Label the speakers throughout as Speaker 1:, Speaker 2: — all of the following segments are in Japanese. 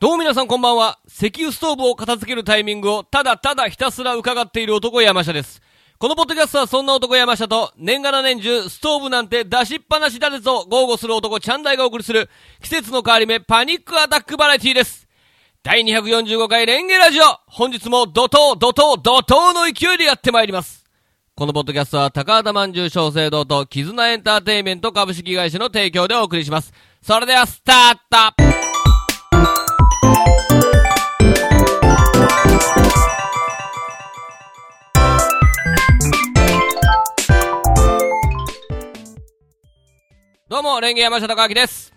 Speaker 1: どうも皆さんこんばんは。石油ストーブを片付けるタイミングをただただひたすら伺っている男山下です。このポッドキャストはそんな男山下と、年がら年中、ストーブなんて出しっぱなしだぜぞ、豪語する男チャンダイがお送りする、季節の変わり目パニックアタックバラエティーです。第245回レンゲラジオ本日も怒涛、怒涛、怒涛の勢いでやってまいります。このポッドキャストは高畑まんじゅう小生堂と絆エンターテインメント株式会社の提供でお送りします。それではスタートどうも、レンゲ山下隆明です。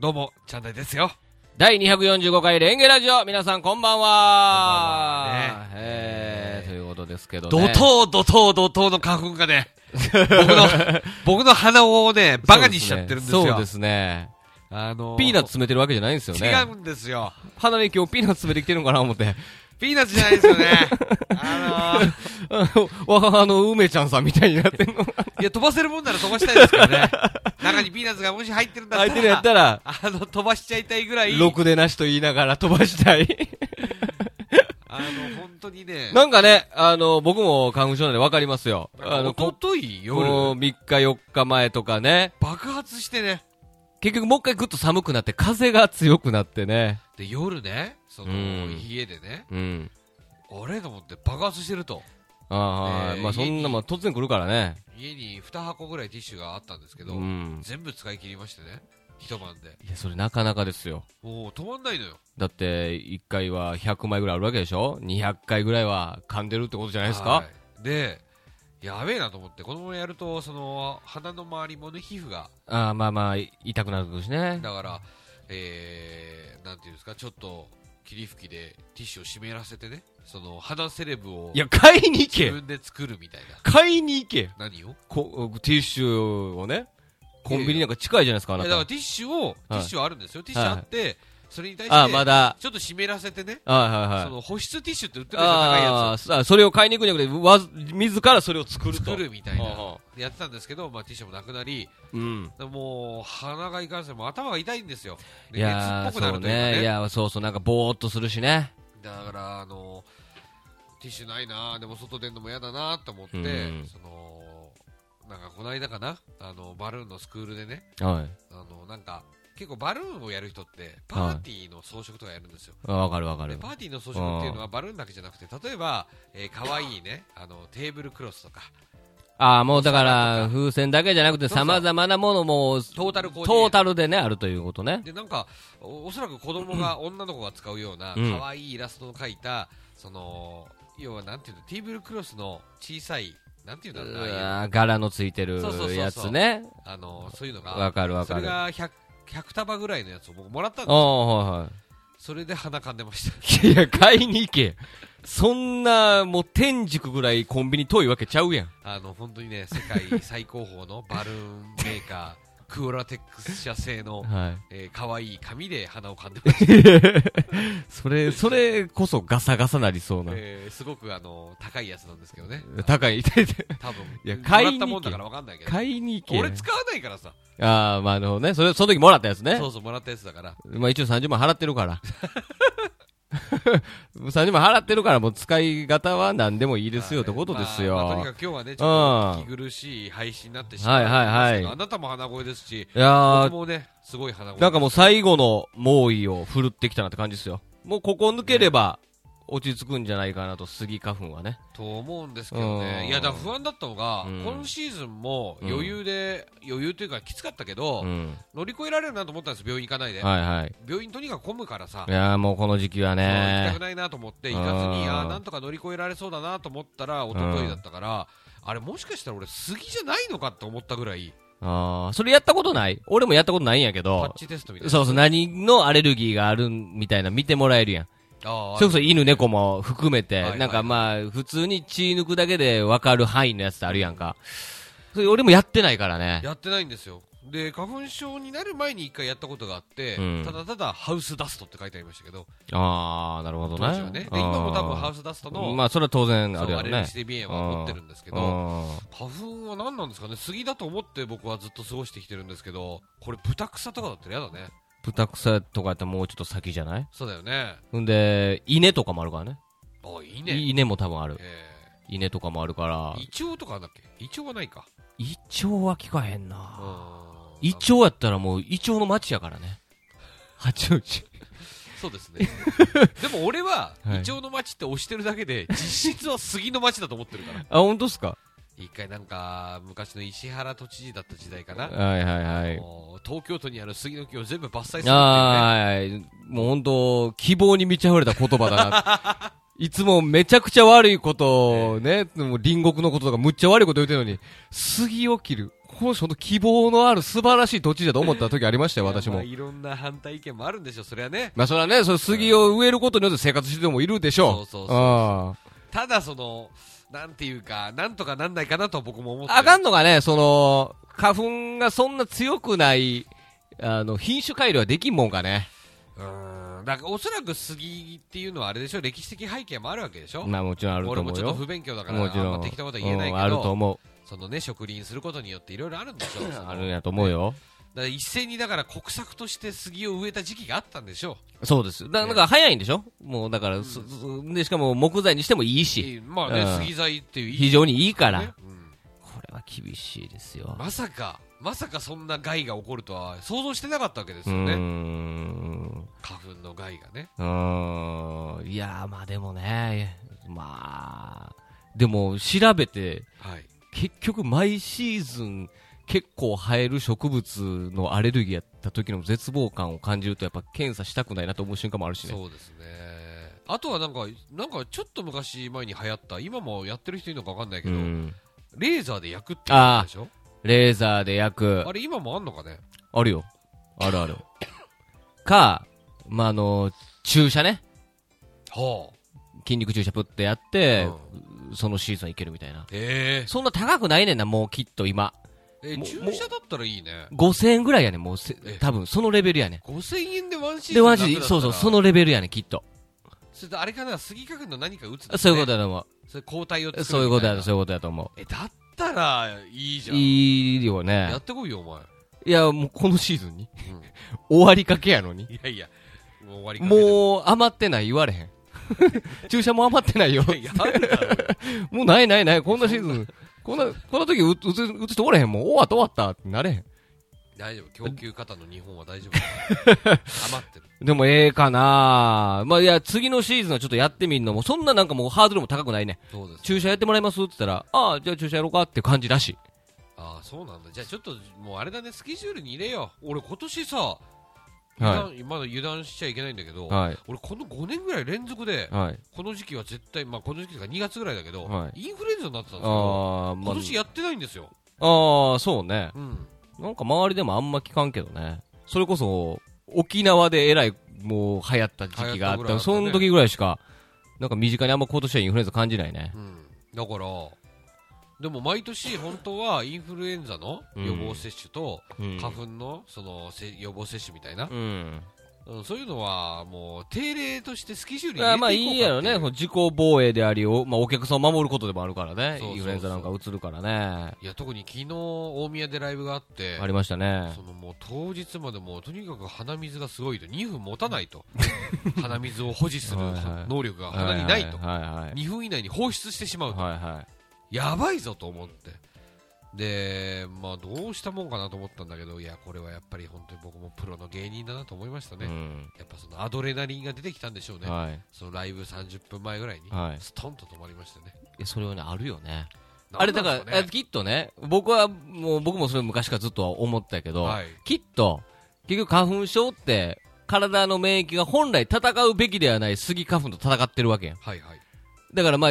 Speaker 2: どうも、チャンダイですよ。
Speaker 1: 第245回レンゲラジオ皆さんこんばんは
Speaker 2: こんばんはね
Speaker 1: えーということですけど
Speaker 2: 怒
Speaker 1: ね
Speaker 2: 涛、怒涛、怒涛の花粉がね、僕の、 僕の鼻をね、バカにしちゃってるんですよ。
Speaker 1: そうですね
Speaker 2: あの
Speaker 1: ピーナッツ詰めてるわけじゃないんですよね
Speaker 2: 違うんですよ。
Speaker 1: 鼻に今日ピーナッツ詰めてきてるのかな思って
Speaker 2: ピーナッツじゃないですよね。あの
Speaker 1: あの わあの梅ちゃんさんみたいになってん の
Speaker 2: いや、飛ばせるもんなら飛ばしたいですけどね。中にピーナッツがもし入ってるんだった
Speaker 1: 相
Speaker 2: ら、
Speaker 1: 手のやったら
Speaker 2: あの、飛ばしちゃいたいぐらい、
Speaker 1: ろくでなしと言いながら飛ばしたい
Speaker 2: あの、本当にね、
Speaker 1: なんかねあの僕も花粉症なんでわかりますよあ
Speaker 2: あの、
Speaker 1: の
Speaker 2: お
Speaker 1: こと
Speaker 2: とい夜、
Speaker 1: こ3日4日前とかね
Speaker 2: 爆発してね、
Speaker 1: 結局もう一回ぐっと寒くなって風が強くなってね
Speaker 2: で、夜ね、その、
Speaker 1: うん
Speaker 2: 家でね、
Speaker 1: うん
Speaker 2: あれと思って爆発してると。
Speaker 1: あーはい
Speaker 2: えー
Speaker 1: まあそんなもん突然来るからね
Speaker 2: 家に2箱ぐらいティッシュがあったんですけど、
Speaker 1: うん
Speaker 2: 全部使い切りましてね一晩で
Speaker 1: いやそれなかなかですよ
Speaker 2: もう止まんないのよ
Speaker 1: だって1回は100枚ぐらいあるわけでしょ200回ぐらいは噛んでるってことじゃないです
Speaker 2: は
Speaker 1: か
Speaker 2: いでやべえなと思ってこのままやるとその鼻の周りもね皮膚が
Speaker 1: ああまあまあ痛くなるしね
Speaker 2: だからえー、なんていうんですかちょっと霧吹きでティッシュを湿らせてねその鼻セレブを
Speaker 1: いや買いに行
Speaker 2: 自
Speaker 1: け
Speaker 2: 分で作るみたい
Speaker 1: 買いに行け
Speaker 2: な何を
Speaker 1: こティッシュをねコンビニなんか近いじゃないですかあ
Speaker 2: い
Speaker 1: な
Speaker 2: やだから
Speaker 1: た
Speaker 2: ティッシュをティッシュあるんですよ、ティッシュあってそれに対して
Speaker 1: ああまだ
Speaker 2: ちょっと湿らせてね、
Speaker 1: はいはい
Speaker 2: そ
Speaker 1: はい
Speaker 2: の保湿ティッシュって売ってるんですよ高いやつ
Speaker 1: あーあそれを買いに行くんじゃなくてわず自らそれを作ると
Speaker 2: 作るみたいな
Speaker 1: ああ
Speaker 2: やってたんですけど、まあ、ティッシュもなくなり
Speaker 1: うん
Speaker 2: もう鼻がいかんせんもう頭が痛いんですよ
Speaker 1: い
Speaker 2: で
Speaker 1: や
Speaker 2: 熱
Speaker 1: ー
Speaker 2: っぽくな
Speaker 1: そ
Speaker 2: る
Speaker 1: う
Speaker 2: というかね
Speaker 1: ねいやそうそうなんかぼーっとするしね
Speaker 2: だからあのティッシュないなでも外出るのも嫌だなと思って、
Speaker 1: うん
Speaker 2: そのなんかこの間かなあのバルーンのスクールでね
Speaker 1: はい
Speaker 2: あのなんか結構バルーンをやる人ってパーティーの装飾とかやるんですよ、
Speaker 1: あわかるわか
Speaker 2: で
Speaker 1: る
Speaker 2: パーティーの装飾っていうのはバルーンだけじゃなくて例えば、えー、かわいいねあのテーブルクロスとか
Speaker 1: ああ、もうだか
Speaker 2: お皿
Speaker 1: ら、風船だけじゃなくて、
Speaker 2: そうそう
Speaker 1: 様々なものも、
Speaker 2: トータルコーディネー
Speaker 1: トー
Speaker 2: ト
Speaker 1: タルでね、あるということね。
Speaker 2: でなんかおおそらく子供が女の子が使うような
Speaker 1: うん
Speaker 2: 可愛いイラストを描いた、その要はなんていうのテーブルクロスの小さいなんていうんだろうなああいう
Speaker 1: あー柄のついてる
Speaker 2: そうそうそうそう
Speaker 1: やつね。
Speaker 2: あのそういうのが
Speaker 1: わかるわ
Speaker 2: そ
Speaker 1: か
Speaker 2: れ
Speaker 1: る。
Speaker 2: が 100, 100束ぐらいのやつを僕もらっ
Speaker 1: あ
Speaker 2: たんですよ
Speaker 1: あ、は
Speaker 2: それで鼻かんでました
Speaker 1: いはい。いや、買いに行け。そんな、もう天竺ぐらいコンビニ遠いわけちゃうやん。
Speaker 2: あの本当にね世界最高峰の バルーンメーカークオラテックス社製の、
Speaker 1: は
Speaker 2: えー、可愛い紙で鼻をかんでました、
Speaker 1: い。それ、それこそガサガサなりそうな。
Speaker 2: えーすごくあの高いやつなんですけどね
Speaker 1: 高い。
Speaker 2: 多分
Speaker 1: いや
Speaker 2: も
Speaker 1: 買いに行け
Speaker 2: らったもんだからわかんないけど
Speaker 1: 買いに行け。
Speaker 2: 俺使わないからさ
Speaker 1: ああ、まあ、あのね、それ、その時もらったやつね。
Speaker 2: そうそうもらったやつだから
Speaker 1: まあ一応30万払ってるから。30万払ってるから、もう使い方は何でもいいですよってことですよ。
Speaker 2: まあまあとにかく今日はねちょっと息苦しい配信になってしまいましたけど
Speaker 1: はいはいはい
Speaker 2: あなたも鼻声ですし
Speaker 1: いや
Speaker 2: 僕もねすごい鼻声
Speaker 1: ー、なんかもう最後の猛威を振るってきたなって感じですよ。もうここ抜ければ、落ち着くんじゃないかなと、スギ花粉はね。
Speaker 2: と思うんですけど
Speaker 1: う
Speaker 2: ね
Speaker 1: ん
Speaker 2: いやだから不安だったのが、
Speaker 1: うん
Speaker 2: 今シーズンも余裕で、余裕というかきつかったけど、
Speaker 1: うん。
Speaker 2: 乗り越えられるなと思ったんです病院行かないで、
Speaker 1: はいはい。
Speaker 2: 病院とにかく混むからさ
Speaker 1: いやーもうこの時期は
Speaker 2: そう行き
Speaker 1: ね
Speaker 2: たく。ないなと思って行かず
Speaker 1: う
Speaker 2: に
Speaker 1: ん
Speaker 2: あーなんとか乗り越えられそうだなと思ったら一昨日だったから、あれもしかしたら俺杉じゃないのかって思ったぐらい
Speaker 1: あーそれやったことない俺もやったことないんやけ
Speaker 2: パッ
Speaker 1: ど。
Speaker 2: チテストみたいな
Speaker 1: そうそう、何のアレルギーがあるみたいな見てもらえるやん。
Speaker 2: あー
Speaker 1: それこそ犬猫も含め
Speaker 2: はいは
Speaker 1: て、
Speaker 2: い
Speaker 1: なんかまあ、普通に血抜くだけで分かる範囲のやつってあるやんか。それ俺もやってないからね。
Speaker 2: やってないんですよで花粉症になる前に一回やったことがあって、
Speaker 1: うん
Speaker 2: ただただハウスダストって書いてありましたけど
Speaker 1: あー、なるほど
Speaker 2: 当
Speaker 1: ね。
Speaker 2: 時はねで
Speaker 1: あー
Speaker 2: 今も多分ハウスダストの、
Speaker 1: まあ、それは当然
Speaker 2: そ
Speaker 1: ある
Speaker 2: う
Speaker 1: や
Speaker 2: ア
Speaker 1: ろ
Speaker 2: レル
Speaker 1: ね
Speaker 2: ギ。ー性鼻炎は持ってるんですけど
Speaker 1: あ
Speaker 2: 花粉は何なんですかね杉だと思って僕はずっと過ごしてきてるんですけどこれ豚草とかだったら嫌だね
Speaker 1: 豚草とかやったらもうちょっと先じゃない
Speaker 2: そうだよね。
Speaker 1: んで、稲とかもあるからね。
Speaker 2: あ、いいね。
Speaker 1: 稲も多分ある。
Speaker 2: え
Speaker 1: 稲とかもあるから
Speaker 2: ー、。イチョウとかあんだっけイチョウはないか。
Speaker 1: イチョウは聞かへんな。
Speaker 2: あー
Speaker 1: イチョウやったらもうイチョウの町やから ね。八王子。
Speaker 2: そうで すね。でも俺は、
Speaker 1: はい
Speaker 2: イチョウの街って押してるだけで、実質は杉の街だと思ってるから。
Speaker 1: あ、本当っすか
Speaker 2: 一回なんか、昔の石原都知事だった時代かな。
Speaker 1: はいはいはい。
Speaker 2: もう東京都にある杉の木を全部伐採するっていうね。
Speaker 1: あーもう本当、希望に満ち溢れた言葉だな。いつもめちゃくちゃ悪いことをね、もう隣国のこととかむっちゃ悪いこと言ってるのに、杉を切る。この人の希望のある素晴らしい土地だと思った時ありましたよ、私
Speaker 2: いやまあ
Speaker 1: も。
Speaker 2: いろんな反対意見もあるんでしょ、それはね。
Speaker 1: まあそれはね、その杉を植えることによって生活してる人もいるでしょう。
Speaker 2: そうそうそう
Speaker 1: あ
Speaker 2: ただその、なんていうか、なんとかなんないかなと僕も思ってる。
Speaker 1: あかんのがね、その、花粉がそんな強くない、あの、品種改良はできんもんかね。
Speaker 2: うーん。だからおそらく杉っていうのはあれでしょ、歴史的背景もあるわけでしょ。
Speaker 1: まあもちろんあると
Speaker 2: 俺
Speaker 1: 思
Speaker 2: も
Speaker 1: う
Speaker 2: ちょっと
Speaker 1: よ。
Speaker 2: 不勉強だから、
Speaker 1: もち
Speaker 2: あん
Speaker 1: ろ
Speaker 2: ま
Speaker 1: ん。
Speaker 2: 適当なことは言えないけ
Speaker 1: う
Speaker 2: ど、
Speaker 1: んあると思う。
Speaker 2: そのね、植林することによっていろいろあるんでしょう。
Speaker 1: あるんやと思うよ。
Speaker 2: だから一斉にだから国策として杉を植えた時期があったんでしょ。
Speaker 1: そうです。だだから早いんでしょもうだから、すすで、しかも木材にしてもいいうし、
Speaker 2: いいまあね、
Speaker 1: うん
Speaker 2: 杉材っていういい
Speaker 1: 非常にいいから。
Speaker 2: ねうん
Speaker 1: これは厳しいですよ。
Speaker 2: まさか、まさかそんな害が起こるとは想像してなかったわけです
Speaker 1: うー
Speaker 2: よね。
Speaker 1: ん。
Speaker 2: 花粉の害がね。
Speaker 1: うーん。いやー、まあでもね、まあ、でも調べて、
Speaker 2: はい。
Speaker 1: 結局毎シーズン結構生える植物のアレルギーやった時の絶望感を感じるとやっぱ検査したくないなと思う瞬間もあるしね。
Speaker 2: そうですね。あとはなんか、なんかちょっと昔前に流行った、今もやってる人いるのかわかんないけ
Speaker 1: う
Speaker 2: ど、
Speaker 1: ん。
Speaker 2: レーザーで焼くっていうのあるでしょ
Speaker 1: レーザーで焼く。
Speaker 2: あれ今もあんのかね
Speaker 1: あるよ。あるある。か、まあ、あの、注射ね。
Speaker 2: はあ。
Speaker 1: 筋肉注射プってやって、
Speaker 2: うん
Speaker 1: そのシーズンいけるみたいな。
Speaker 2: え
Speaker 1: そんな高くないねんな、もうきっと今。
Speaker 2: ええ、
Speaker 1: も
Speaker 2: 注射だったらいいね。
Speaker 1: 5000円ぐらいやねん、もうせ
Speaker 2: ええ
Speaker 1: 多分、そのレベルやね
Speaker 2: 5000円でワンシー
Speaker 1: ん。
Speaker 2: ズ
Speaker 1: で、
Speaker 2: ン
Speaker 1: マ
Speaker 2: 楽だったら
Speaker 1: ジそうそう、そのレベルやねん、きっと。
Speaker 2: それとあれかな、杉花粉の何か打つんだね
Speaker 1: そういうことだと思
Speaker 2: それ抗体を作
Speaker 1: う。
Speaker 2: る
Speaker 1: そういうこと
Speaker 2: みた
Speaker 1: だ、
Speaker 2: な
Speaker 1: そういうことだと思
Speaker 2: え、だったら、いいじ
Speaker 1: う。
Speaker 2: ゃん。
Speaker 1: いいよ
Speaker 2: や
Speaker 1: ね
Speaker 2: っ。てこいよ、お前。
Speaker 1: いや、もうこのシーズンに。 終わりかけやのに。
Speaker 2: いやいや、もう終わりかけて
Speaker 1: もう余ってない言われへ ん。注射も余ってないよ。
Speaker 2: いや、あるだろうよ
Speaker 1: もうないないない、こんなシーズン、こんな、こんな時う、うつ、うつしておれへん、もう、終わった終わったってなれへん。
Speaker 2: 大丈夫、供給方の日本は大丈 夫。余ってる。
Speaker 1: でも、ええかなまあ、いや、次のシーズンはちょっとやってみんのも、そんななんかもうハードルも高くないね。
Speaker 2: そうです。
Speaker 1: 注射やってもらいますって言ったら、ああ、じゃあ注射やろうかっていう感じらしい。
Speaker 2: ああ、そうなんだ。じゃあちょっと、もうあれだね、スケジュールに入れよう。俺今年さ、油断
Speaker 1: は
Speaker 2: まだ油断しちゃいけないんだけど、
Speaker 1: い。はい。
Speaker 2: 俺この5年ぐらい連続で、
Speaker 1: はい。
Speaker 2: この時期は絶対、まあこの時期とか2月ぐらいだけど、
Speaker 1: は
Speaker 2: インフルエンザになってたんですけど、
Speaker 1: ああ、ま
Speaker 2: 今年やってないんですよ。
Speaker 1: あ、ああ、そうね。
Speaker 2: うん。
Speaker 1: なんか周りでもあんま聞かんけどね。それこそ、沖縄でえらい、もう、流行った時期があった。
Speaker 2: 流行ったぐらいあったね
Speaker 1: その時ぐらいしか、なんか身近にあんま今年はインフルエンザ感じないね。
Speaker 2: うん、だから、でも毎年、本当はインフルエンザの予防接種と
Speaker 1: うん
Speaker 2: 花粉のそのせ予防接種みたいな、
Speaker 1: うん。
Speaker 2: うんそういうのはもう定例としてスケジュールに
Speaker 1: あ
Speaker 2: 入れていこうか
Speaker 1: まあいいやろね、そ
Speaker 2: っていう
Speaker 1: の自己防衛でありお、まあ、お客さんを守ることでもあるからね、
Speaker 2: そうそうそう
Speaker 1: インフルエンザなんか移るからね、
Speaker 2: いや特に昨日大宮でライブがあって
Speaker 1: ありましたね、
Speaker 2: そのもう当日までもうとにかく鼻水がすごいと2分持たない と鼻水を保持する
Speaker 1: はいはい
Speaker 2: 能力が鼻にないと
Speaker 1: はいはい
Speaker 2: 2分以内に放出してしまうと
Speaker 1: はい、はいはい、
Speaker 2: やばいぞと思って。で、まあどうしたもんかなと思ったんだけど、いや、これはやっぱり本当に僕もプロの芸人だなと思いましたね。
Speaker 1: うん
Speaker 2: やっぱそのアドレナリンが出てきたんでしょうね。
Speaker 1: はい
Speaker 2: そのライブ30分前ぐらいに、
Speaker 1: はい
Speaker 2: ストンと止まりましたね。
Speaker 1: えそれはね、あるよね、
Speaker 2: な
Speaker 1: あ
Speaker 2: ん
Speaker 1: れ
Speaker 2: な
Speaker 1: だ
Speaker 2: んです
Speaker 1: か
Speaker 2: ね
Speaker 1: ら、あきっとね、僕はもう、僕もそれ昔からずっとは思ったけど、
Speaker 2: はい
Speaker 1: きっと、結局、花粉症って、体の免疫が本来戦うべきではないスギ花粉と戦ってるわけやん。
Speaker 2: はいはい。
Speaker 1: だからまあ、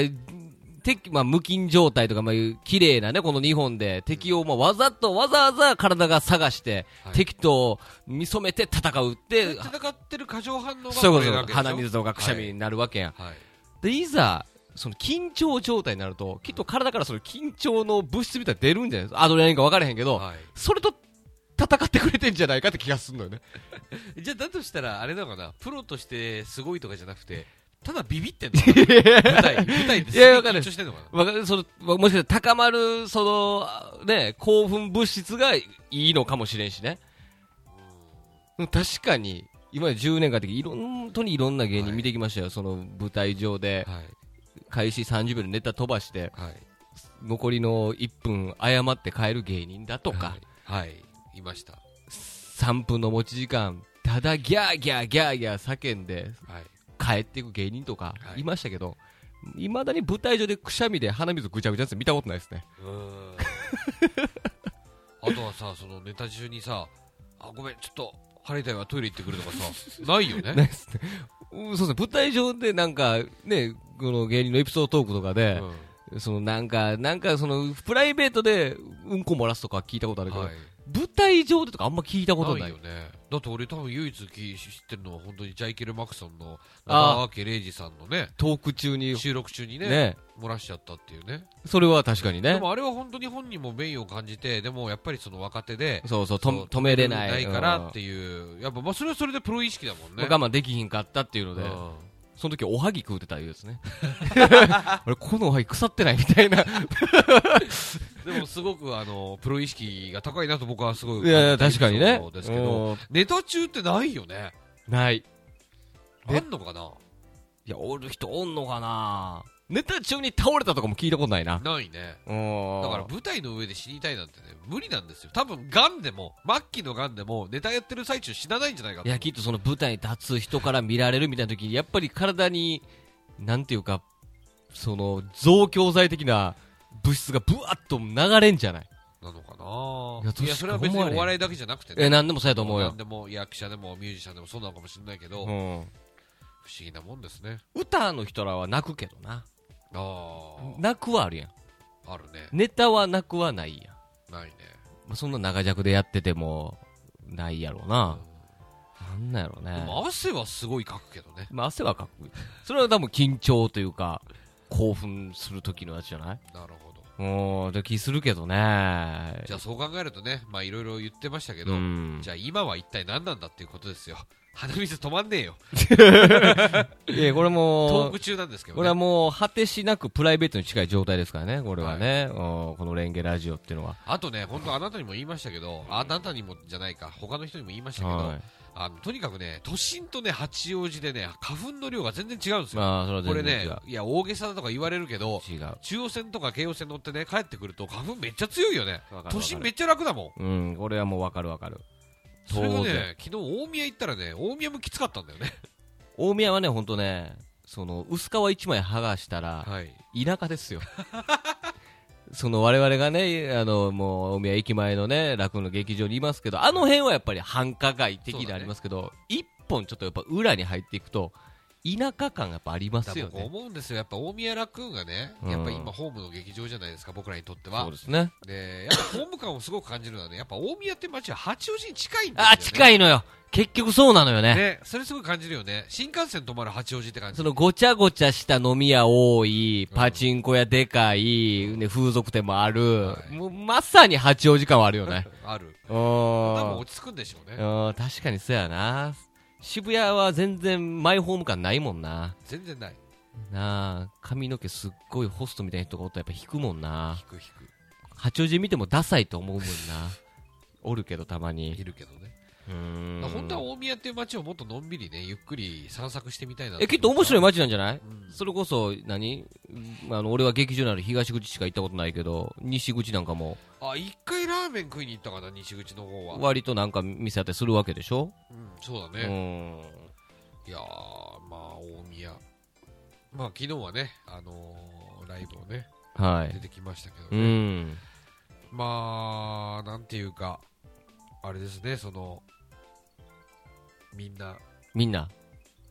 Speaker 1: てまあ、無菌状態とか、まあ、綺麗なね、この日本で敵を、まあ、わざと、わざわざ体が探して、
Speaker 2: はい
Speaker 1: 敵と見染めて戦うって、
Speaker 2: 戦ってる過剰反応が
Speaker 1: そういうこと
Speaker 2: れな
Speaker 1: だ
Speaker 2: わけでしょ
Speaker 1: 鼻水とかくしゃみになるわけやん。
Speaker 2: はい。
Speaker 1: で、いざ、その緊張状態になると、きっと体からその緊張の物質みたいなの出るんじゃないですか。アドレナリンか分からへんけど、
Speaker 2: はい
Speaker 1: それと戦ってくれてんじゃないかって気がするのよね。
Speaker 2: じゃあだとしたら、あれなのかな、プロとしてすごいとかじゃなくて、ただビビってんの舞 台、舞台です
Speaker 1: いや
Speaker 2: ごい
Speaker 1: わかる
Speaker 2: 緊張してんのかな
Speaker 1: わかそのわもしかしたら高まる、その、あね、興奮物質がいいのかもしれんしね。確かに、今まで10年間的にいろん、本当にいろんな芸人見てきましたよ。その舞台上で、
Speaker 2: はい
Speaker 1: 開始30秒でネタ飛ばして、
Speaker 2: はい
Speaker 1: 残りの1分謝って帰る芸人だとか、
Speaker 2: はい、はいいました
Speaker 1: 3分の持ち時間、ただギャーギャーギャーギャー叫んで
Speaker 2: は
Speaker 1: 帰
Speaker 2: い
Speaker 1: っていく芸人とか
Speaker 2: はい
Speaker 1: いましたけど、いまだに舞台上でくしゃみで鼻水ぐちゃぐちゃって見たことないですね。
Speaker 2: うーんあとはさそのネタ中にさあごめんちょっと晴れたいわトイレ行ってくるとかさないよね
Speaker 1: ないですね。うんそうですね。舞台上でなんかね、この芸人のエピソードトークとかで、
Speaker 2: うん
Speaker 1: そのなんか、なんかそのプライベートでうんこ漏らすとか聞いたことあるけど、
Speaker 2: はい
Speaker 1: 舞台上でとかあんま聞いたことない。
Speaker 2: ないよねだって俺多分唯一き知ってるのは本当にジャイケル・マクソンの
Speaker 1: あー
Speaker 2: 中川家礼二さんのね
Speaker 1: トーク中に、
Speaker 2: 収録中にね
Speaker 1: ね
Speaker 2: 漏らしちゃったっていうね
Speaker 1: それは確かに
Speaker 2: で
Speaker 1: ね。
Speaker 2: もあれは本当に本人も名誉を感じてでもやっぱりその若手で
Speaker 1: そうそう、
Speaker 2: そ
Speaker 1: と
Speaker 2: う
Speaker 1: 止めれない。
Speaker 2: からっていうやっぱまあそれはそれでプロ意識だもん
Speaker 1: うん
Speaker 2: ね
Speaker 1: 我慢できひんかったっていうので、
Speaker 2: うん
Speaker 1: その時おはぎ食うてたいうです ね。俺、このおはぎ腐ってないみたいな。
Speaker 2: でもすごくあのプロ意識が高いなと僕はすごい
Speaker 1: いやいや、確かにね
Speaker 2: そう。ですけどネタ中ってないよね
Speaker 1: うんない。い
Speaker 2: あ
Speaker 1: で
Speaker 2: んのかな
Speaker 1: や、おる人おんのかなネタ中に倒れたとかも聞いたことないな。
Speaker 2: ないね
Speaker 1: うん
Speaker 2: だから舞台の上で死にたいなんてね無理なんですよ多分ガンでも末期のガンでもネタやってる最中死なないんじゃないかと
Speaker 1: いや、きっとその舞台に立つ人から見られるみたいな時に、やっぱり体に、なんていうか、その、増強剤的な物質がブワッと流れんじゃない
Speaker 2: なのか
Speaker 1: いや
Speaker 2: ないやそれは別
Speaker 1: 確か
Speaker 2: に
Speaker 1: に思われん
Speaker 2: お笑いだけじゃなくて
Speaker 1: え、
Speaker 2: ね
Speaker 1: なんでもそうやと思う
Speaker 2: 何
Speaker 1: よ。
Speaker 2: でも役者でもミュージシャンでもそうなのかもしれないけど、
Speaker 1: う
Speaker 2: 不思
Speaker 1: ん。
Speaker 2: 議なもんですね
Speaker 1: 歌の人らは泣くけどな。
Speaker 2: あ
Speaker 1: 泣くはあるやん。
Speaker 2: ああるね
Speaker 1: ネタは泣くはないやん。
Speaker 2: ないね
Speaker 1: まあ、そんな長尺でやってても、ないやろうな。なんなんやろう
Speaker 2: で
Speaker 1: ね。
Speaker 2: も汗はすごいかくけどね
Speaker 1: まあ、汗はかく。それは多分緊張というか、興奮する時のやつじゃない
Speaker 2: なるほど
Speaker 1: うん、で気するけどね。
Speaker 2: じゃあそう考えるとねまあいろいろ言ってましたけど、
Speaker 1: うん
Speaker 2: じゃあ今は一体何なんだっていうことですよ鼻水止まんねえよ
Speaker 1: いや、これ
Speaker 2: トー
Speaker 1: も
Speaker 2: ク、中なんですけど
Speaker 1: こ
Speaker 2: ね
Speaker 1: れはもう果てしなくプライベートに近い状態ですからね、これはね、うんこのレンゲラジオっていうのは。
Speaker 2: あとね、本当あなたにも言いましたけど、あなたにもじゃないか、他の人にも言いましたけど、
Speaker 1: は
Speaker 2: あのとにかくね、都心とね、八王子でね、花粉の量が全然違うんです
Speaker 1: い。
Speaker 2: よ。
Speaker 1: まあ、それは
Speaker 2: これ
Speaker 1: 全然違
Speaker 2: ね
Speaker 1: う。、
Speaker 2: いや、大げさだとか言われるけど、
Speaker 1: 違う。
Speaker 2: 中央線とか京王線乗ってね、帰ってくると花粉めっちゃ強いよね
Speaker 1: わかるわ。かる
Speaker 2: 都心めっちゃ楽だもん。
Speaker 1: うん、これはもうわかるわかる。
Speaker 2: それが
Speaker 1: 当然
Speaker 2: ね、昨日大宮行ったらね、大宮もきつかったんだよね。
Speaker 1: 大宮はね、ほんとね、その、薄皮一枚剥がしたら、
Speaker 2: はい。
Speaker 1: 田舎ですよ。その我々がね、あの、もう、大宮駅前のね、楽の劇場にいますけど、あの辺はやっぱり繁華街的でありますけど、一本ちょっとやっぱ裏に入っていくと、田舎感がやっぱありますよ
Speaker 2: 僕
Speaker 1: ね。
Speaker 2: 思うんですよ。やっぱ大宮ラクーンがね、
Speaker 1: うん
Speaker 2: やっぱ今ホームの劇場じゃないですか、僕らにとって
Speaker 1: そ
Speaker 2: は
Speaker 1: うで。すね。
Speaker 2: で、やっぱホーム感をすごく感じるのはね、やっぱ大宮って街は八王子に近いんですよ、ね。
Speaker 1: あ、近いのよ。結局そうなのよね。
Speaker 2: ね、それすごい感じるよね。新幹線止まる八王子って感じ。
Speaker 1: そのごちゃごちゃした飲み屋多い、パチンコ屋でかい、ね、風俗店もある、
Speaker 2: はい
Speaker 1: もうまさに八王子感はあるよね。
Speaker 2: ある。
Speaker 1: う
Speaker 2: 多分
Speaker 1: ん。
Speaker 2: 落ち着くんでしょうね。
Speaker 1: うん確かにそうやな。渋谷は全然マイホーム感ないもんな。
Speaker 2: 全然ない。
Speaker 1: なあ、髪の毛すっごいホストみたいな人がおったらやっぱ引くもんな
Speaker 2: 引。く引く。
Speaker 1: 八王子見てもダサいと思うもんな。おるけどたまに。
Speaker 2: いるけどね。
Speaker 1: うーん。
Speaker 2: 本当は大宮っていう街をもっとのんびりね、ゆっくり散策してみたいな。
Speaker 1: え、きっと面白い
Speaker 2: 街。
Speaker 1: 街なんじゃない
Speaker 2: うん
Speaker 1: それこそ何、あの、俺は劇場のある東口しか行ったことないけど、西口なんかも、
Speaker 2: あ、一回ラーメン食いに行ったかな、西口の方は。
Speaker 1: 割となんか店あったりするわけでしょ
Speaker 2: うん、そうだ
Speaker 1: う
Speaker 2: ね。
Speaker 1: ん。
Speaker 2: いやー、まあ、大宮。まあ、昨日はね、あのーライブをね、
Speaker 1: は
Speaker 2: 出
Speaker 1: い。
Speaker 2: てきましたけど
Speaker 1: う
Speaker 2: ね。
Speaker 1: ん。
Speaker 2: まあ、なんていうか、あれですね、その、みんな、
Speaker 1: みんな。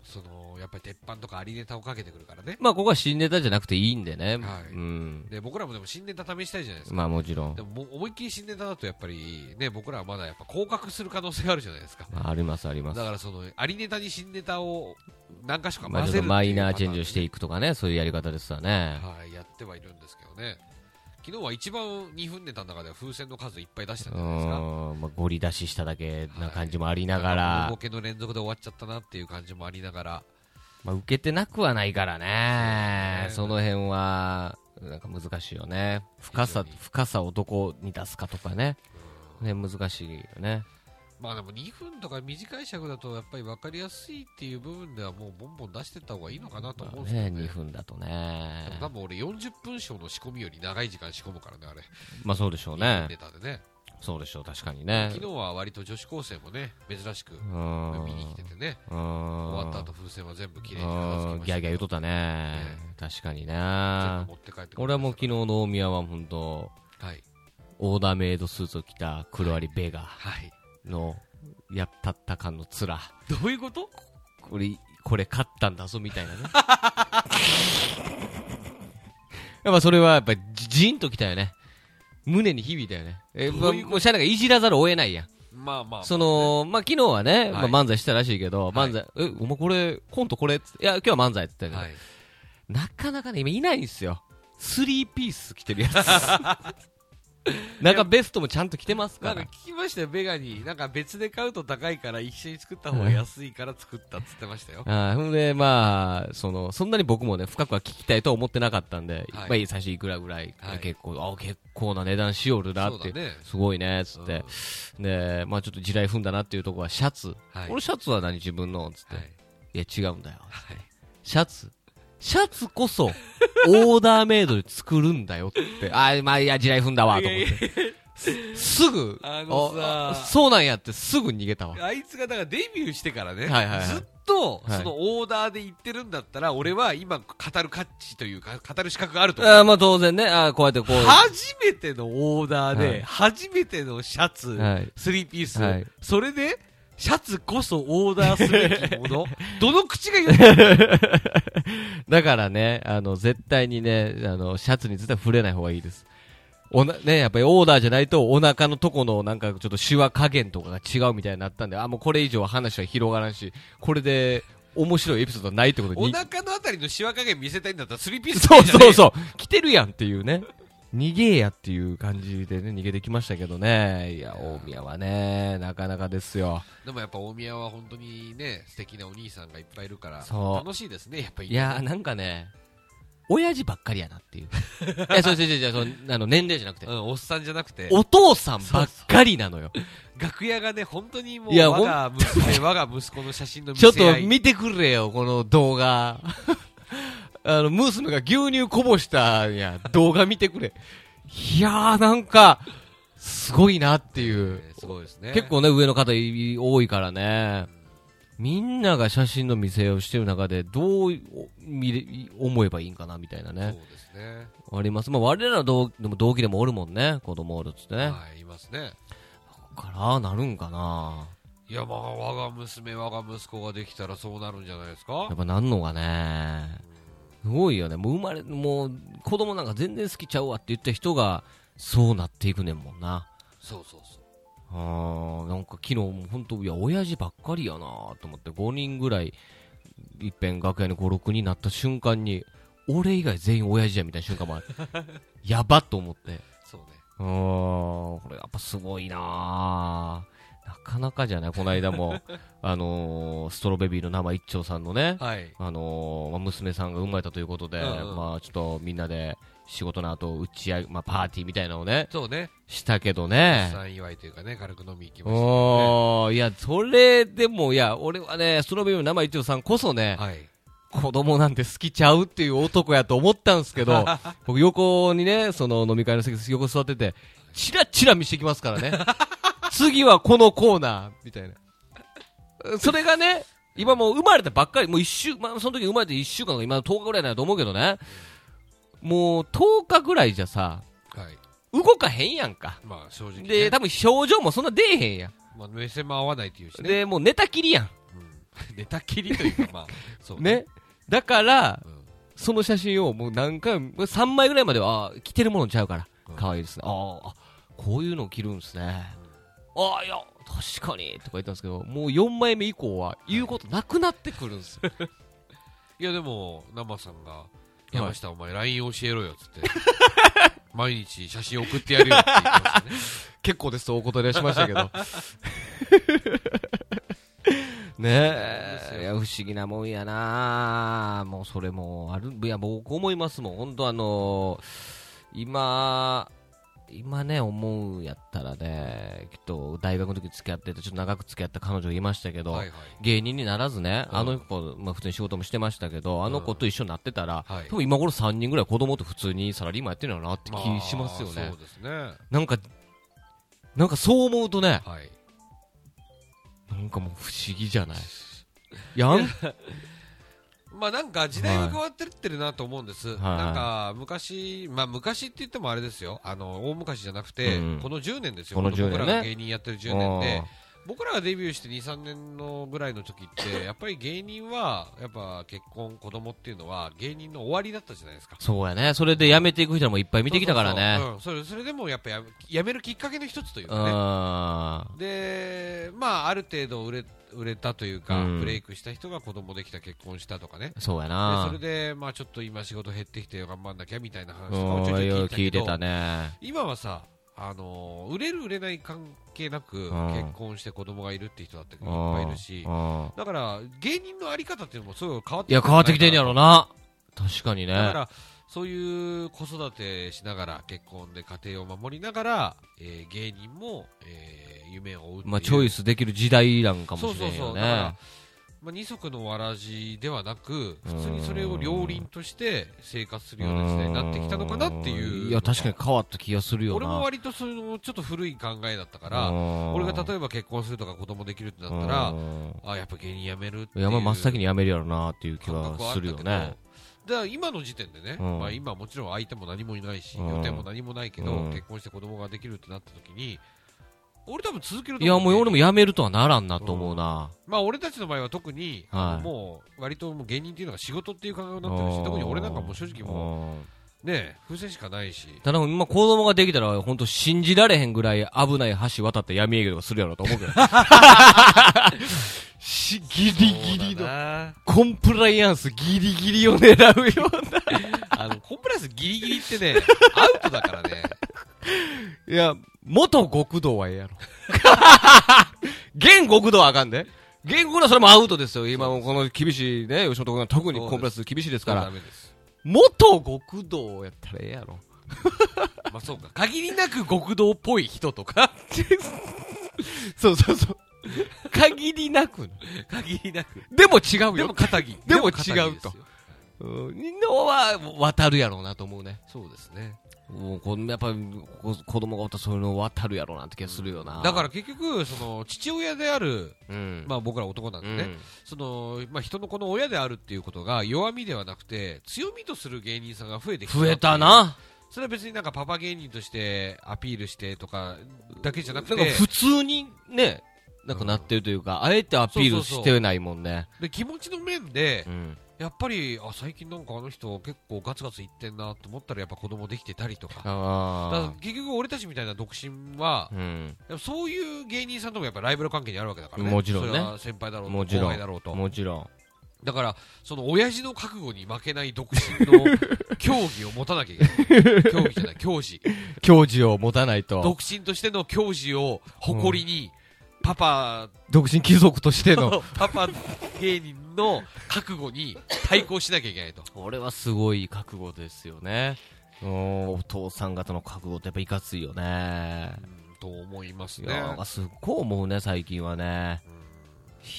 Speaker 2: そのやっぱり鉄板とかありネタをかけてくるからね
Speaker 1: まあ、ここは新ネタじゃなくていいんでね。
Speaker 2: はい
Speaker 1: うん。
Speaker 2: で僕らもでも新ネタ試したいじゃないですか、
Speaker 1: まあ、もちろん
Speaker 2: で。ももう思いっきり新ネタだとやっぱりね僕らはまだやっぱ降格する可能性があるじゃないですか
Speaker 1: まあ、あります、ありま
Speaker 2: だ
Speaker 1: す。
Speaker 2: からそのありネタに新ネタを何か所か
Speaker 1: まあ、
Speaker 2: 混
Speaker 1: ちょっ
Speaker 2: ぜ
Speaker 1: と
Speaker 2: る
Speaker 1: マイナーチェンジをして
Speaker 2: い
Speaker 1: いくとかね、そういうやり方ですわね。
Speaker 2: はいやってはいるんですけどね昨日は一番2分ネタの中では風船の数いっぱい出したん
Speaker 1: う
Speaker 2: じゃないですか
Speaker 1: ん。まあ、ゴリ出ししただけな感じもありながら
Speaker 2: ボ、ケの連続で終わっちゃったなっていう感じもありながら
Speaker 1: まあ、受けてなくはないからね。
Speaker 2: そ
Speaker 1: そうの辺は、なんか難しいよね。深さ
Speaker 2: 非常に、
Speaker 1: 深さをどこに出すかとかね。ね、難しいよね。
Speaker 2: まあでも2分とか短い尺だとやっぱり分かりやすいっていう部分ではもうボンボン出してった方がいいのかなと思うんですけ
Speaker 1: ね
Speaker 2: ど
Speaker 1: 2
Speaker 2: ね。
Speaker 1: 分だと
Speaker 2: でも
Speaker 1: ね
Speaker 2: 多分俺40分章の仕込みより長い時間仕込むからね、あれ。
Speaker 1: まあそうでしょうね
Speaker 2: ネタでね。
Speaker 1: そうでしょう確かにね
Speaker 2: 昨日は割と女子高生もね、珍しく
Speaker 1: うーん
Speaker 2: 見に来ててね、
Speaker 1: うーん
Speaker 2: 終わった後風船は全部綺麗に片付けまし
Speaker 1: う
Speaker 2: た
Speaker 1: んギャーギャー言うとったね
Speaker 2: え
Speaker 1: 確かに
Speaker 2: 全
Speaker 1: ね
Speaker 2: 部持って帰ってくれました
Speaker 1: 俺はもう昨日の大宮は本当
Speaker 2: はい。
Speaker 1: オーダーメイドスーツを着たクロアリベガ
Speaker 2: はい。
Speaker 1: のやったった感の面
Speaker 2: どういうこと
Speaker 1: これこれ勝ったんだぞみ たいなねやっぱそれはやっぱりジジーンときたよね胸に響いたよねえま
Speaker 2: どういうこと
Speaker 1: もうしゃあないからいじらざるを得ないやん
Speaker 2: まあまあ。
Speaker 1: その、まあ、昨日はね、
Speaker 2: はい
Speaker 1: まあ、漫才したらしいけど、
Speaker 2: い
Speaker 1: 漫才、え、お前これ、コントこれっつっていや、今日は漫才って言ったけど、
Speaker 2: はい。
Speaker 1: なかなかね、今いないんですよ。スリーピース着てるやつ。なんかベストもちゃんと着てます
Speaker 2: な
Speaker 1: か。
Speaker 2: んから聞きましたよ、ベガに。なんか別で買うと高いから一緒に作った方が安いから作ったっつってましたよ。
Speaker 1: あーほんで、まあ、その、そんなに僕もね、深くは聞きたいとは思ってなかったんで、
Speaker 2: は
Speaker 1: ま
Speaker 2: い
Speaker 1: あいい、最初いくらぐらい、
Speaker 2: はい
Speaker 1: 結構、あ結構な値段しおるなって、
Speaker 2: そうだね
Speaker 1: すごいね、つって、で、まあちょっと地雷踏んだなっていうところはシャツ。
Speaker 2: はい
Speaker 1: 俺シャツは何自分のつって、
Speaker 2: はいい。、
Speaker 1: や、違うんだよ。
Speaker 2: はい。
Speaker 1: シャツシャツこそ、オーダーメイドで作るんだよって。あー、まあ、いや、地雷踏んだわ、と思って。すすぐ、
Speaker 2: あのさ
Speaker 1: あそうなんやってすぐ逃げたわ。
Speaker 2: あいつがだからデビューしてからね、
Speaker 1: はいはいはい
Speaker 2: ずっと
Speaker 1: はい
Speaker 2: そのオーダーで言ってるんだったら、俺は今語る価値というか、語る資格があると思う。
Speaker 1: あーまあ当然ね、あーこうやってこう。
Speaker 2: 初めてのオーダーで、
Speaker 1: はい
Speaker 2: 初めてのシャツ、
Speaker 1: はい
Speaker 2: スリーピース、
Speaker 1: はい
Speaker 2: それで、シャツこそオーダーすべきも の、どの口が言ってる
Speaker 1: だからね、あの、絶対にね、あの、シャツに絶対触れない方がいいです。おな、ね、やっぱりオーダーじゃないと、お腹のとこのなんかちょっとシワ加減とかが違うみたいになったんで、あ、もうこれ以上は話は広がらんし、これで面白いエピソードはないってこと
Speaker 2: お
Speaker 1: に。
Speaker 2: 腹のあたりのシワ加減見せたいんだったら、スリーピース
Speaker 1: そう
Speaker 2: じゃねえ
Speaker 1: そうそう。来てるやんっていうね。逃げえやっていう感じでね、逃げてきましたけどね。いや、大宮はね、なかなかですよ。
Speaker 2: でもやっぱ大宮は本当にね、素敵なお兄さんがいっぱいいるから、
Speaker 1: そう
Speaker 2: 楽しいですね、やっぱり。
Speaker 1: いやー、なんかね、親父ばっかりやなって いう。いや、そうそうそうそう、あの、年齢じゃなくて
Speaker 2: う。ん、おっさんじゃなくて、
Speaker 1: お父さんばっかりなのよ。
Speaker 2: 楽屋がね、本当にもう、
Speaker 1: いや
Speaker 2: 我が娘、 我が息子の写真の見
Speaker 1: ち
Speaker 2: せ
Speaker 1: ょ
Speaker 2: 合
Speaker 1: っと
Speaker 2: い
Speaker 1: 見てくれよ、この動画。 あの、娘が牛乳こぼしたんや、動画見てくれ。いやー、なんか、すごいなっていう。
Speaker 2: えーすごいですね。
Speaker 1: 結構ね、上の方い多いからね。みんなが写真の見せをしてる中で、どうお見れ思えばいいんかなみたいな
Speaker 2: そう
Speaker 1: ね。
Speaker 2: ですね。
Speaker 1: あります。まあ、我らの同でも同期でもおるもんね。子供おるっつってね。
Speaker 2: はい、いますね。
Speaker 1: から、なるんかない
Speaker 2: や、まあ、我が娘、我が息子ができたらそうなるんじゃないです
Speaker 1: や
Speaker 2: か
Speaker 1: っぱなんのがね、すごいよね、もう生まれ、もう子供なんか全然好きちゃうわって言った人が、そうなっていくねんもんな。
Speaker 2: そうそうそう。
Speaker 1: あーなんか昨日も本当、いや、親父ばっかりやなと思って、5人ぐらい、いっぺん楽屋に5、6になった瞬間に、俺以外全員親父やみたいな瞬間もあ る。やばっと思って。
Speaker 2: そうね。
Speaker 1: うーん、これやっぱすごいななかなかじゃない、この間 も、あのーストロベビーの生一丁さんのね、
Speaker 2: はい。
Speaker 1: あのーまあ、娘さんが生まれたということで、
Speaker 2: うんうん
Speaker 1: まあ、ちょっとみんなで仕事の後打ち上げ、まあ、パーティーみたいなのをね、
Speaker 2: そうね。
Speaker 1: したけど
Speaker 2: 出
Speaker 1: ね。
Speaker 2: 産祝いというかね、軽く飲み行きましたね。
Speaker 1: おー、いや、それでも、いや、俺はね、ストロベリーの生一郎さんこそね、
Speaker 2: はい。
Speaker 1: 子供なんて好きちゃうっていう男やと思ったんですけど、僕横にね、その飲み会の席横座ってて、チラチラ見してきますからね。次はこのコーナー、みたいな。それがね、今もう生まれたばっかり、もう一週、まあその時生まれて一週間が今10日ぐらいだと思うけどね。もう10日ぐらいじゃさ、
Speaker 2: はい。
Speaker 1: 動かへんやんか。
Speaker 2: まあ、正直、ね。
Speaker 1: で、多分表情もそんな出えへんやん。
Speaker 2: まあ、目線も合わないっていうしね。
Speaker 1: で、もう寝たきりやん。
Speaker 2: うん、 寝たきりというか、まあ、そうね。
Speaker 1: ね。だから
Speaker 2: う、ん
Speaker 1: その写真をもう何回も、3枚ぐらいまでは、あー着てるものちゃうから
Speaker 2: うん、
Speaker 1: 可愛いですね。あーあ、こういうのを着るんですね。ああ、いや、確かに、とか言ったんですけど、もう4枚目以降は言うことなくなってくるんですよ。
Speaker 2: いやでも、生さんが、
Speaker 1: い
Speaker 2: 山下、お前 LINE 教えろよ、つって。 毎日写真送ってやるよって言ってましたね。
Speaker 1: 結構ですとお断りはしましたけ ど。ねえ、いや不思議なもんやなもうそれもある、いや僕思いますもん、本当あの今、今ね、思うやったらね、きっと大学の時付き合ってて、ちょっと長く付き合った彼女いましたけど、
Speaker 2: はいはい
Speaker 1: 芸人にならずね、
Speaker 2: うん
Speaker 1: あの子、まあ、普通に仕事もしてましたけど、あの子と一緒になってたら、
Speaker 2: はい
Speaker 1: 多分今頃3人ぐらい子供と普通にサラリーマンやってるのかなって気しますよね。
Speaker 2: あそうですね。は
Speaker 1: なんか、なんかそう思うとね、
Speaker 2: い。
Speaker 1: なんかもう不思議じゃない。いやん、
Speaker 2: まあなんか時代が変わってってるなと思うんです。なんか昔、まあ昔って言ってもあれですよ。あの、大昔じゃなくて、
Speaker 1: うん
Speaker 2: この10年ですよ。
Speaker 1: この10年ね
Speaker 2: 僕らが芸人やってる10年で
Speaker 1: あー、
Speaker 2: 僕らがデビューして2、3年のぐらいの時って、やっぱり芸人は、やっぱ結婚、子供っていうのは芸人の終わりだったじゃないですか。
Speaker 1: そうやね。それで辞めていく人もいっぱい見てきたからね。
Speaker 2: そうそうそううんそれそれでもやっぱややめるきっかけの一つという
Speaker 1: う
Speaker 2: かね。
Speaker 1: ん。
Speaker 2: で、まあある程度売れ売れたというか、
Speaker 1: うん
Speaker 2: ブレイクした人が子供できた、結婚したとかね。
Speaker 1: そうや
Speaker 2: で
Speaker 1: な
Speaker 2: そ。れで、まあ、ちょっと今仕事減ってきて頑張んなきゃみたいな話
Speaker 1: う
Speaker 2: とかを
Speaker 1: ん、
Speaker 2: ちょいちょい
Speaker 1: 聞
Speaker 2: 聞
Speaker 1: い
Speaker 2: い
Speaker 1: て
Speaker 2: てた
Speaker 1: た
Speaker 2: けど
Speaker 1: ね。
Speaker 2: 今はさ、あのー売れる売れない関係なく
Speaker 1: ん
Speaker 2: 結婚して子供がいるって人だっていっぱいいるし
Speaker 1: うん
Speaker 2: だから芸人のあり方っていうのもすごい変わって
Speaker 1: いや、変わってきてんや
Speaker 2: ろ
Speaker 1: ろな。確かに
Speaker 2: だか
Speaker 1: ね。
Speaker 2: らそういう子育てしながら結婚で家庭を守りながら、えー芸人も、えー夢を追うっていう
Speaker 1: まあ、チョイスできる時代なんか
Speaker 2: そ
Speaker 1: も
Speaker 2: う
Speaker 1: し
Speaker 2: そ
Speaker 1: れ
Speaker 2: うんそう
Speaker 1: よ
Speaker 2: だから
Speaker 1: ね。、
Speaker 2: まあ、二足のわらじではなく普通にそれを両輪として生活するような時代になってきたのかなっていう
Speaker 1: いや、確かに変わった気がするよな。
Speaker 2: 俺も割とそのちょっと古い考えだったから
Speaker 1: ら
Speaker 2: 俺が例えば結婚するとか子供できるってなったらあやっぱ芸人辞めるって
Speaker 1: い
Speaker 2: いう
Speaker 1: や、まあ、真っ先
Speaker 2: に
Speaker 1: にやめるやろなっていう気はするよね。
Speaker 2: だから今の時点でね、
Speaker 1: うん
Speaker 2: まあ、今もちろん相手も何もいないし、
Speaker 1: うん
Speaker 2: 予定も何もないけど、
Speaker 1: うん
Speaker 2: 結婚して子供ができるってなった時に俺多分続けると
Speaker 1: いや、もう俺も
Speaker 2: や、
Speaker 1: やめるとはならんなと思うな。
Speaker 2: まあ、俺たちの場合は特に、
Speaker 1: はい
Speaker 2: あのもう割ともう芸人っていうのが仕事っていう考えになってる
Speaker 1: うん
Speaker 2: し特に俺なんかもう正直も
Speaker 1: うん
Speaker 2: うね風船しかないし。
Speaker 1: ただから今子供ができたら、本当信じられへんぐらい危ない橋渡って闇営業とかするやろと思うけ ど。しギリギリ
Speaker 2: そ
Speaker 1: の、
Speaker 2: うだな
Speaker 1: コンプライアンスギリギリを狙うような。
Speaker 2: あのコンプライアンスギリギリっ てねアウトだからね
Speaker 1: いや、元極道はええやろ。現極道はあかんで。現極道はそれもアウトですよ。今もこの厳しいね、吉本君が特にコンプライアンス厳しいですか
Speaker 2: ダ
Speaker 1: ら。
Speaker 2: メです
Speaker 1: 元極道やったらええやろ。
Speaker 2: まあそうか
Speaker 1: 限りなく極道っぽい人とか。 そうそうそう。限りなく。
Speaker 2: 限りなく
Speaker 1: でも違う
Speaker 2: でも
Speaker 1: よ。
Speaker 2: 肩着
Speaker 1: でも違うと
Speaker 2: 肩着ですよ
Speaker 1: みんなは渡るやろうなと思うね。
Speaker 2: そうですね
Speaker 1: もうこんなやっぱりこ子供がおったらそういうの渡るやろうなって気がするよな。
Speaker 2: だから、結局その父親である
Speaker 1: うん。
Speaker 2: まあ僕ら男なん
Speaker 1: う
Speaker 2: で
Speaker 1: ん
Speaker 2: ね、そのまあ人の子の親であるっていうことが弱みではなくて強みとする芸人さんが増えてきた
Speaker 1: 増えたな。
Speaker 2: それは別になんかパパ芸人としてアピールしてとかだけじゃな
Speaker 1: なん
Speaker 2: く
Speaker 1: か
Speaker 2: て
Speaker 1: 普通にね、なんかなってるというか、あえてアピールしてないもんね。
Speaker 2: で気持ちの面で
Speaker 1: うん。
Speaker 2: やっぱりあ最近なんかあの人結構ガツガツいってんなと思ったらやっぱ子供できてたりとかだから
Speaker 1: あ
Speaker 2: 結局俺たちみたいな独身は
Speaker 1: あ。うん。
Speaker 2: やっぱそういう芸人さんともやっぱライバル関係にあるわけだからね
Speaker 1: もちろんね
Speaker 2: それは先輩だろうと
Speaker 1: もちろん
Speaker 2: 後輩だろうと
Speaker 1: もちろん。
Speaker 2: だから、その親父の覚悟に負けない独身の競技を持たなきゃいけない。競技じゃない、教師。
Speaker 1: 教授を持たないと
Speaker 2: 独。身としての教師を誇りに、パパ、
Speaker 1: 独身貴族としての。
Speaker 2: パパ芸人の覚悟に対抗しなきゃいけないと。
Speaker 1: これはすごい覚悟ですよね。うんお父さん方の覚悟ってやっぱいかついよね。
Speaker 2: うんと思います
Speaker 1: い
Speaker 2: ね。
Speaker 1: やなんかすっごい思うね、最近はね。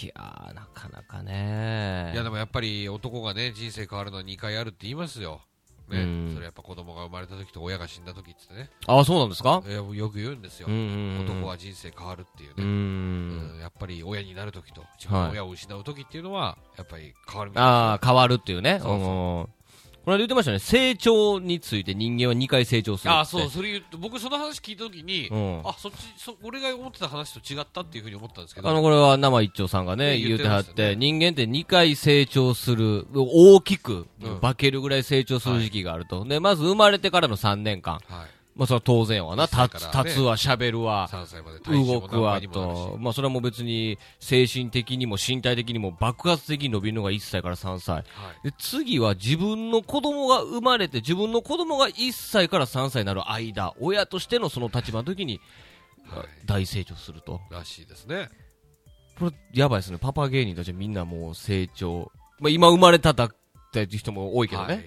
Speaker 1: いやー、なかなかね。
Speaker 2: いや、でもやっぱり男がね、人生変わるのは2回あるって言いますよ。
Speaker 1: う
Speaker 2: ね
Speaker 1: ん。
Speaker 2: それやっぱ子供が生まれた時と親が死んだ時ってね。
Speaker 1: あ、そうなんですか
Speaker 2: いやよく言うんですよ。男
Speaker 1: 男
Speaker 2: は人生変わるっていう
Speaker 1: う
Speaker 2: ね。
Speaker 1: ん
Speaker 2: う。んやっぱり親になるときと自分の親を失うときっていうのは、やっぱり変わるみたい
Speaker 1: ああ、変わるっていうね。
Speaker 2: そうそう
Speaker 1: うんこの間言ってましたね。成長について人間は2回成長するって。
Speaker 2: あーそう、それ言うと、僕その話聞いたときに、
Speaker 1: うん。
Speaker 2: あ、そっち、そ、俺が思ってた話と違ったっていうふうに思ったんですけど、
Speaker 1: あの、これは生一丁さんがね、
Speaker 2: ね
Speaker 1: 言ってはっ
Speaker 2: 言ってま
Speaker 1: て、人間って2回成長する、大きく
Speaker 2: うん、
Speaker 1: 化けるぐらい成長する時期があると。で、まず生まれてからの3年間。
Speaker 2: はい。
Speaker 1: まあ、それは当然やわな。
Speaker 2: そうだ
Speaker 1: 立
Speaker 2: か
Speaker 1: つ、
Speaker 2: らね
Speaker 1: 立つわ、喋るわ、
Speaker 2: 3歳まで体重
Speaker 1: 動
Speaker 2: も
Speaker 1: く
Speaker 2: 何
Speaker 1: わ
Speaker 2: 倍にもなるし
Speaker 1: と。まあ、それはもう別に、精神的にも身体的にも爆発的に伸びるのが1歳から3歳。
Speaker 2: はい。
Speaker 1: で次は自分の子供が生まれて自分の子供が1歳から3歳になる間親としてのその立場の時に
Speaker 2: はい
Speaker 1: 大成長すると
Speaker 2: らしいですね。
Speaker 1: これやばいですねパパ芸人たちみんなもう成長、まあ、今生まれただって人も多いけどね、
Speaker 2: はい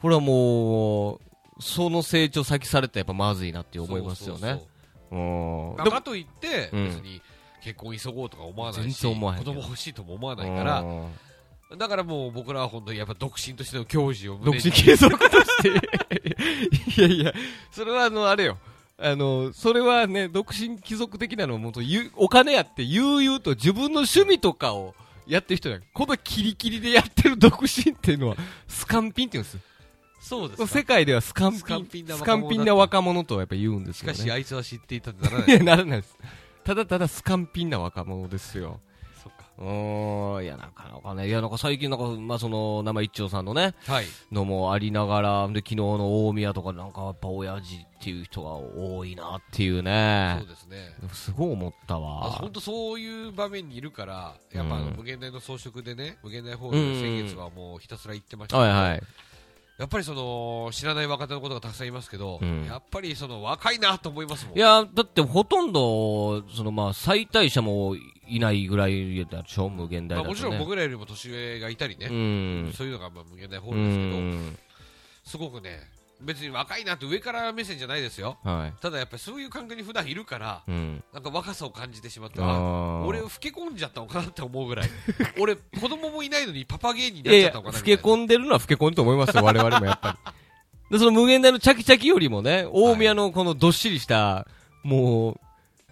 Speaker 1: これはもうその成長先されたらやっぱまずいなって思いますよ
Speaker 2: そうそう
Speaker 1: ね
Speaker 2: そう
Speaker 1: うん
Speaker 2: まあ
Speaker 1: でも
Speaker 2: かといって、
Speaker 1: うん
Speaker 2: 別に結婚急ごうとか思わないし
Speaker 1: 全然思わへん
Speaker 2: 子供欲しいとも思わないから、
Speaker 1: うん
Speaker 2: だからもう僕らは本当にやっぱ独身としての矜持を
Speaker 1: 独
Speaker 2: 胸に
Speaker 1: 身継続として。いやいや、それはあの、あれよ。あの、それはね、独身貴族的なのはもっとゆ、お金やって悠々と自分の趣味とかをやってる人やん。このキリキリでやってる独身っていうのは、スカンピンって言うんですよ。
Speaker 2: そうです
Speaker 1: 世界ではスカンピン。
Speaker 2: スカンピンな
Speaker 1: ス
Speaker 2: 若
Speaker 1: カ
Speaker 2: 者だ
Speaker 1: ンピンな若者とはやっぱ言うんです
Speaker 2: し
Speaker 1: よ、ね。
Speaker 2: かしあいつは知っていたってならないい
Speaker 1: や、ならないです。ただただスカンピンな若者ですよ。
Speaker 2: そっか
Speaker 1: うーん、いや、なんか、なんかね、いや、なんか最近なんか、まあ、その、生一丁さんのね、
Speaker 2: はい
Speaker 1: のもありながら、で昨日の大宮とか、なんかやっぱ親父っていう人が多いなっていう
Speaker 2: そ
Speaker 1: ね
Speaker 2: う、ですね
Speaker 1: すごい思った
Speaker 2: あ
Speaker 1: わ
Speaker 2: 本。当そういう場面にいるからやっぱあの無限大の装飾でね無限大ホー
Speaker 1: うん
Speaker 2: ルで先月はもうひたすら行ってましたけ
Speaker 1: は
Speaker 2: ど
Speaker 1: いはい。
Speaker 2: やっぱりその知らない若手のことがたくさんいますけど、
Speaker 1: うん
Speaker 2: やっぱりその若いなと思いますもん
Speaker 1: いや、だってほとんど、そのまあ、最大者もいないぐらいだでしょ、無限大
Speaker 2: ま
Speaker 1: だと、ね。
Speaker 2: あ、もちろん僕らよりも年上がいたりね、
Speaker 1: うん。
Speaker 2: そういうのがまあ無限大ホー
Speaker 1: う
Speaker 2: ルですけど、
Speaker 1: ん。
Speaker 2: すごくね、別に若いなって上から目線じゃないですよ。
Speaker 1: はい。
Speaker 2: ただやっぱりそういう環境に普段いるから、
Speaker 1: うん。
Speaker 2: なんか若さを感じてしまって、あ
Speaker 1: あー
Speaker 2: 俺老け込んじゃったのかなって思うぐら い。俺、子供もいないのにパパ芸人に
Speaker 1: い
Speaker 2: なっ
Speaker 1: やい
Speaker 2: ちゃ
Speaker 1: や、
Speaker 2: ったの
Speaker 1: 老
Speaker 2: かなみたい
Speaker 1: け
Speaker 2: な。
Speaker 1: 込んでるのは老け込んでると思いますよ、我々もやっ ぱり。で、その無限大のチャキチャキよりもね、大宮のこのどっしりした、もう、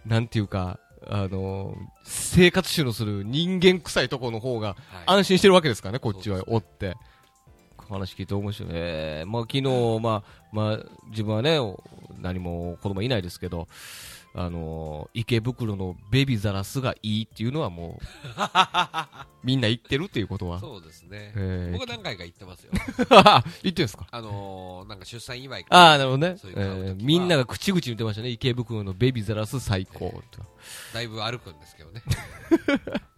Speaker 1: なんていうか、あの、生活習のする人間臭いとこの方が
Speaker 2: はい
Speaker 1: 安心してるわけですからね、こっちは
Speaker 2: そ、
Speaker 1: おって。話聞いて面白い。えーまあ昨日、まあ、まあ、自分はね、お何も子供いないですけど、あのー池袋のベビザラスがいいっていうのはも う、みんな言ってるっていうことは。
Speaker 2: そうですね。
Speaker 1: えー
Speaker 2: 僕は何回か行っ てますよ。
Speaker 1: あ言ってんすか
Speaker 2: あのー、なんか出産祝いか
Speaker 1: ああ、なるほどね
Speaker 2: そう。いう
Speaker 1: え
Speaker 2: 買う時は
Speaker 1: ーみんなが口々に言ってましたね。池袋のベビザラス最高と。
Speaker 2: だいぶ歩くんです けどね。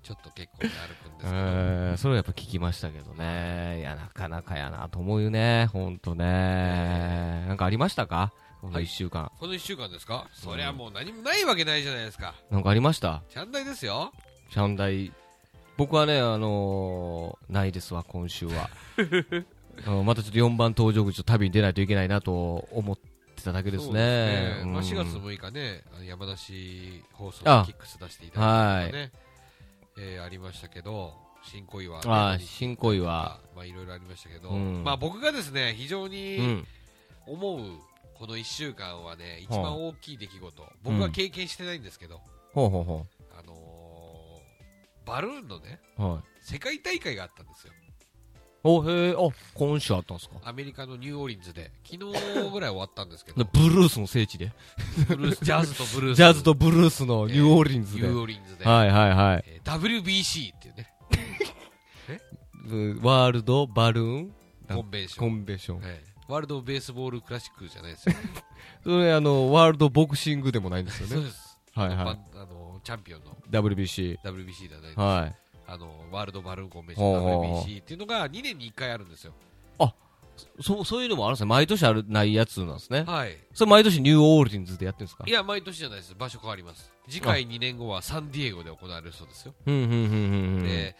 Speaker 2: ちょっと結構ね歩くんですけど。
Speaker 1: えーそれはやっぱ聞きましたけどね。いや、なかなかやなと思うよね。ほんとね。なんかありましたかこの
Speaker 2: はい
Speaker 1: 一週間。
Speaker 2: この1週間ですかそりゃもう何もないわけないじゃないですか。
Speaker 1: なんかありました
Speaker 2: ちゃんだいですよ。
Speaker 1: シャンダイ。僕はね、あのーないですわ、今週 は。うんまたちょっと4番登場口と旅に出ないといけないなと思ってただけです
Speaker 2: そうで
Speaker 1: ね
Speaker 2: す。ね
Speaker 1: うん
Speaker 2: まあ、4月6日ね、あの山梨放送
Speaker 1: あ
Speaker 2: のキックス出していただいたりとかね、えーありましたけど、新恋は、
Speaker 1: あー新恋は、
Speaker 2: まあいろいろありましたけど、
Speaker 1: うん
Speaker 2: まあ僕がですね、非常
Speaker 1: う
Speaker 2: に
Speaker 1: ん。
Speaker 2: 思う、この1週間はね、一
Speaker 1: はあ
Speaker 2: 番大きい出来事、僕は経験してないんですけど、
Speaker 1: ほうほうほ
Speaker 2: あのーバルーンのね、
Speaker 1: う。はい。
Speaker 2: 世界大会があったんですよ。
Speaker 1: お、へえ、あ、今週あったんですか
Speaker 2: アメリカのニューオーリンズで、昨日ぐらい終わったんですけ
Speaker 1: で
Speaker 2: ど、
Speaker 1: ブルースの聖地で。
Speaker 2: ブルースジャズとブルース。
Speaker 1: ジャズとブルースのニューオーリンズ
Speaker 2: ニ
Speaker 1: で。
Speaker 2: ューオーリンズで、
Speaker 1: はいはいはい。
Speaker 2: えー WBC っていうね、
Speaker 1: うんワールドバルーン
Speaker 2: コンベンション
Speaker 1: コ。ンベンション。
Speaker 2: はいワールドベースボールクラシックじゃないですよ。
Speaker 1: それあの、ワールドボクシングでもないんですよ
Speaker 2: そう
Speaker 1: ね。
Speaker 2: です。
Speaker 1: はい
Speaker 2: ま
Speaker 1: は
Speaker 2: ああのチャンピオンの
Speaker 1: い。WBC。
Speaker 2: WBC ではないです
Speaker 1: はい。
Speaker 2: あのワールドバルーンコンベンション
Speaker 1: ほうほうほう
Speaker 2: WBC っていうのが2年に1回あるんですよ。
Speaker 1: そう、そういうのもあるんですね。毎年ある、ないやつなんですね。
Speaker 2: はい。
Speaker 1: それ毎年ニューオーリンズでやってるんですか
Speaker 2: いや、毎年じゃないです。場所変わります。次回2年後はサンディエゴで行われるそうですよ。
Speaker 1: うんうんうんうんうん。
Speaker 2: で、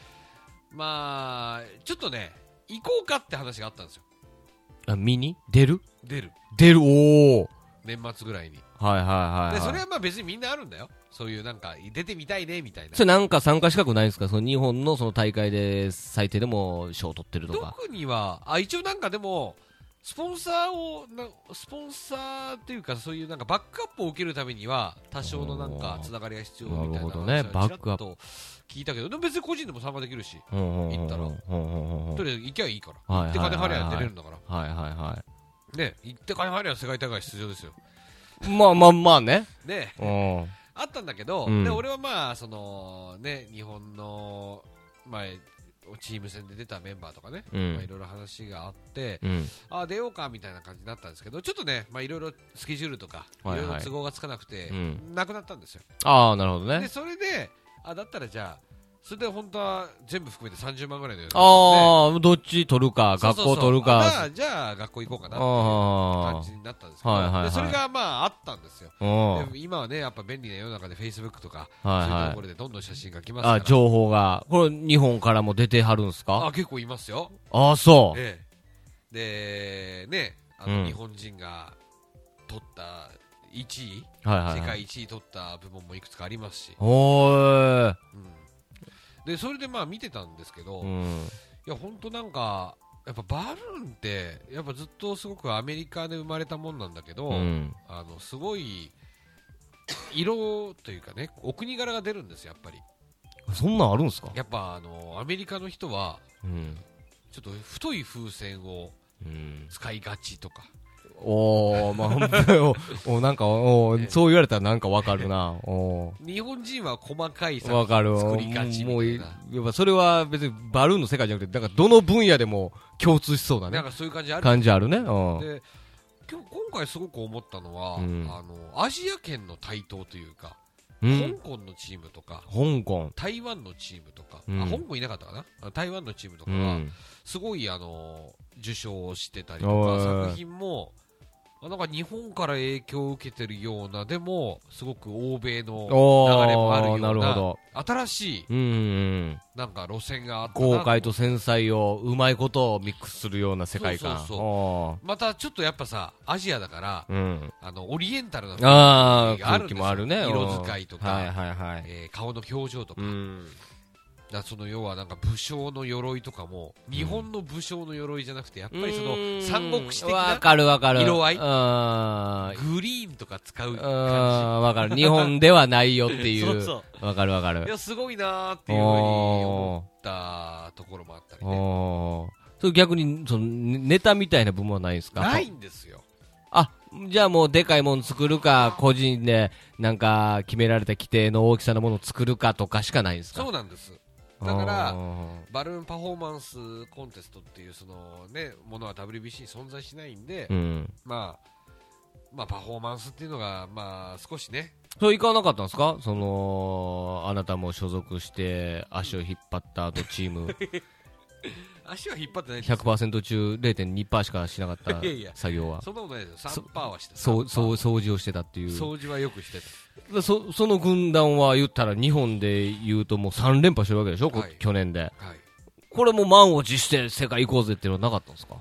Speaker 2: まあ、ちょっとね、行こうかって話があったんですよ。
Speaker 1: あ、見に出る
Speaker 2: 出る。
Speaker 1: 出るおー
Speaker 2: 年末ぐらいに。
Speaker 1: はいはいはいはい。
Speaker 2: で、それはまあ別にみんなあるんだよ。そういうなんか、出てみたいね、みたいな
Speaker 1: そ。れなんか参加資格ないんですかその日本のその大会で最低でも賞を取ってるとか。
Speaker 2: 特にはあ一応なんかでもスポンサーをなスポンサーっていうかそういうなんかバックアップを受けるためには多少のなんか
Speaker 1: おー
Speaker 2: つながりが必要みたいな
Speaker 1: なるほどね
Speaker 2: 話はちら
Speaker 1: バ
Speaker 2: っと
Speaker 1: ックアッ
Speaker 2: 聞いたけどでも別に個人でも参加できるし
Speaker 1: 行
Speaker 2: 行ったらとりあえず行きゃいいから行って金
Speaker 1: は
Speaker 2: 払
Speaker 1: い
Speaker 2: りゃ出れ
Speaker 1: は
Speaker 2: るんだから
Speaker 1: いは
Speaker 2: ね行って金払りゃ世界大会出場ですよ
Speaker 1: い。まあまあまあね。
Speaker 2: ね
Speaker 1: うん。
Speaker 2: あったんだけど、
Speaker 1: うん
Speaker 2: で俺はまあそのね日本の前チーム戦で出たメンバーとかね、
Speaker 1: うん
Speaker 2: まあいろいろ話があって、
Speaker 1: うん。
Speaker 2: あ出ようかみたいな感じになったんですけどちょっとね、まあ、いろいろスケジュールとか、
Speaker 1: はいはい
Speaker 2: いろいろ都合がつかなくて、
Speaker 1: うん
Speaker 2: なくなったんですよ、
Speaker 1: ああ、なるほど
Speaker 2: で
Speaker 1: ね。
Speaker 2: それであだったらじゃあそれで本当は全部含めて30万ぐらいの予定あ
Speaker 1: ああ、どっち取るか、学校取る
Speaker 2: じゃ
Speaker 1: か。
Speaker 2: あじゃあ学校行こうかなっていう
Speaker 1: あ
Speaker 2: 感じになったんですけど、
Speaker 1: はいはいはい
Speaker 2: でそれがまああったんですよ
Speaker 1: あ。うん。はい
Speaker 2: で今はねやっぱ便利な世の中で Facebook とか、そういうと
Speaker 1: は
Speaker 2: こ
Speaker 1: い。
Speaker 2: ろでどんどん写真が来ますから
Speaker 1: あ情報が。これ、日本からも出てはるんすか
Speaker 2: あ結構いますよ、
Speaker 1: ああ、そう。
Speaker 2: ええでねあ
Speaker 1: う
Speaker 2: の
Speaker 1: ん
Speaker 2: 日本人が取った1位、
Speaker 1: はいはい、はい。
Speaker 2: 世界1位取った部門もいくつかありますし、
Speaker 1: おー
Speaker 2: うんでそれでまあ見てたんですけど、
Speaker 1: う
Speaker 2: い
Speaker 1: ん。
Speaker 2: や本当なんかやっぱバルーンってやっぱずっとすごくアメリカで生まれたもんなんだけど、
Speaker 1: うん。
Speaker 2: あのすごい色というかねお国柄が出るんですよやっぱり
Speaker 1: そんなんあるんすか
Speaker 2: やっぱあのアメリカの人は
Speaker 1: うん。
Speaker 2: ちょっと太い風船を
Speaker 1: うん。
Speaker 2: 使いがちとか
Speaker 1: おー、まあ、お おなんか、おー
Speaker 2: ええ
Speaker 1: そう言われたらなんかわかるな。お
Speaker 2: 日本人は細かい
Speaker 1: ー。わ
Speaker 2: 作
Speaker 1: かる。
Speaker 2: 作りがちみ
Speaker 1: もう、
Speaker 2: た
Speaker 1: い
Speaker 2: い
Speaker 1: や
Speaker 2: な
Speaker 1: っぱそれは別にバルーンの世界じゃなくて、なんかどの分野でも共通しそうだ
Speaker 2: なん
Speaker 1: ね。
Speaker 2: かそういう感じある
Speaker 1: 感じあるね。うん。
Speaker 2: で今日今回すごく思ったのは、
Speaker 1: うん
Speaker 2: あのアジア圏の台頭というか、
Speaker 1: うん。
Speaker 2: 香港のチームとか
Speaker 1: 香港。
Speaker 2: 台湾のチームとか、
Speaker 1: うん
Speaker 2: あ香港いなかったかなあ台湾のチームと
Speaker 1: う
Speaker 2: かは、
Speaker 1: ん。
Speaker 2: すごいあの受賞をしてたりと
Speaker 1: お
Speaker 2: か
Speaker 1: い
Speaker 2: 作品もあなんか日本から影響を受けてるようなでもすごく欧米の
Speaker 1: お
Speaker 2: 流れもあるよ
Speaker 1: ー、
Speaker 2: う
Speaker 1: な
Speaker 2: な
Speaker 1: るほど。
Speaker 2: 新しい
Speaker 1: うんうん。
Speaker 2: なんか路線があったな
Speaker 1: 豪快と繊細をうまいことをミックスするような世界観。
Speaker 2: そうそうそう
Speaker 1: そ
Speaker 2: またちょっとやっぱさアジアだから
Speaker 1: う。うん。
Speaker 2: あのオリエンタルな雰囲気
Speaker 1: ああ、
Speaker 2: が
Speaker 1: 空
Speaker 2: あるんで
Speaker 1: 気
Speaker 2: すよ
Speaker 1: もあるね。
Speaker 2: 色使いとか
Speaker 1: うんはいはいはい。
Speaker 2: えー顔の表情とか,、
Speaker 1: うん。
Speaker 2: その要はなんか武将の鎧とかも日本の武将の鎧じゃなくてやっぱりその三国志的
Speaker 1: わ
Speaker 2: な
Speaker 1: かるわかる。
Speaker 2: 色合い
Speaker 1: うん。あ
Speaker 2: グリーンとか使う感
Speaker 1: ーわかる。日本ではないよって
Speaker 2: じ
Speaker 1: い
Speaker 2: そう
Speaker 1: う。
Speaker 2: そ
Speaker 1: わかるわか
Speaker 2: うい
Speaker 1: る。
Speaker 2: やすごいなーっていうふうに思
Speaker 1: お
Speaker 2: ったところもあった
Speaker 1: ー
Speaker 2: りね。
Speaker 1: おー。それ逆に、その、ネネタみたいな部分はないんですか
Speaker 2: ないんですよ。
Speaker 1: あ、じゃあもうでかいもの作るか、個人で、なんか、決められた規定の大きさのものを作るかとかしかないんですか
Speaker 2: そうなんです。だから
Speaker 1: あー
Speaker 2: バルーンパフォーマンスコンテストっていうそのね、ものは WBC に存在しないんで
Speaker 1: う、ん。
Speaker 2: まあ、まあパフォーマンスっていうのが、まあ少しね、
Speaker 1: それ行かなかったんですかその、あなたも所属して、足を引っ張った後チー ム、
Speaker 2: 足は引っ張ってないんですよ。
Speaker 1: 100%中0.2%しかしなかった
Speaker 2: いやいや
Speaker 1: 作業は。
Speaker 2: そんなことないですよ。3%はしてた。
Speaker 1: そう、そう、
Speaker 2: う。
Speaker 1: 掃除をしてたっていう。
Speaker 2: 掃除はよくして
Speaker 1: そ、その軍団は言ったら日本で言うともう3連覇してるわけでしょ、こ
Speaker 2: はい
Speaker 1: 去年で。
Speaker 2: た。はい。
Speaker 1: これもう満を持して世界行こうぜっていうのはなかったんですか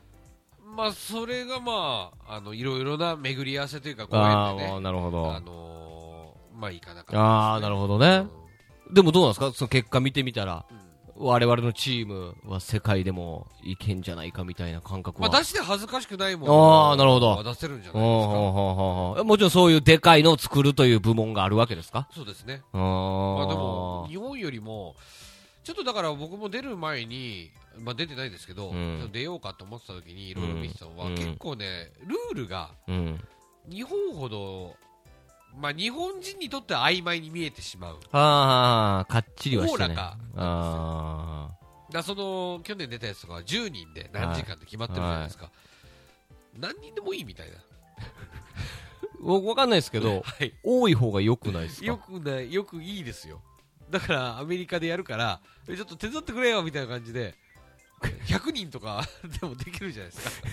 Speaker 2: まあそれがまあ、あの、いろいろな巡り合わせというか、ご
Speaker 1: あ
Speaker 2: 縁で
Speaker 1: ーあー、
Speaker 2: ね、
Speaker 1: なるほど。
Speaker 2: あのー、まあいかなかったですね。
Speaker 1: ああ、なるほどね。でもどうなんですかその結果見てみたら、我々のチームは世界でもいけんじゃないかみたいな感覚
Speaker 2: ま
Speaker 1: は。
Speaker 2: あ、出して恥ずかしくないも
Speaker 1: あーなるほど
Speaker 2: 出せるんじゃ
Speaker 1: う
Speaker 2: なんいですか。
Speaker 1: うんうんうんうんもちろんそういうでかいのを作るという部門があるわけですか
Speaker 2: そうですね。
Speaker 1: あ
Speaker 2: まあ、で
Speaker 1: あ
Speaker 2: も、日本よりも、ちょっとだから僕も出る前に、まあ、出てないですけど、
Speaker 1: うん
Speaker 2: 出ようかと思ってた時にいろいろ見てたのは、
Speaker 1: うん
Speaker 2: 結構ね、ルールが
Speaker 1: うん。
Speaker 2: 日本ほど、まあ、日本人にとっては曖昧に見えてしまう。
Speaker 1: ああ、かっちりはして
Speaker 2: おおら
Speaker 1: ね。
Speaker 2: か
Speaker 1: あ
Speaker 2: だその、去年出たやつとかは10人で何時間って決まってるじゃないですか。何人でもいいみたいな。
Speaker 1: ーわわかんないですけど、
Speaker 2: はい。
Speaker 1: 多い方が良くないですか
Speaker 2: よくない、よくいいですよ。だから、アメリカでやるから、えちょっと手伝ってくれよみたいな感じで、100人とか でもできるじゃないです か。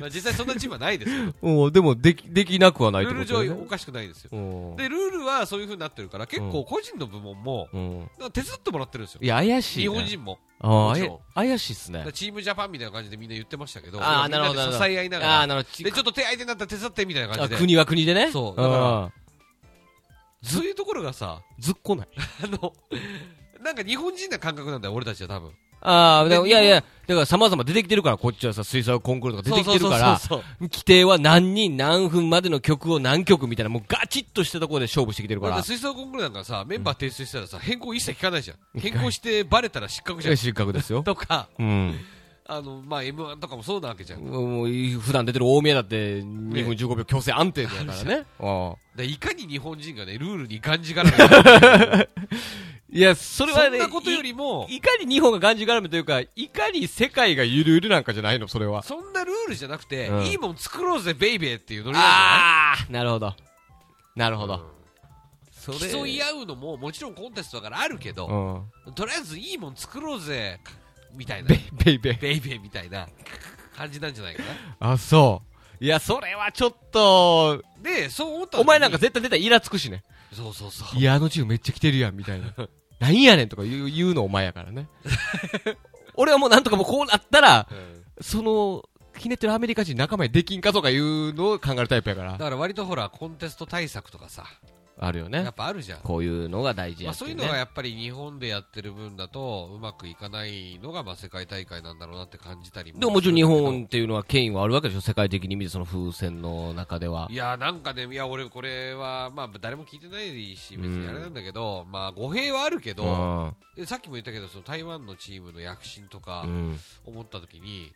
Speaker 2: まあ実際そんなチームはないですよ。
Speaker 1: おーでも、でき、できなくはない
Speaker 2: ル
Speaker 1: っ
Speaker 2: ー
Speaker 1: てこ
Speaker 2: ル
Speaker 1: と
Speaker 2: 上
Speaker 1: だよ
Speaker 2: お
Speaker 1: ね。
Speaker 2: かしくないですよ。
Speaker 1: おー
Speaker 2: で、ルールはそういう風になってるから、結
Speaker 1: う
Speaker 2: 構個人の部門も、
Speaker 1: うん。
Speaker 2: なんか手伝ってもらってるんですよ
Speaker 1: い。や、怪しい
Speaker 2: 日
Speaker 1: ね。
Speaker 2: 本人も。
Speaker 1: あー
Speaker 2: もち
Speaker 1: あ
Speaker 2: ろ
Speaker 1: や、怪しいっす
Speaker 2: だ
Speaker 1: ね
Speaker 2: から。チームジャパンみたいな感じでみんな言ってましたけど、
Speaker 1: あー
Speaker 2: みん
Speaker 1: な
Speaker 2: なで
Speaker 1: るほどなるほど
Speaker 2: 支え合いなが
Speaker 1: ああー、
Speaker 2: ら、
Speaker 1: なるほど。
Speaker 2: で、ちょっと手空いてなったら手伝ってみたいな
Speaker 1: あ
Speaker 2: 感じで、
Speaker 1: 国は国でね。
Speaker 2: そうだから
Speaker 1: あ
Speaker 2: そういうところがさ、
Speaker 1: ーずっこない。
Speaker 2: あの、なんか日本人な感覚なんだよ、俺たちは多分。
Speaker 1: ああ、
Speaker 2: で
Speaker 1: でもいやいや、だから様々出てきてるから、こっちはさ、水彩コンクールとか出てきてるから、
Speaker 2: そうそうそうそう
Speaker 1: 規定は何人何分までの曲を何曲みたいな、もうガチッとしたところで勝負してきてるか
Speaker 2: だっ
Speaker 1: ら
Speaker 2: て。水槽コンクールなんかさ、メンバー提出したらさ、変更一切聞かないじゃん。変更してバレたら失格じゃん。
Speaker 1: 失格ですよ。
Speaker 2: とか、
Speaker 1: うん。
Speaker 2: あの、まあ、M1 とかもそうなわけじゃん。だか
Speaker 1: もう普段出てる大宮だって、2分15秒強制安定だからね。ああ
Speaker 2: らいかに日本人がね、ルールにがんじがら めかそ
Speaker 1: いや、それは
Speaker 2: ん
Speaker 1: ね、
Speaker 2: なことよりも、
Speaker 1: いいかに日本ががんじがらめというか、いかに世界がゆるゆるなんかじゃないの、それは。
Speaker 2: そんなルールじゃなくて
Speaker 1: う、ん
Speaker 2: いいもん作ろうぜ、ベイベーっていうノリなん
Speaker 1: ああなるほど。なるほ
Speaker 2: じゃ
Speaker 1: ど。そ
Speaker 2: ない競い合うのも、もちろんコンテストだからあるけ
Speaker 1: う
Speaker 2: ど、
Speaker 1: ん。
Speaker 2: とりあえずいいもん作ろうぜ、みたいな
Speaker 1: ベ。イベイベイ。
Speaker 2: ベイベーみたいな感じなんじゃないかな。
Speaker 1: あ、そう。いや、それはちょっと、
Speaker 2: で、そう思った時に
Speaker 1: お前なんか絶対絶対イラつくしね。
Speaker 2: そうそうそう。
Speaker 1: いや、あのチームめっちゃ来てるやん、みたいな。 なんやねんとか言う 言うのお前やからね。俺はもうなんとかもうこうなったら、
Speaker 2: うん
Speaker 1: その、ひねってるアメリカ人仲間にできんかとかいうのを考えるタイプやか
Speaker 2: だ
Speaker 1: ら。
Speaker 2: から割とほらコンテスト対策とかさ
Speaker 1: あるよ
Speaker 2: や
Speaker 1: ね
Speaker 2: っ。ぱあるじゃん
Speaker 1: こういうのが大事
Speaker 2: ま
Speaker 1: や
Speaker 2: あ、
Speaker 1: って
Speaker 2: そ
Speaker 1: いう
Speaker 2: いう
Speaker 1: ね
Speaker 2: のがやっぱり日本でやってる分だとうまくいかないのがまあ世界大会なんだろうなって感じたり
Speaker 1: でももちろん日
Speaker 2: するん
Speaker 1: 本
Speaker 2: だ
Speaker 1: っていうのは権威はあるわけでしょ世界的に見てその風船の中では
Speaker 2: けど。いやなんかねいや俺これはまあ誰も聞いてないし別にあれなんだけど、まあ語弊はあるけ
Speaker 1: う
Speaker 2: ど、
Speaker 1: ん。
Speaker 2: でさっきも言ったけどその台湾のチームの躍進とか
Speaker 1: うん
Speaker 2: 思った時に、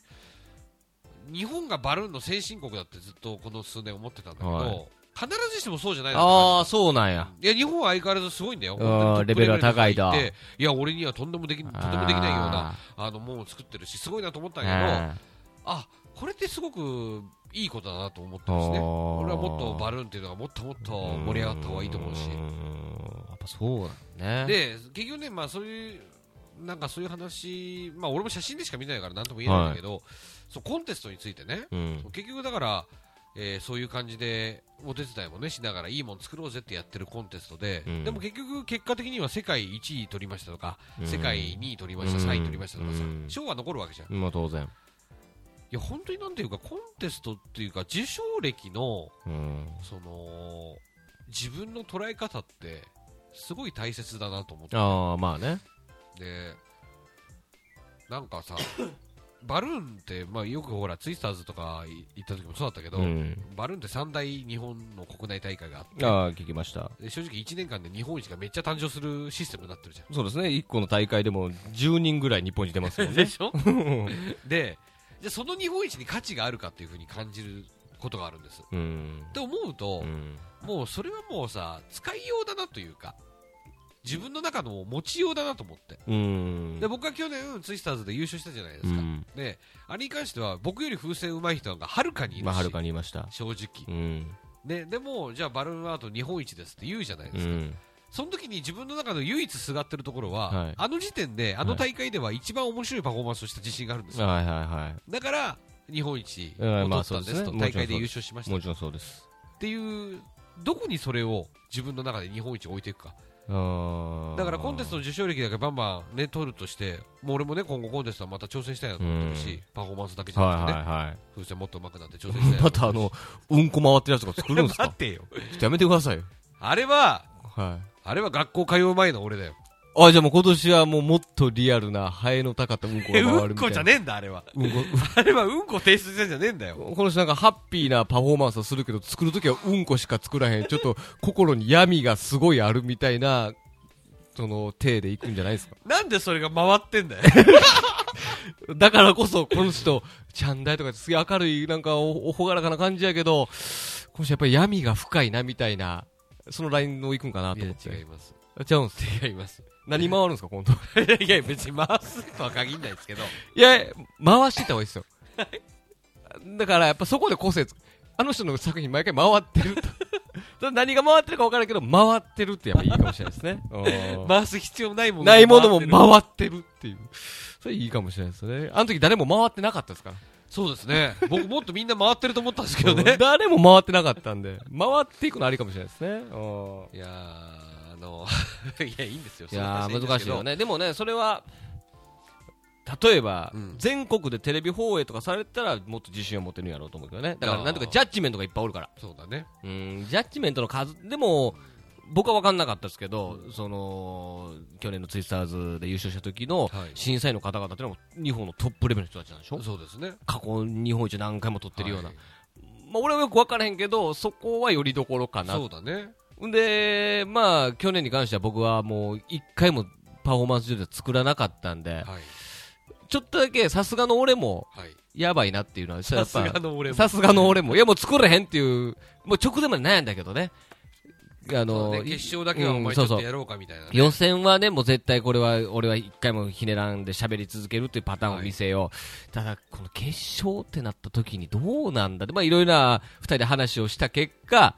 Speaker 2: 日本がバルーンの先進国だってずっとこの数年思ってたんだけど、
Speaker 1: はい
Speaker 2: 必ずしもそうじゃないのって感じた
Speaker 1: ああ、そうなんや。
Speaker 2: いや、日本は相変わらずすごいんだよ。
Speaker 1: うん
Speaker 2: 本当にトップ
Speaker 1: レベルは高いと
Speaker 2: レベルで入っていや、俺にはとんでもでき、とてもできないような、あの、もんを作ってるし、すごいなと思ったんや
Speaker 1: あ
Speaker 2: けど、あ、これってすごくいいことだなと思った
Speaker 1: ー
Speaker 2: んですね。
Speaker 1: あー
Speaker 2: 俺はもっとバルーンっていうのがもっともっと盛り上がった方がいいと思う
Speaker 1: う。
Speaker 2: し
Speaker 1: んやっぱそうだね。
Speaker 2: で、結局ね、まあそういう、なんかそういう話、まあ俺も写真でしか見てないからなんとも言えないんだけど、そうコンテストについてね、
Speaker 1: うん
Speaker 2: 結局だから、えーそういう感じでお手伝いもねしながらいいもん作ろうぜってやってるコンテストで、
Speaker 1: うん
Speaker 2: でも結局結果的には世界1位取りましたとか、
Speaker 1: うん
Speaker 2: 世界2位取りました、
Speaker 1: うん
Speaker 2: 3位取りましたとかさ
Speaker 1: うん
Speaker 2: 賞は残るわけじゃんい
Speaker 1: まあ当然。
Speaker 2: や本当になんていうかコンテストっていうか受賞歴の
Speaker 1: うん
Speaker 2: その自分の捉え方ってすごい大切だなと思って
Speaker 1: ああ、まあね。
Speaker 2: でなんかさバルーンって、まあ、よくほらツイスターズとかい行った時もそうだったけど、
Speaker 1: うん
Speaker 2: バルーンって三大日本の国内大会があって
Speaker 1: ああ、聞きました。
Speaker 2: で正直1年間で日本一がめっちゃ誕生するシステムになってるじゃん
Speaker 1: そうですね。一個の大会でも10人ぐらい日本人出 ます もんね。
Speaker 2: でしょでじゃあその日本一に価値があるかっていうふうに感じることがあるんですっ
Speaker 1: うん。
Speaker 2: て思う
Speaker 1: う
Speaker 2: と、
Speaker 1: ん
Speaker 2: もうそれはもうさ使いようだなというか自分の中の持ちようだなと思って
Speaker 1: うん。
Speaker 2: で僕は去年ツイスターズで優勝したじゃないです
Speaker 1: う
Speaker 2: か、
Speaker 1: ん
Speaker 2: であれに関しては僕より風船うまい人がはるかにいるし、
Speaker 1: まあはるかにいました。
Speaker 2: 正直、
Speaker 1: うん。
Speaker 2: ね、でもじゃあバルーンアート日本一ですって言うじゃないです
Speaker 1: う
Speaker 2: か、
Speaker 1: ん。
Speaker 2: その時に自分の中の唯一すがってるところは、
Speaker 1: はい
Speaker 2: あの時点で、あの大会では一番面白いパフォーマンスをした自信があるんです
Speaker 1: は
Speaker 2: よ。
Speaker 1: いはいは
Speaker 2: だから、日本一を
Speaker 1: うんま
Speaker 2: 取
Speaker 1: あそ
Speaker 2: ったんです
Speaker 1: うです
Speaker 2: と、
Speaker 1: ね
Speaker 2: 大会で優勝しまし
Speaker 1: い。
Speaker 2: た
Speaker 1: も
Speaker 2: っ
Speaker 1: ちろんそうです。
Speaker 2: ていう、どこにそれを自分の中で日本一を置いていくか。
Speaker 1: ああ
Speaker 2: だからコンテストの受賞歴だけバンバンね、取るとして、もう俺もね、今後コンテストはまた挑戦したいなと思ってる
Speaker 1: うん
Speaker 2: し、パフォーマンスだけじゃなく
Speaker 1: はい
Speaker 2: て
Speaker 1: は
Speaker 2: ね、
Speaker 1: いはい。
Speaker 2: 風船もっと上手くなって挑戦したいなと思ってるし
Speaker 1: またあの、うんこ回ってるやつとか作るんですか
Speaker 2: 待ってよ。
Speaker 1: ちょっとやめてくださいよ。
Speaker 2: あれは、
Speaker 1: は
Speaker 2: あれは学校通う前の俺 だよ。
Speaker 1: い。あ、じゃあもう今年はもうもっとリアルな、ハエの高ったうんこが回るみた
Speaker 2: え、
Speaker 1: いな。
Speaker 2: うんこじゃねえんだ、あれは。
Speaker 1: うんこ。
Speaker 2: あれはうんこ提出してんじゃねえんだよ。
Speaker 1: この人なんかハッピーなパフォーマンスをするけど、作るときはうんこしか作らへん。ちょっと心に闇がすごいあるみたいな、その、体でいくんじゃないですか。
Speaker 2: なんでそれが回って んだよ。
Speaker 1: だからこそ、この人、ちゃんだいとかすげえ明るい、なんかお、おほがらかな感じやけど、この人やっぱり闇が深いな、みたいな、そのラインを行くんかなと
Speaker 2: いや
Speaker 1: 思って。
Speaker 2: 違います
Speaker 1: 違うんです。
Speaker 2: 違います
Speaker 1: 何回るんですか、今度。
Speaker 2: いやいや別に回すとは限らないですけど
Speaker 1: いや、回してた方がいいですよ。だからやっぱそこで個性つ、あの人の作品毎回回ってると。 それ何が回ってるか分からんけど、回ってるってやっぱいいかもしれないです ね。うん
Speaker 2: 回す必要ないもの
Speaker 1: ないものも
Speaker 2: 回
Speaker 1: 回ってるっていう。それいいかもしれないですね。あの時誰も回ってなかったですから。
Speaker 2: そうですね僕もっとみんな回ってると思ったんですけどね
Speaker 1: 誰も回ってなかったんで、回っていくのありかもしれないですね。うん
Speaker 2: いやーあの いやいいんですよ
Speaker 1: いや
Speaker 2: それ
Speaker 1: ー
Speaker 2: はんで
Speaker 1: 難し
Speaker 2: すけ
Speaker 1: い
Speaker 2: ど
Speaker 1: よねでもねそれは例えば、
Speaker 2: うん
Speaker 1: 全国でテレビ放映とかされたらもっと自信を持てるんやろうと思うけどねだから
Speaker 2: あー
Speaker 1: なんとかジャッジメントがいっぱいおるから
Speaker 2: そうだね
Speaker 1: うんジャッジメントの数でも僕は分かんなかったですけど、その去年のツイスターズで優勝した時の
Speaker 2: はい
Speaker 1: 審査員の方々っていうのは日本のトップレベルの人たちなんでしょ、
Speaker 2: そうですね
Speaker 1: 過去日本一何回も取ってるような、
Speaker 2: はい
Speaker 1: まあ、俺はよく分からへんけどそこはよりどころかな
Speaker 2: そうだね
Speaker 1: んで、まあ、去年に関しては僕はもう一回もパフォーマンス上で作らなかったんで、
Speaker 2: はい
Speaker 1: ちょっとだけさすがの俺も
Speaker 2: はい
Speaker 1: やばいなっていうのは、
Speaker 2: さすがの俺
Speaker 1: やっぱ
Speaker 2: も
Speaker 1: さすがの俺も、いやもう作れへんっていう、もう直前まで悩んだけどね。あ
Speaker 2: そう
Speaker 1: の、
Speaker 2: だね決勝だけはお
Speaker 1: うん
Speaker 2: 前ち
Speaker 1: そ
Speaker 2: ょ
Speaker 1: う
Speaker 2: っ
Speaker 1: そう
Speaker 2: とやろうかみたいなね
Speaker 1: 予選はね、もう絶対これは、俺は一回もひねらんで喋り続けるっていうパターンを見せよう。ただ、この決勝ってなった時にどうなんだで、まあいろいろな二人で話をした結果、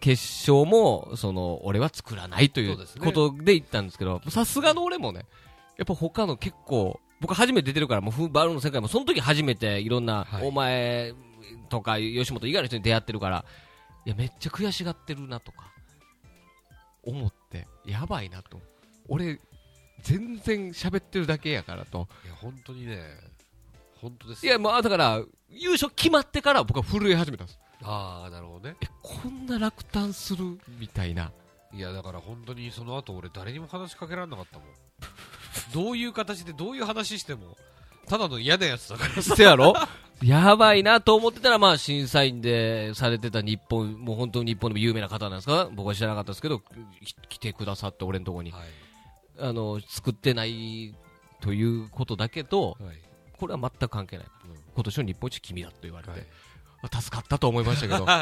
Speaker 1: 決勝も、その、俺は作らないとい
Speaker 2: そう
Speaker 1: う
Speaker 2: ですね
Speaker 1: ことで言ったんですけど、さすがの俺もね、やっぱ他の結構、僕初めて出てるから、もうフーバルーンの世界も、その時初めていろんな、
Speaker 2: はい
Speaker 1: お前とか吉本以外の人に出会ってるから、いや、めっちゃ悔しがってるなとか、思って、やばいなと。俺、全然喋ってるだけやからと。
Speaker 2: いや本当にね本当です
Speaker 1: い
Speaker 2: よ
Speaker 1: や、まあ、だから、優勝決まってから僕は震え始めたんです。
Speaker 2: ああなるほどね
Speaker 1: え、こんな落胆するみたいな。
Speaker 2: いやだから本当にその後俺誰にも話しかけられなかったもんどういう形でどういう話してもただの嫌なやつだから
Speaker 1: せやろ やばいなと思ってたら、まあ、審査員でされてた日本、もう本当に日本でも有名な方なんですか僕は知らなかったですけど、き来てくださって、俺のとこに。
Speaker 2: はい、
Speaker 1: あの、作ってないということだけど、
Speaker 2: はい
Speaker 1: これは全く関係ない。
Speaker 2: うん
Speaker 1: 今年の日本一君だと言われて、
Speaker 2: はい。
Speaker 1: 助かったと思いましたけ ど
Speaker 2: ま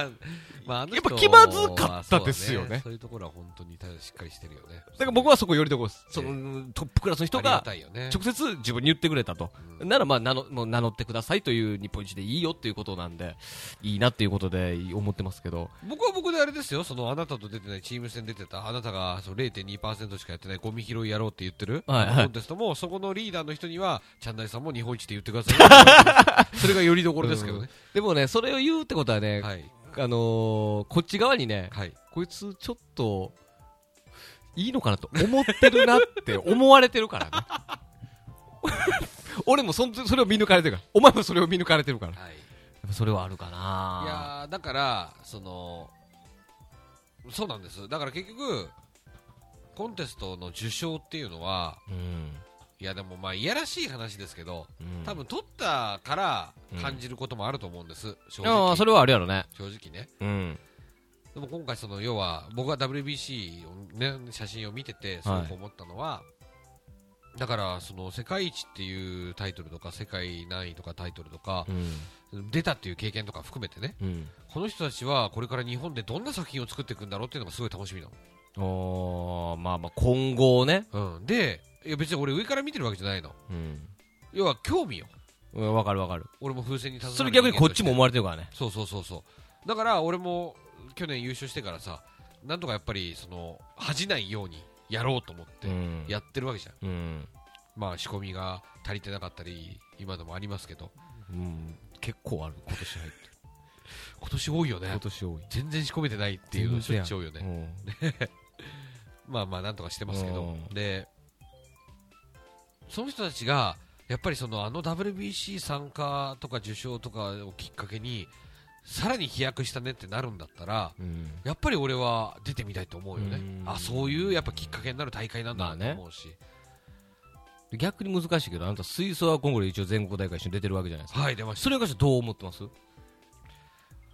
Speaker 2: あ、あの人
Speaker 1: やっぱ気まずかったですよね
Speaker 2: はそうだそういうところは本当にしっかりしてるよね。
Speaker 1: だから僕はそこよりどこです。
Speaker 2: そ
Speaker 1: そ
Speaker 2: の
Speaker 1: のトップクラスの人
Speaker 2: ありが
Speaker 1: が
Speaker 2: たいよね。
Speaker 1: 直接自分に言ってくれたと。
Speaker 2: うん
Speaker 1: ならまあ名のもう名乗ってくださいという日本一でいいよっていうことなんで、いいなっていうことで思ってますけど。
Speaker 2: 僕は僕であれですよ、そのあなたと出てないチーム戦出てた、あなたがその0.2%しかやってないゴミ拾いやろうって言ってる、
Speaker 1: はいはい
Speaker 2: コンテストも、そこのリーダーの人には、チャンダイさんも日本一って言ってくださ いそれがよりどころですけどね。
Speaker 1: でもね、それを言うってことはね、
Speaker 2: はい。
Speaker 1: あのーこっち側にね、
Speaker 2: はい。
Speaker 1: こいつちょっと、いいのかなと思ってるな って思われてるからね。俺もそんそれを見抜かれてるから。お前もそれを見抜かれてるから。や
Speaker 2: はい
Speaker 1: っぱそれはあるか
Speaker 2: い
Speaker 1: な
Speaker 2: やーだからそのそうなんですだから結局コンテストの受賞っていうのは
Speaker 1: うん。
Speaker 2: いやでもまあいやらしい話ですけど
Speaker 1: うん
Speaker 2: 多分取ったから感じることもあると思うんです、正
Speaker 1: ああ、
Speaker 2: 直
Speaker 1: それはあるやろね。
Speaker 2: 正直ね
Speaker 1: うん。
Speaker 2: でも今回その要は僕が WBC をね写真を見ててすごく思ったのは、だからその世界一っていうタイトルとか世界何位とかタイトルとか
Speaker 1: うん。
Speaker 2: 出たっていう経験とか含めてね
Speaker 1: うん。
Speaker 2: この人たちはこれから日本でどんな作品を作っていくんだろうっていうのがすごい楽しみな
Speaker 1: おーまあまあ、今後をね。
Speaker 2: の、うん、でいや別に俺上から見てるわけじゃないの
Speaker 1: うん。
Speaker 2: 要は興味よ
Speaker 1: うんわかるわかる。
Speaker 2: 俺も風船に携わる
Speaker 1: それ逆にこっちも
Speaker 2: 人間
Speaker 1: 思われてるからね。
Speaker 2: としてそうそうそうそうだから俺も去年優勝してからさなんとかやっぱりその恥じないようにやろうと思って
Speaker 1: ん
Speaker 2: やってるわけじゃん、
Speaker 1: うん。
Speaker 2: まあ仕込みが足りてなかったり今でもありますけど
Speaker 1: うん。結構ある、今年入って。
Speaker 2: 今年多いよね
Speaker 1: 今年多い。
Speaker 2: 全然仕込めてないっていうのしょっちゅう多いよね
Speaker 1: うん
Speaker 2: まあまあなんとかしてますけど、
Speaker 1: うん
Speaker 2: でその人たちがやっぱりそのあの WBC 参加とか受賞とかをきっかけにさらに飛躍したねってなるんだったら
Speaker 1: うん。
Speaker 2: やっぱり俺は出てみたいと思うよね
Speaker 1: うん
Speaker 2: あそういうやっぱきっかけになる大会なんだなと思うし、
Speaker 1: 逆に難しいけど、あなた、水槽は今後で一応全国大会一緒に出てるわけじゃないですか。
Speaker 2: はい出まし
Speaker 1: それに関してどう思ってます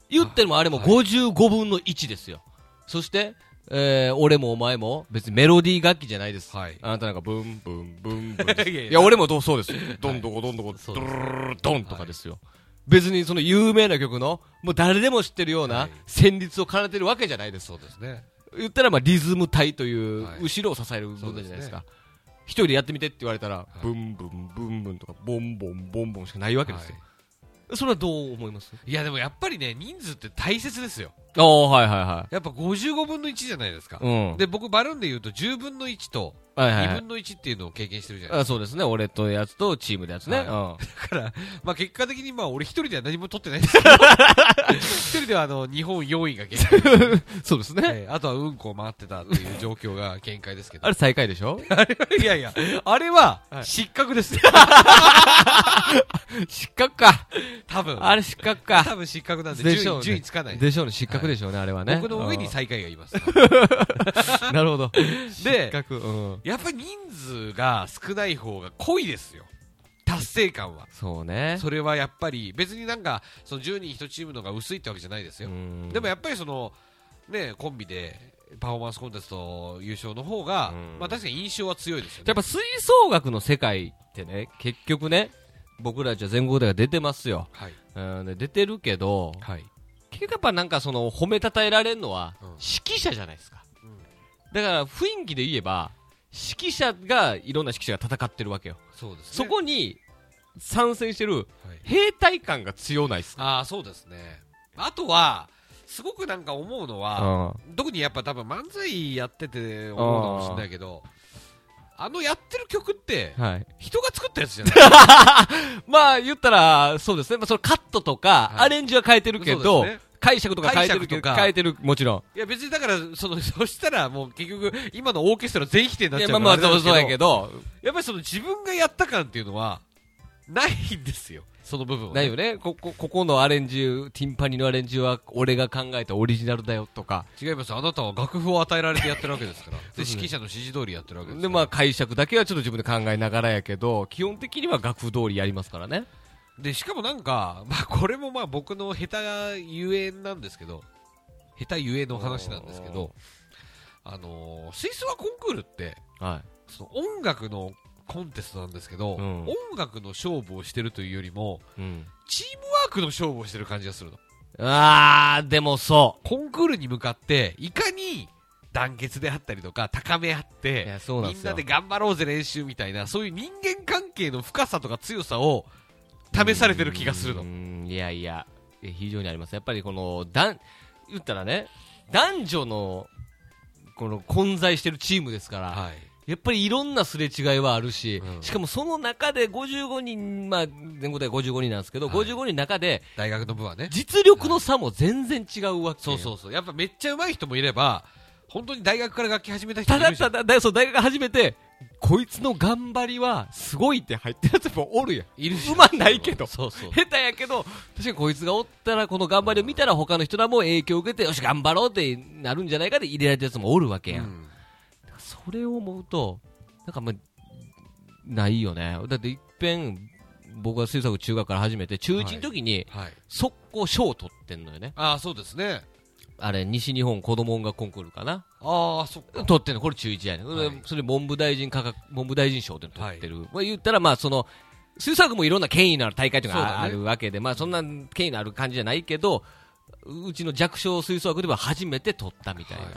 Speaker 1: 言ってもあれも
Speaker 2: はい
Speaker 1: 55分の1ですよ。そして、えー俺もお前も別にメロディー楽器じゃないです。
Speaker 2: たはい
Speaker 1: あなたなんかブンブンブンブンです
Speaker 2: いやい や
Speaker 1: いや俺もどうそうですよどんどこどんどこ
Speaker 2: そ
Speaker 1: ド
Speaker 2: うです
Speaker 1: ルルルルドンとかですよ、別にその有名な曲のもう誰でも知ってるよう
Speaker 2: は
Speaker 1: ない旋律を奏でるわけじゃないです
Speaker 2: そうですね
Speaker 1: 言ったらまあリズム体という
Speaker 2: はい
Speaker 1: 後ろを支える部分じゃないですか一人でやってみてって言われたら
Speaker 2: い
Speaker 1: ブンブンブンブンとかボンボンボンボンしかないわけですよ
Speaker 2: は
Speaker 1: それはどう思います
Speaker 2: いいやでもやっぱりね人数って大切ですよ
Speaker 1: ああはいはいは
Speaker 2: やっぱ55分の1じゃないですか、
Speaker 1: うん
Speaker 2: で僕バルーンで言うと10分の1と
Speaker 1: いはい
Speaker 2: 2
Speaker 1: はい
Speaker 2: 分の1っていうのを経験してるじゃないですか
Speaker 1: あそうですね俺とやつとチームのやつね、
Speaker 2: から、まあ結果的にまあ俺一人では何も取ってないですけど、 一人ではあの、日本4位が限界、
Speaker 1: うんそうですね、
Speaker 2: はいあとはうんこを回ってたっていう状況が限界ですけど
Speaker 1: あ。れ最下位でしょ
Speaker 2: いやいや、あれは
Speaker 1: はい
Speaker 2: 失格です よ。
Speaker 1: 失格か
Speaker 2: 多分。
Speaker 1: あれ失格か
Speaker 2: 多分失格なんで、
Speaker 1: でしょうね
Speaker 2: 順位、順位つかない。
Speaker 1: でしょうね、失格でしょうね、あれはね。
Speaker 2: 僕の上に最下位がいます。
Speaker 1: うん。なるほど。失
Speaker 2: で、
Speaker 1: 格、うん。
Speaker 2: やっぱり人数が少ない方が濃いですよ。達成感は。
Speaker 1: そうね。
Speaker 2: それはやっぱり、別になんか、その10人1チームのが薄いってわけじゃないですよ。
Speaker 1: うん
Speaker 2: でもやっぱりその、ね、コンビでパフォーマンスコンテスト優勝の方が、
Speaker 1: うん
Speaker 2: まあ確かに印象は強いですよ
Speaker 1: や
Speaker 2: ね
Speaker 1: っ。ぱ吹奏楽の世界ってね、結局ね、僕らじゃ全国大会出てますよ。
Speaker 2: はい。
Speaker 1: うん、で出てるけど、
Speaker 2: はい。
Speaker 1: 結局やっぱなんかその褒めたたえられるのは、
Speaker 2: うん
Speaker 1: 指揮者じゃないですか。
Speaker 2: うん
Speaker 1: だから雰囲気で言えば、指揮者が、いろんな指揮者が戦ってるわけよ。
Speaker 2: そうですね。
Speaker 1: そこに参戦してる
Speaker 2: はい
Speaker 1: 兵隊感が強ないっすか。
Speaker 2: ああ、そうですね。あとは、すごくなんか思うのは、特にやっぱ多分漫才やってて思うかもしれないけど、あのやってる曲って
Speaker 1: う、んはい。
Speaker 2: 人が作ったやつじゃない
Speaker 1: まあ言ったら、そうですね。まあそのカットとか、
Speaker 2: はい
Speaker 1: アレンジは変えてるけ
Speaker 2: そ
Speaker 1: ど、
Speaker 2: うですね
Speaker 1: 解釈とか変えてる
Speaker 2: 解釈
Speaker 1: け
Speaker 2: と
Speaker 1: ど、
Speaker 2: か
Speaker 1: 変えてる、もちろん。
Speaker 2: いや別にだから、その、そしたらもう結局、今のオーケストラ全否定になっ
Speaker 1: い
Speaker 2: ちゃ
Speaker 1: や
Speaker 2: う
Speaker 1: ま
Speaker 2: か
Speaker 1: あ
Speaker 2: ら
Speaker 1: まあ
Speaker 2: れなん
Speaker 1: そう
Speaker 2: です
Speaker 1: そうやけど、
Speaker 2: やっぱりその自分がやった感っていうのは、ないんですよその部分は、
Speaker 1: ないよねここここのアレンジティンパニのアレンジは俺が考えたオリジナルだよとか
Speaker 2: 違いますあなたは楽譜を与えられてやってるわけですから
Speaker 1: そう
Speaker 2: で
Speaker 1: ですね
Speaker 2: 指揮者の指示通りやってるわけで
Speaker 1: で
Speaker 2: すから
Speaker 1: まあ解釈だけはちょっと自分で考えながらやけど基本的には楽譜通りやりますからね
Speaker 2: でしかもなんか、まあ、これもまあ僕の下手ゆえんなんですけど下手ゆえの話なんですけどあのースイスはコンクールって
Speaker 1: は
Speaker 2: その音楽のコンテストなんですけど、
Speaker 1: うん
Speaker 2: 音楽の勝負をしてるというよりも
Speaker 1: い、うん、
Speaker 2: チームワークの勝負をしてる感じがするの
Speaker 1: あーでもそ
Speaker 2: コンクールに向かっていかに団結であったりとか高め合っ
Speaker 1: うい
Speaker 2: て
Speaker 1: やそうなん
Speaker 2: み
Speaker 1: で
Speaker 2: ん
Speaker 1: すよ
Speaker 2: なで頑張ろうぜ練習みたいなそういう人間関係の深さとか強さを試されてる気がするの
Speaker 1: うーんいやいやいや非常にありますやっぱりこのだん言ったらね男女のこの混在してるチームですから、
Speaker 2: はい
Speaker 1: やっぱりいろんなすれ違いはあるし、
Speaker 2: うん
Speaker 1: しかもその中で55人、まあ、全国で55人なんですけど、
Speaker 2: はい
Speaker 1: 55人の中で、
Speaker 2: 大学の部はね
Speaker 1: 実力の差も全然違うわけ
Speaker 2: そうそうそうやっぱめっちゃ上手い人もいれば本当に大学から楽器始めた人
Speaker 1: た
Speaker 2: もい
Speaker 1: だ
Speaker 2: るじゃ
Speaker 1: た
Speaker 2: ん
Speaker 1: だだそう大学が初めてこいつの頑張りはすごいって入ってるやつもおるやん
Speaker 2: いるし
Speaker 1: うまないけど
Speaker 2: そうそう
Speaker 1: 下手やけど確かにこいつがおったらこの頑張りを見たら他の人らも影響を受けてよし頑張ろうってなるんじゃないかで入れられたやつもおるわけやん、
Speaker 2: うん
Speaker 1: それを思うとなんかまあないよねだっていっぺん僕は吹奏楽中学から始めて中1の時に
Speaker 2: はい
Speaker 1: 速攻賞を取ってんのよね
Speaker 2: ああそうですね
Speaker 1: あれ西日本子ども音楽コンクールかな
Speaker 2: ああそっか
Speaker 1: 取ってんのこれ中1やね、
Speaker 2: はい
Speaker 1: それ文部大臣科学文部大臣賞で取ってる、まあ、言ったらまあその吹奏楽もいろんな権威のある大会というの
Speaker 2: そうだ
Speaker 1: が
Speaker 2: ね
Speaker 1: あるわけで、まあ、そんな権威のある感じじゃないけどうちの弱小吹奏楽では初めて取ったみたいな、
Speaker 2: はい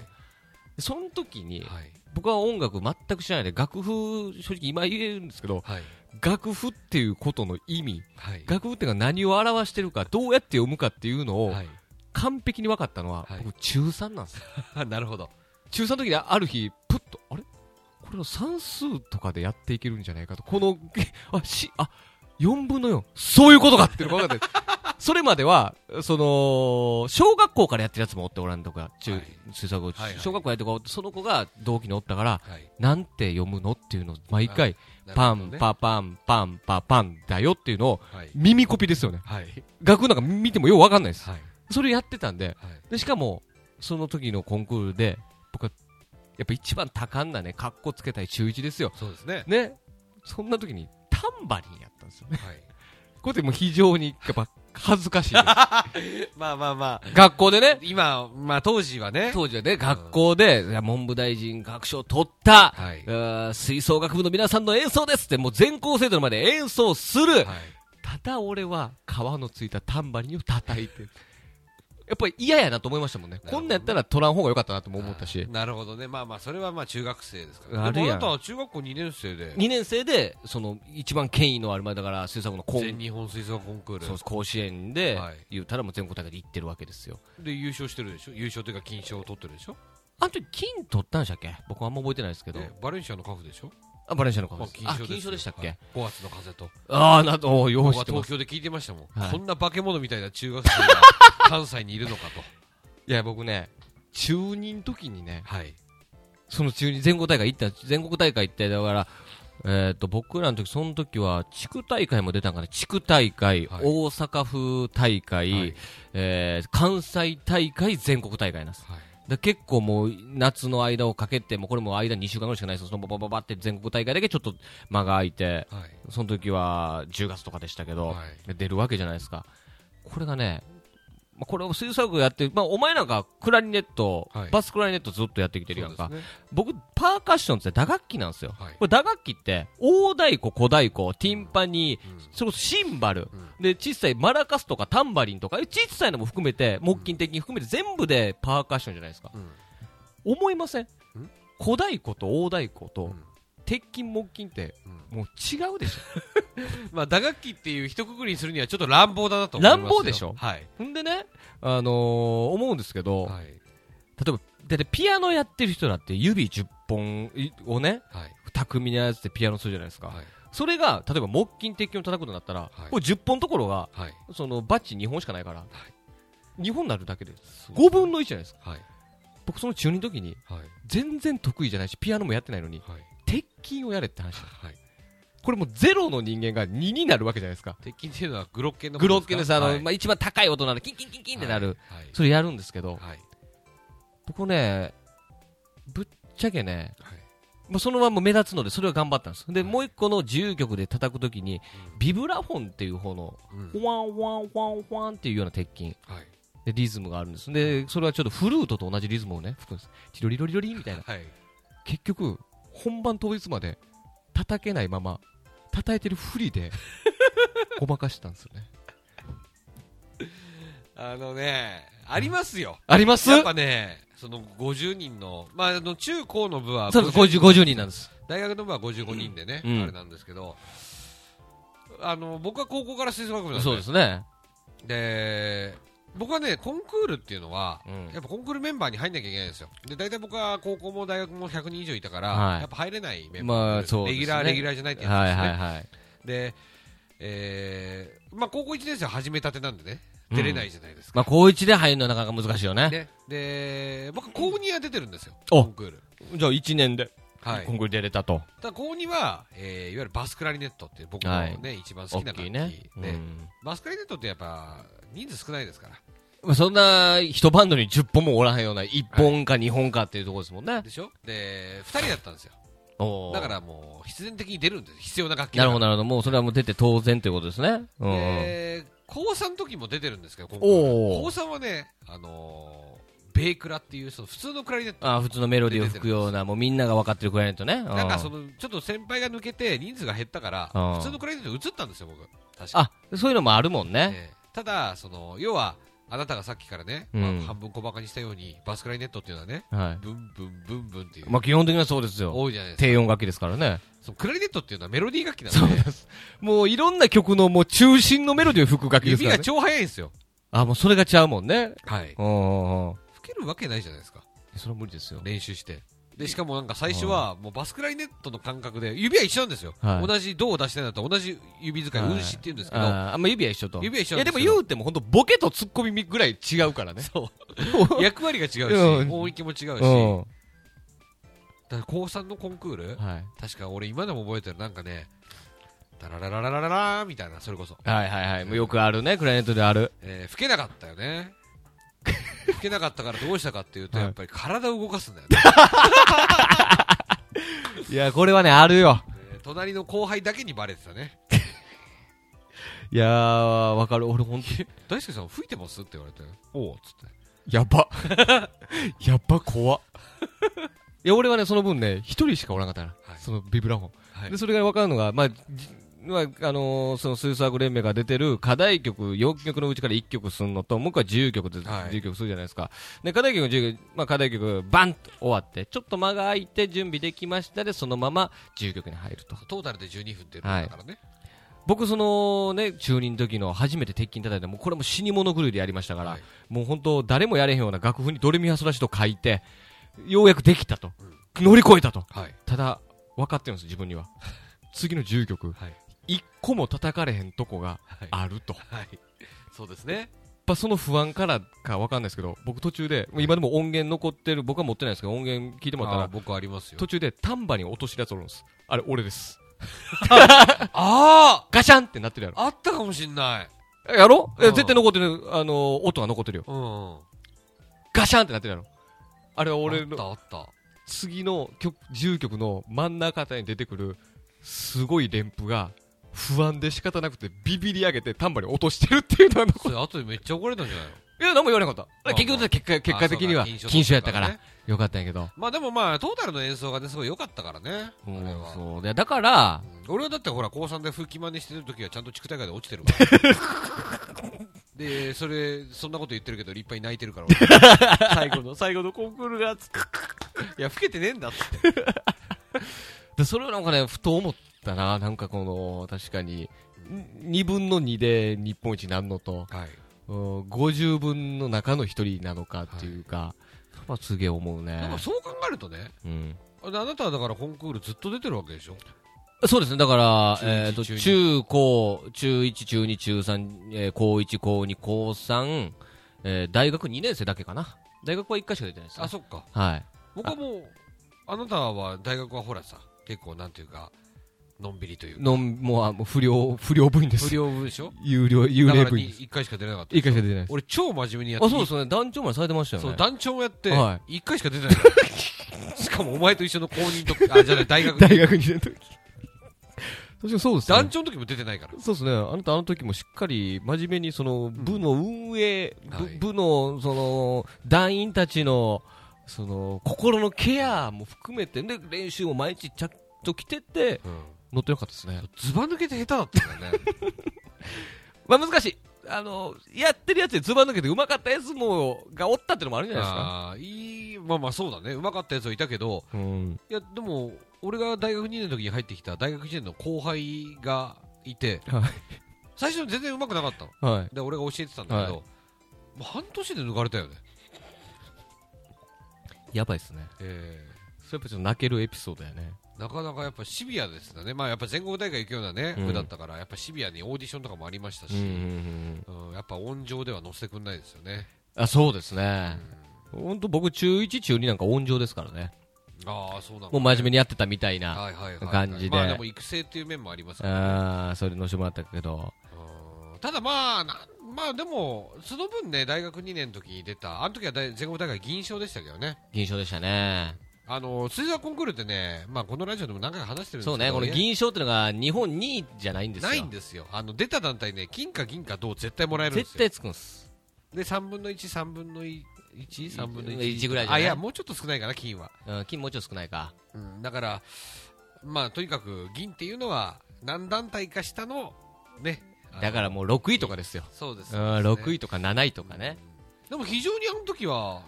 Speaker 1: その時に
Speaker 2: はい
Speaker 1: 僕は音楽全く知らないで楽譜正直今言えるんですけど
Speaker 2: はい
Speaker 1: 楽譜っていうことの意味
Speaker 2: はい
Speaker 1: 楽譜っていうのは何を表してるかどうやって読むかっていうのを
Speaker 2: はい
Speaker 1: 完璧に分かったのは、
Speaker 2: はい
Speaker 1: 僕中3なんですよ
Speaker 2: なるほど
Speaker 1: 中3の時にある日、プッと、あれこれの算数とかでやっていけるんじゃないかと。この、 あ、し、あ、4分の4。そういうことか っていうのが分かって。それまでは、その、小学校からやってるやつもおって、おらんとか、中、
Speaker 2: はい
Speaker 1: 吹奏楽部
Speaker 2: はいはい
Speaker 1: 小学校やってる子がおって、その子が同期におったから、
Speaker 2: はい
Speaker 1: なんて読むのっていうのを毎回、
Speaker 2: な
Speaker 1: パ
Speaker 2: るほど
Speaker 1: ン
Speaker 2: ね
Speaker 1: パパンパンパパンだよっていうのを、
Speaker 2: はい
Speaker 1: 耳コピですよね。
Speaker 2: はい
Speaker 1: 学なんか見てもようわかんないです。
Speaker 2: はい
Speaker 1: それやってたんで、
Speaker 2: はい
Speaker 1: でしかもその時のコンクールで僕はやっぱ一番多感なねかっこつけたい中1ですよ
Speaker 2: そうですね
Speaker 1: ねそんな時にタンバリンやったんですよね
Speaker 2: はい
Speaker 1: これでもう非常にやっぱ恥ずか しいです
Speaker 2: まあまあまあ、
Speaker 1: 学校でね
Speaker 2: 今、まあ当時は ね、
Speaker 1: 当時はね学校でいや文部大臣学賞を取った、
Speaker 2: はい。
Speaker 1: う
Speaker 2: は
Speaker 1: ー
Speaker 2: い。
Speaker 1: 吹奏楽部の皆さんの演奏ですってもう全校生徒の前で演奏する、ただ俺は皮のついたタンバリンを叩いてやっぱり嫌やなと思いましたもんね
Speaker 2: ほどね
Speaker 1: こんなんやったら取らん方が良かったなとも思ったし
Speaker 2: なるほどね。まあまあ、それはまあ中学生ですから。
Speaker 1: あるやん
Speaker 2: でもあなたは中学校2年生で、
Speaker 1: 2年生でその一番権威のある前だから吹奏楽のコ
Speaker 2: 全
Speaker 1: ン
Speaker 2: 日本吹奏楽コンクール
Speaker 1: そうです甲子園で
Speaker 2: はい
Speaker 1: 言うたらもう全国大会で行ってるわけですよ
Speaker 2: で優勝してるでしょ優勝というか金賞を取ってるでしょ
Speaker 1: あの時金取ったんでしたっけ僕あんま覚えてないですけど
Speaker 2: でバレンシアのカフでしょ
Speaker 1: あバレンシアの顔
Speaker 2: ま
Speaker 1: で
Speaker 2: あ
Speaker 1: すあ
Speaker 2: すよ
Speaker 1: 金賞でしたっ
Speaker 2: は
Speaker 1: け
Speaker 2: い ?5 月の風と。
Speaker 1: ああなとよう
Speaker 2: 僕
Speaker 1: 知
Speaker 2: は
Speaker 1: ってま
Speaker 2: 東
Speaker 1: す
Speaker 2: 京で聞いてましたもん
Speaker 1: は。い
Speaker 2: こんな化け物みたいな中学生が関西にいるのかと。
Speaker 1: いや僕ね中2の時にね
Speaker 2: はい。
Speaker 1: その中2全国大会行った全国大会行ってだからえー、と僕らの時その時は地区大会も出たんかな地区大会、
Speaker 2: はい
Speaker 1: 大阪府大会、
Speaker 2: はい
Speaker 1: えー関西大会全国大会なんです
Speaker 2: はい。
Speaker 1: で結構もう夏の間をかけてもうこれもう間2週間ぐらいしかないですそのババババって全国大会だけちょっと間が空いて
Speaker 2: はい。
Speaker 1: その時は10月とかでしたけど、
Speaker 2: はい
Speaker 1: 出るわけじゃないですかこれがね、まあ、これを吹奏楽やって、まあ、お前なんかクラリネット、
Speaker 2: はい
Speaker 1: バスクラリネットずっとやってきてるやん
Speaker 2: そ
Speaker 1: か、
Speaker 2: うですね
Speaker 1: 僕パーカッションって打楽器なんですよ、
Speaker 2: はい
Speaker 1: これ打楽器って大太鼓小太鼓ティンパニー、
Speaker 2: うん
Speaker 1: それこそシンバル、
Speaker 2: う
Speaker 1: で小さいマラカスとかタンバリンとか小さいのも含めて木琴的に含めて全部でパーカッションじゃないですか
Speaker 2: うん。
Speaker 1: 思いません小太鼓と大太鼓
Speaker 2: う
Speaker 1: と
Speaker 2: ん
Speaker 1: 鉄筋木琴って
Speaker 2: う
Speaker 1: もう違うでし ょ
Speaker 2: まあ、打楽器っていう一括りにするにはちょっと乱暴だなと思いますよ
Speaker 1: 乱暴でしょ
Speaker 2: はい。
Speaker 1: ほんでね、あのー思うんですけど、
Speaker 2: はい。
Speaker 1: 例えばだってピアノやってる人だって指10本いをね
Speaker 2: はい。
Speaker 1: 巧みなやつでピアノするじゃないですか、
Speaker 2: はい。
Speaker 1: それが例えば木琴鉄筋を叩くことになったら、
Speaker 2: はい
Speaker 1: これ10本ところが
Speaker 2: はい。
Speaker 1: そのバッチ2本しかないから、2本になるだけで
Speaker 2: そう
Speaker 1: 5分の1じゃないですか
Speaker 2: はい。
Speaker 1: 僕その中二の時に
Speaker 2: はい。
Speaker 1: 全然得意じゃないしピアノもやってないのに
Speaker 2: はい。
Speaker 1: 鉄筋をやれって話
Speaker 2: はい。
Speaker 1: これもうゼロの人間が2になるわけじゃないですか。
Speaker 2: 鉄筋っていうのはグロッケンのこ
Speaker 1: グロ
Speaker 2: と
Speaker 1: ッケです。あの、
Speaker 2: はい
Speaker 1: まあ、一番高い音なんで、キンキンキンキンってなる。
Speaker 2: はい
Speaker 1: それやるんですけど、
Speaker 2: はい
Speaker 1: 僕ね、ぶっちゃけね、
Speaker 2: はい
Speaker 1: まあ、そのまま目立つので、それは頑張ったんです。で、
Speaker 2: はい
Speaker 1: もう一個の自由曲で叩くときに、
Speaker 2: う
Speaker 1: ビブラフォンっていう方の、
Speaker 2: うん
Speaker 1: ワンワンワンワンっていうような鉄筋。
Speaker 2: はい
Speaker 1: で、リズムがあるんです。で、それはちょっとフルートと同じリズムをね、吹くんです。チロリロリロリンみたいな。
Speaker 2: はい
Speaker 1: 結局、本番当日まで叩けないまま、叩いてるふりで、ごまかしてたんですよね。
Speaker 2: あのねありますよ
Speaker 1: あります
Speaker 2: やっぱねその50人のまああの中高の部は
Speaker 1: そうです、50 50人なんです。
Speaker 2: 大学の部は55人でね、
Speaker 1: うん
Speaker 2: あれなんですけどあの僕は高校から吹奏楽部なんで
Speaker 1: そうですね。
Speaker 2: で僕はねコンクールっていうのは、
Speaker 1: うん
Speaker 2: やっぱコンクールメンバーに入んなきゃいけないんですよで大体僕は高校も大学も100人以上いたから、
Speaker 1: はい
Speaker 2: やっぱ入れないメンバー、
Speaker 1: まあ、そうです
Speaker 2: レ
Speaker 1: ね。
Speaker 2: ギュラーレギュラーじゃないってやつ
Speaker 1: はい
Speaker 2: です
Speaker 1: は
Speaker 2: ね、
Speaker 1: いはい。
Speaker 2: で、えーまあ、高校1年生は始めたてなんでね出れないじゃないですか、
Speaker 1: まあ、高一で入るのはなかなか難しいよね。
Speaker 2: ね、で僕高2は出てるんですよコ
Speaker 1: お
Speaker 2: ンクール
Speaker 1: じゃあ1年で、
Speaker 2: はい、
Speaker 1: コンクール出れたと。
Speaker 2: ただ高2は、えーいわゆるバスクラリネットって僕のね、一番好
Speaker 1: 大
Speaker 2: きな楽
Speaker 1: き
Speaker 2: 器
Speaker 1: い
Speaker 2: で、
Speaker 1: ね。うん
Speaker 2: バスクラリネットってやっぱ人数少ないですから
Speaker 1: まあ、そんな、一バンドに10本もおらへんような、1本か2本かっていうところですもんね。
Speaker 2: でしょで2人だったんですよ
Speaker 1: おー
Speaker 2: だからもう必然的に出るんです必要な楽器
Speaker 1: な
Speaker 2: だ
Speaker 1: る
Speaker 2: か
Speaker 1: ほど、
Speaker 2: ら
Speaker 1: なるほど。もうそれはもう出て当然ということですね。うんうん。
Speaker 2: で高3の時も出てるんですけど今回
Speaker 1: おー
Speaker 2: 高3はねあのーベイクラっていうその普通のクラリネット
Speaker 1: あー普通のメロディーを吹くような、もうみんなが分かってるクライアントね。う
Speaker 2: なんかそのちょっと先輩が抜けて人数が減ったから
Speaker 1: うん
Speaker 2: 普通のクラリネット移ったんですよ僕確か
Speaker 1: あ、そういうのもあるもん
Speaker 2: に、
Speaker 1: ね。
Speaker 2: ええただその要はあなたがさっきからね、
Speaker 1: うん
Speaker 2: まあ半分小バカにしたようにバスクラリネットっていうのはね
Speaker 1: はい。
Speaker 2: ブンブンブンブンっていう、
Speaker 1: まあ、基本的にはそうですよ。
Speaker 2: 多いじゃないですか
Speaker 1: 低音楽器ですからね。
Speaker 2: そのクラリネットっていうのはメロディー楽器なんで
Speaker 1: もういろんな曲のもう中心のメロディーを吹く楽器ですから
Speaker 2: 指が
Speaker 1: ね。
Speaker 2: 超速いんですよ
Speaker 1: あ、もうそれがちゃうもんね。
Speaker 2: はい
Speaker 1: うんうんうん。
Speaker 2: 吹けるわけないじゃないですか
Speaker 1: それは無理ですよ。
Speaker 2: 練習してでしかもなんか最初はもうバスクラリネットの感覚で指は一緒なんですよ、
Speaker 1: はい
Speaker 2: 同じ胴を出してないと同じ指使い、
Speaker 1: はい
Speaker 2: 運指って言うんですけど、
Speaker 1: あーあんま指は一緒と。
Speaker 2: 指は一緒
Speaker 1: い
Speaker 2: な
Speaker 1: や
Speaker 2: ん
Speaker 1: で
Speaker 2: で
Speaker 1: すも
Speaker 2: けど
Speaker 1: 言うても本当ボケとツッコミぐらい違うからね。そ
Speaker 2: 役割が違うし、
Speaker 1: うん
Speaker 2: 音域も違うし、だ
Speaker 1: う
Speaker 2: か
Speaker 1: ん。
Speaker 2: ら高3のコンクール、
Speaker 1: はい。
Speaker 2: 確か俺今でも覚えてる、なんかね、ダラララララララーみたいな、それこそ、
Speaker 1: はいはいはい。もうよくあるね、クライアントである。
Speaker 2: えー吹けなかったよね。 吹けなかったからどうしたかっていうと、
Speaker 1: はい
Speaker 2: やっぱり体を動かすんだよね。
Speaker 1: いや、これはね、あるよ。
Speaker 2: えー隣の後輩だけにバレてたね。
Speaker 1: いやー、わかる。俺 本当に。
Speaker 2: 大輔さん吹いてますって言われて、おうっつって。
Speaker 1: や ば。やば、怖。いや、俺はね、その分ね、一人しかおらんかったな。
Speaker 2: はい
Speaker 1: そのビブラフォン。
Speaker 2: はい
Speaker 1: で、それが分かるのが、まあ、じまあ、あのーその吹奏楽連盟が出てる課題曲、4曲のうちから1曲するのと、もう一個は自由曲で、
Speaker 2: はい
Speaker 1: 自由曲するじゃないですか。で、課題曲の自由曲、まあ、課題曲、バンと終わって、ちょっと間が空いて準備できましたで、そのまま自由曲に入ると。
Speaker 2: トータルで12分っていうのだからね、
Speaker 1: 僕、そのね、中任の時の初めて鉄筋叩いて、もうこれも死に物狂いでやりましたから、
Speaker 2: はい
Speaker 1: もう本当、誰もやれへんような楽譜にドレミファソラシド書いて、ようやくできたと。乗り越えたと。
Speaker 2: はい
Speaker 1: ただ、分かってるんです、自分には。次の10曲、
Speaker 2: はい
Speaker 1: 一個も叩かれへんとこが
Speaker 2: はい
Speaker 1: あると。やっ
Speaker 2: はい、そうですね、
Speaker 1: ぱその不安からか分かんないですけど、僕途中で、もう今でも音源残ってる、僕は持ってないですけど、音源聞いてもらった
Speaker 2: あ
Speaker 1: ら、
Speaker 2: 僕ありますよ
Speaker 1: 途中で丹波に落とし出すおるんです。あれ、俺です。
Speaker 2: あ
Speaker 1: ガシャンってなってるや
Speaker 2: ああったかもしんない、
Speaker 1: ろ。やろえ
Speaker 2: うん
Speaker 1: 絶対残ってる、あのー、音が残ってるよ。
Speaker 2: うん、
Speaker 1: ガシャンってなってるやろ。あれは俺の
Speaker 2: あったあっ
Speaker 1: 次の曲、10曲の真ん中あたりに出てくる、すごい連符が、不安で仕方なくてビビり上げて丹波に落としてるっていうのは残
Speaker 2: たそれ後でめっちゃ怒られたんじゃない の
Speaker 1: いや、何も言わなかった。
Speaker 2: まあ
Speaker 1: 結局、結果、結果的には、
Speaker 2: あそうだ
Speaker 1: 禁酒やったから
Speaker 2: ね。
Speaker 1: よかったんやけど。
Speaker 2: まあでもまあトータルの演奏がねすごい良かったからね、
Speaker 1: う
Speaker 2: あれ
Speaker 1: ん
Speaker 2: は、
Speaker 1: そう。でだから
Speaker 2: う、ん俺はだってほら高3で風紀真似してる時はちゃんと地区大会で落ちてるから でそれそんなこと言ってるけど立派に泣いてるから俺最後の最後のコンクールがつくいや老けてねえんだって
Speaker 1: でそれをなんかね、ふと思ったな。なんかこの、確かに、2分の2で日本一なんのと、
Speaker 2: はい
Speaker 1: うん50分の中の1人なのかっていうか、やっぱすげえ思う
Speaker 2: で
Speaker 1: ね
Speaker 2: も。そう考えるとね
Speaker 1: うん。
Speaker 2: ああなたはだからコンクールずっと出てるわけでしょ
Speaker 1: そうですね。だから、
Speaker 2: 中一
Speaker 1: えっと、
Speaker 2: 中二
Speaker 1: 中高、中1、中2、中3、えー高1、高2、高3、えー大学2年生だけかな。大学は1回しか出てないですね
Speaker 2: あ。そっか
Speaker 1: はい。
Speaker 2: 僕はもうあなたは大学はほらさ結構なんていうかのんびりという
Speaker 1: のん、もうあもう不良、不良部員です。
Speaker 2: 不良分でしょ
Speaker 1: 有料、有
Speaker 2: だか
Speaker 1: 名
Speaker 2: ら
Speaker 1: 部員です。
Speaker 2: 1回しか出れなかった
Speaker 1: 一回しか出てないです。
Speaker 2: 俺超真面目にやって
Speaker 1: あ、そうですよね。団長までされてましたよね。
Speaker 2: そう団長もやって
Speaker 1: は
Speaker 2: 1回しか出てな いからしかもお前と一緒の公認とかあじゃない大学
Speaker 1: 大学2年の時。 確かにそうですね
Speaker 2: 団。長の時も出てないから
Speaker 1: そうですね。あなたあの時もしっかり真面目にその部の運営、
Speaker 2: はい
Speaker 1: 部部のその団員たちのその心のケアも含めてで練習も毎日ちゃんと来てって乗ってよかったですね。
Speaker 2: ずば抜けて下手だった からね
Speaker 1: まあ難しい。あのやってるやつでズバ抜けてうまかったやつもがおったってのもあるんじゃないですか。
Speaker 2: あーいいまあまあそうだねうまかったやつはいたけど
Speaker 1: うん。
Speaker 2: いやでも俺が大学2年の時に入ってきた大学1年の後輩がいて
Speaker 1: は
Speaker 2: 最初全然うまくなかったの
Speaker 1: いはい。
Speaker 2: で俺が教えてたんだけど、
Speaker 1: はい
Speaker 2: もう半年で抜かれたよね
Speaker 1: やばいですね。
Speaker 2: え
Speaker 1: それやっぱちょっと泣けるエピソードやね。
Speaker 2: ーなかなかやっぱシビアですね、まあ、やっぱ全国大会行くような、ね
Speaker 1: うん
Speaker 2: 部だったから、やっぱシビアにオーディションとかもありましたし、
Speaker 1: ん。
Speaker 2: うんやっぱ温情では乗せてくんないですよね、
Speaker 1: あ、そうですね。本当僕中1中2なんか温情ですからね。
Speaker 2: ああ、そうなの、
Speaker 1: もう真面目にやってたみたいな。
Speaker 2: はいはいはいはい
Speaker 1: 感じで
Speaker 2: まあ、でも育成っていう面もありますから、
Speaker 1: ああ、それ乗せてもらったけど。
Speaker 2: うんただまあ、なまあでも、その分ね、大学2年の時に出た、あの時は大全国大会銀賞でしたけどね、
Speaker 1: 銀賞でしたね。
Speaker 2: あの水沢コンクールってね、まあ、このラジオでも何回か話してるんですけど、
Speaker 1: そうね、この銀賞ってのが日本2位じゃないんですよ。
Speaker 2: ないんですよあの出た団体ね金か銀か銅絶対もらえるんです
Speaker 1: 絶
Speaker 2: よ
Speaker 1: 対つくんす。
Speaker 2: で3分の13分の13分の
Speaker 1: 一ぐらいじゃな
Speaker 2: あ
Speaker 1: い
Speaker 2: いやもうちょっと少ないかな金は、
Speaker 1: うん、金もうちょっと少ないか。
Speaker 2: うん、だからまあとにかく銀っていうのは何団体か下のねあの
Speaker 1: だからもう6位とかですよ。
Speaker 2: そうです
Speaker 1: うん、
Speaker 2: ね
Speaker 1: 6位とか7位とかね。
Speaker 2: でも非常にあの時は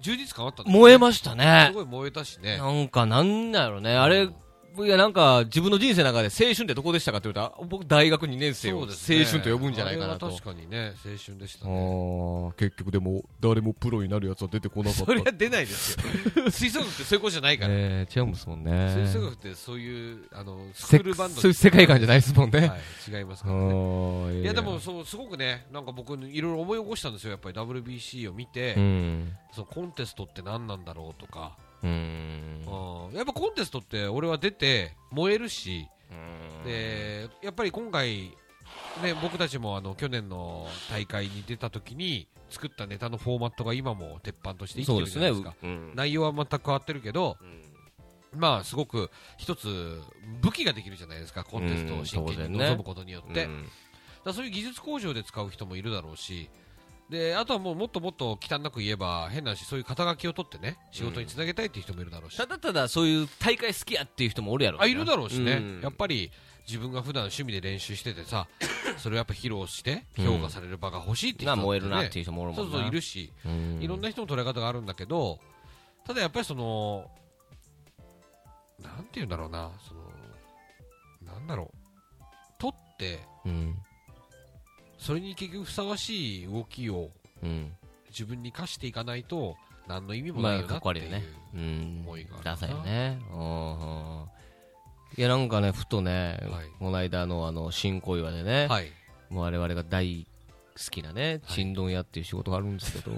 Speaker 2: 充実感あったんだよね
Speaker 1: 燃えました
Speaker 2: す
Speaker 1: ね。
Speaker 2: ごい燃えたしね
Speaker 1: なんか、なんだろうね。あれ、いや、なんか、自分の人生の中で青春ってどこでしたかって言うと、僕、大学2年生を
Speaker 2: そう
Speaker 1: 青
Speaker 2: ですね
Speaker 1: 春と呼ぶんじゃないかな
Speaker 2: あ
Speaker 1: と
Speaker 2: れは。確かにね青春でしたね
Speaker 1: ああ、結局でも、誰もプロになるやつは出てこなか
Speaker 2: それは出ないです よ吹奏楽ってそういうことじゃないから
Speaker 1: えー、違うんですもんね。
Speaker 2: 吹奏楽ってそういうあのスクールバンド
Speaker 1: そういう世界観じゃない
Speaker 2: い
Speaker 1: ですもんね。
Speaker 2: はい、違いますからね
Speaker 1: い
Speaker 2: いやでもそうすごくねなんか僕いろいろ思い起こしたんですよやっぱり WBC を見て、
Speaker 1: うん。
Speaker 2: そのコンテストって何なんだろうとか、
Speaker 1: うん。
Speaker 2: うんやっぱコンテストって俺は出て燃えるし、でやっぱり今回ね僕たちもあの去年の大会に出た時に作ったネタのフォーマットが今も鉄板として生き
Speaker 1: そ
Speaker 2: て
Speaker 1: う
Speaker 2: る
Speaker 1: で
Speaker 2: じ
Speaker 1: す
Speaker 2: ゃな
Speaker 1: ね。
Speaker 2: いですか
Speaker 1: うん
Speaker 2: 内容は全く変わってるけど、まあすごく一つ武器ができるじゃないですかコンテストを真剣に臨むことによって、だからそういう技術向上で使う人もいるだろうしであとはもうもっともっと忌憚なく言えば変な話そういう肩書きを取ってね仕事につなげたいっていう人もいるだろうし、
Speaker 1: ただただそういう大会好きやっていう人もおるやろ
Speaker 2: あいるだろうしね、
Speaker 1: うん
Speaker 2: やっぱり自分が普段趣味で練習して てさそれをやっぱ披露して評価される場が欲しいっていう
Speaker 1: な
Speaker 2: 人だって
Speaker 1: 燃えるな
Speaker 2: ね
Speaker 1: っていう人もおるも
Speaker 2: そ
Speaker 1: ん
Speaker 2: う
Speaker 1: な。
Speaker 2: そういるし、
Speaker 1: うん。
Speaker 2: いろんな人の捉え方があるんだけど、ただやっぱりその、なんて言うんだろうな、その、なんだろう、取って、
Speaker 1: うん。
Speaker 2: それに結局ふさわしい動きを
Speaker 1: うん。
Speaker 2: 自分に課していかないと、何の意味もな
Speaker 1: ま
Speaker 2: い
Speaker 1: あ、
Speaker 2: よな
Speaker 1: かっ
Speaker 2: っ
Speaker 1: こ
Speaker 2: て
Speaker 1: 悪い
Speaker 2: い。
Speaker 1: うよね。うん
Speaker 2: 思いがあ。るな
Speaker 1: ダサいよね。うんうんいや、なんかね、ふとね
Speaker 2: はい、
Speaker 1: この間のあの、新小岩でね、
Speaker 2: はい。
Speaker 1: もう我々が大好きなね、
Speaker 2: はい
Speaker 1: ちんどん屋っていう仕事があるんですけ ど、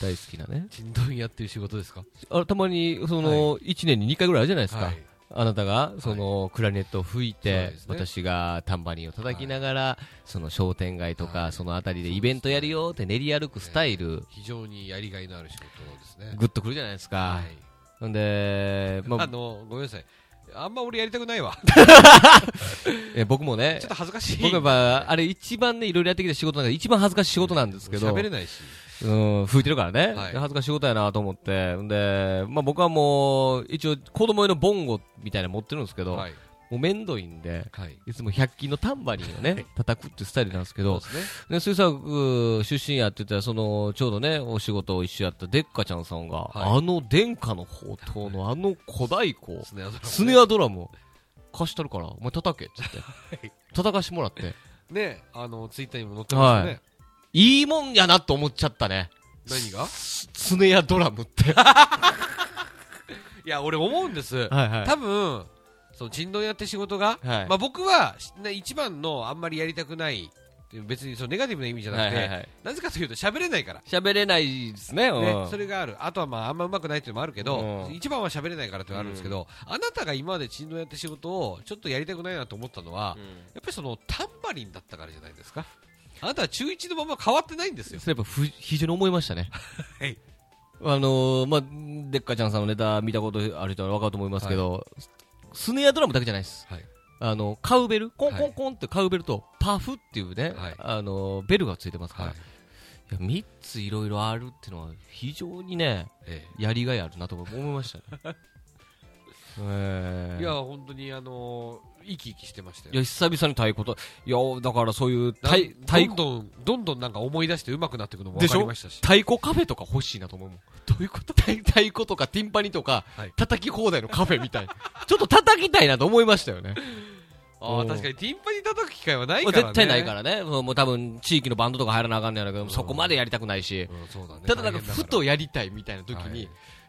Speaker 1: 大好きなね。
Speaker 2: ちんどんやってる仕事ですか
Speaker 1: あたまに、その、1年に2回ぐらいあるじゃないですか。
Speaker 2: はい。
Speaker 1: あなたが、その、クラリネットを吹い
Speaker 2: そう
Speaker 1: て
Speaker 2: で、すね
Speaker 1: 私がタンバリンを叩きながら、その商店街と
Speaker 2: は
Speaker 1: か、
Speaker 2: い
Speaker 1: そのあたりでイベントやるよって練り歩くスタイル、
Speaker 2: 非常にやりがいのある仕事ですね。
Speaker 1: グッとくるじゃないですか
Speaker 2: はい。。
Speaker 1: なんで、
Speaker 2: あ
Speaker 1: まあ、
Speaker 2: の、ごめんなさい。あんま俺やりたくないわ。
Speaker 1: え僕もね
Speaker 2: ちょっ、と恥ずかしい。
Speaker 1: 僕やっぱ、あれ一番ね、いろいろやってきた仕事なんで、一番恥ずかしい仕事なんですけど、
Speaker 2: 喋れないし。
Speaker 1: うん、吹いてるからね、
Speaker 2: はい
Speaker 1: で恥ずかしいことやなと思って、んで、まあ、僕はもう、一応、子供用のボンゴみたいなの持ってるんですけど、
Speaker 2: はい。
Speaker 1: もうめんどいんで、
Speaker 2: はい。
Speaker 1: いつも100均のタンバリンをね、叩くっていうスタイルなんですけど、
Speaker 2: そうですね。
Speaker 1: で水産学出身やってたら、その、ちょうどね、お仕事を一緒やったデッカちゃんさんが、
Speaker 2: はい
Speaker 1: あの殿下の宝刀 のあの古代鼓、
Speaker 2: スネアドラム
Speaker 1: スネアドラムを貸したるから、お前叩けって 言って、叩かしてもらって、
Speaker 2: ね、あの、ツイッターにも載ってましたね。
Speaker 1: いいもんやなと思っちゃったね。
Speaker 2: 何が
Speaker 1: ススネアドラムって。
Speaker 2: いや、俺思うんです。
Speaker 1: はい は
Speaker 2: 多分、その、人道やって仕事が、
Speaker 1: はい
Speaker 2: まあ僕は、ね一番のあんまりやりたくない別にそのネガティブな意味じゃなくて、
Speaker 1: はいはいはい
Speaker 2: なぜかというと喋れないから、
Speaker 1: 喋れないですね。うん
Speaker 2: ね、それがあるあとはまああんまうまくないっていうのもあるけど、
Speaker 1: うん
Speaker 2: 一番は喋れないからっていうのはあるんですけど、あなたが今までチンドンやって仕事をちょっとやりたくないなと思ったのは、
Speaker 1: う
Speaker 2: や
Speaker 1: ん
Speaker 2: っぱりそのタンバリンだったからじゃないですかあなたは中1のまま変わってないんですよ
Speaker 1: それやっぱふ非常に思いましたね。
Speaker 2: はい
Speaker 1: あのーまあ、でっかちゃんさんのネタ見たことある人は分かると思いますけど、スネアドラムだけじゃないです。
Speaker 2: はい
Speaker 1: あの、カウベル、コン
Speaker 2: はい
Speaker 1: コンコンってカウベルと、パフっていうね、
Speaker 2: はい
Speaker 1: あのーベルがついてますから、
Speaker 2: はい
Speaker 1: い、や3ついろいろあるっていうのは非常にね、
Speaker 2: え
Speaker 1: やりがいあるなと思いましたね。 え
Speaker 2: え
Speaker 1: ー
Speaker 2: いや本当にあのー生き生きしてました
Speaker 1: い
Speaker 2: よ
Speaker 1: や久々に太鼓と、いや、だからそういう
Speaker 2: な
Speaker 1: 太太
Speaker 2: どん
Speaker 1: 鼓、
Speaker 2: どんどんどんなんか思い出して上手くなっていくのも
Speaker 1: で
Speaker 2: 分
Speaker 1: し
Speaker 2: か
Speaker 1: ょ
Speaker 2: りましたし
Speaker 1: 太鼓カフェとか欲しいなと思うもん。どういうこと太太鼓とかティンパニとか、
Speaker 2: はい
Speaker 1: 叩き放題のカフェみたいな。ちょっと叩きたいなと思いましたよね。
Speaker 2: あ
Speaker 1: う
Speaker 2: あ
Speaker 1: ん
Speaker 2: 確かにティンパに叩く機会はない
Speaker 1: も
Speaker 2: か
Speaker 1: う
Speaker 2: ら
Speaker 1: 絶
Speaker 2: ね、
Speaker 1: 対ないかららね。もうもう多分地域のバンドとか入らなあかんねやろうけど、そこまでやりたくないし。
Speaker 2: うんそうだね
Speaker 1: ただなんか
Speaker 2: 大変
Speaker 1: ふとやりたいみたいな時
Speaker 2: は
Speaker 1: に
Speaker 2: い、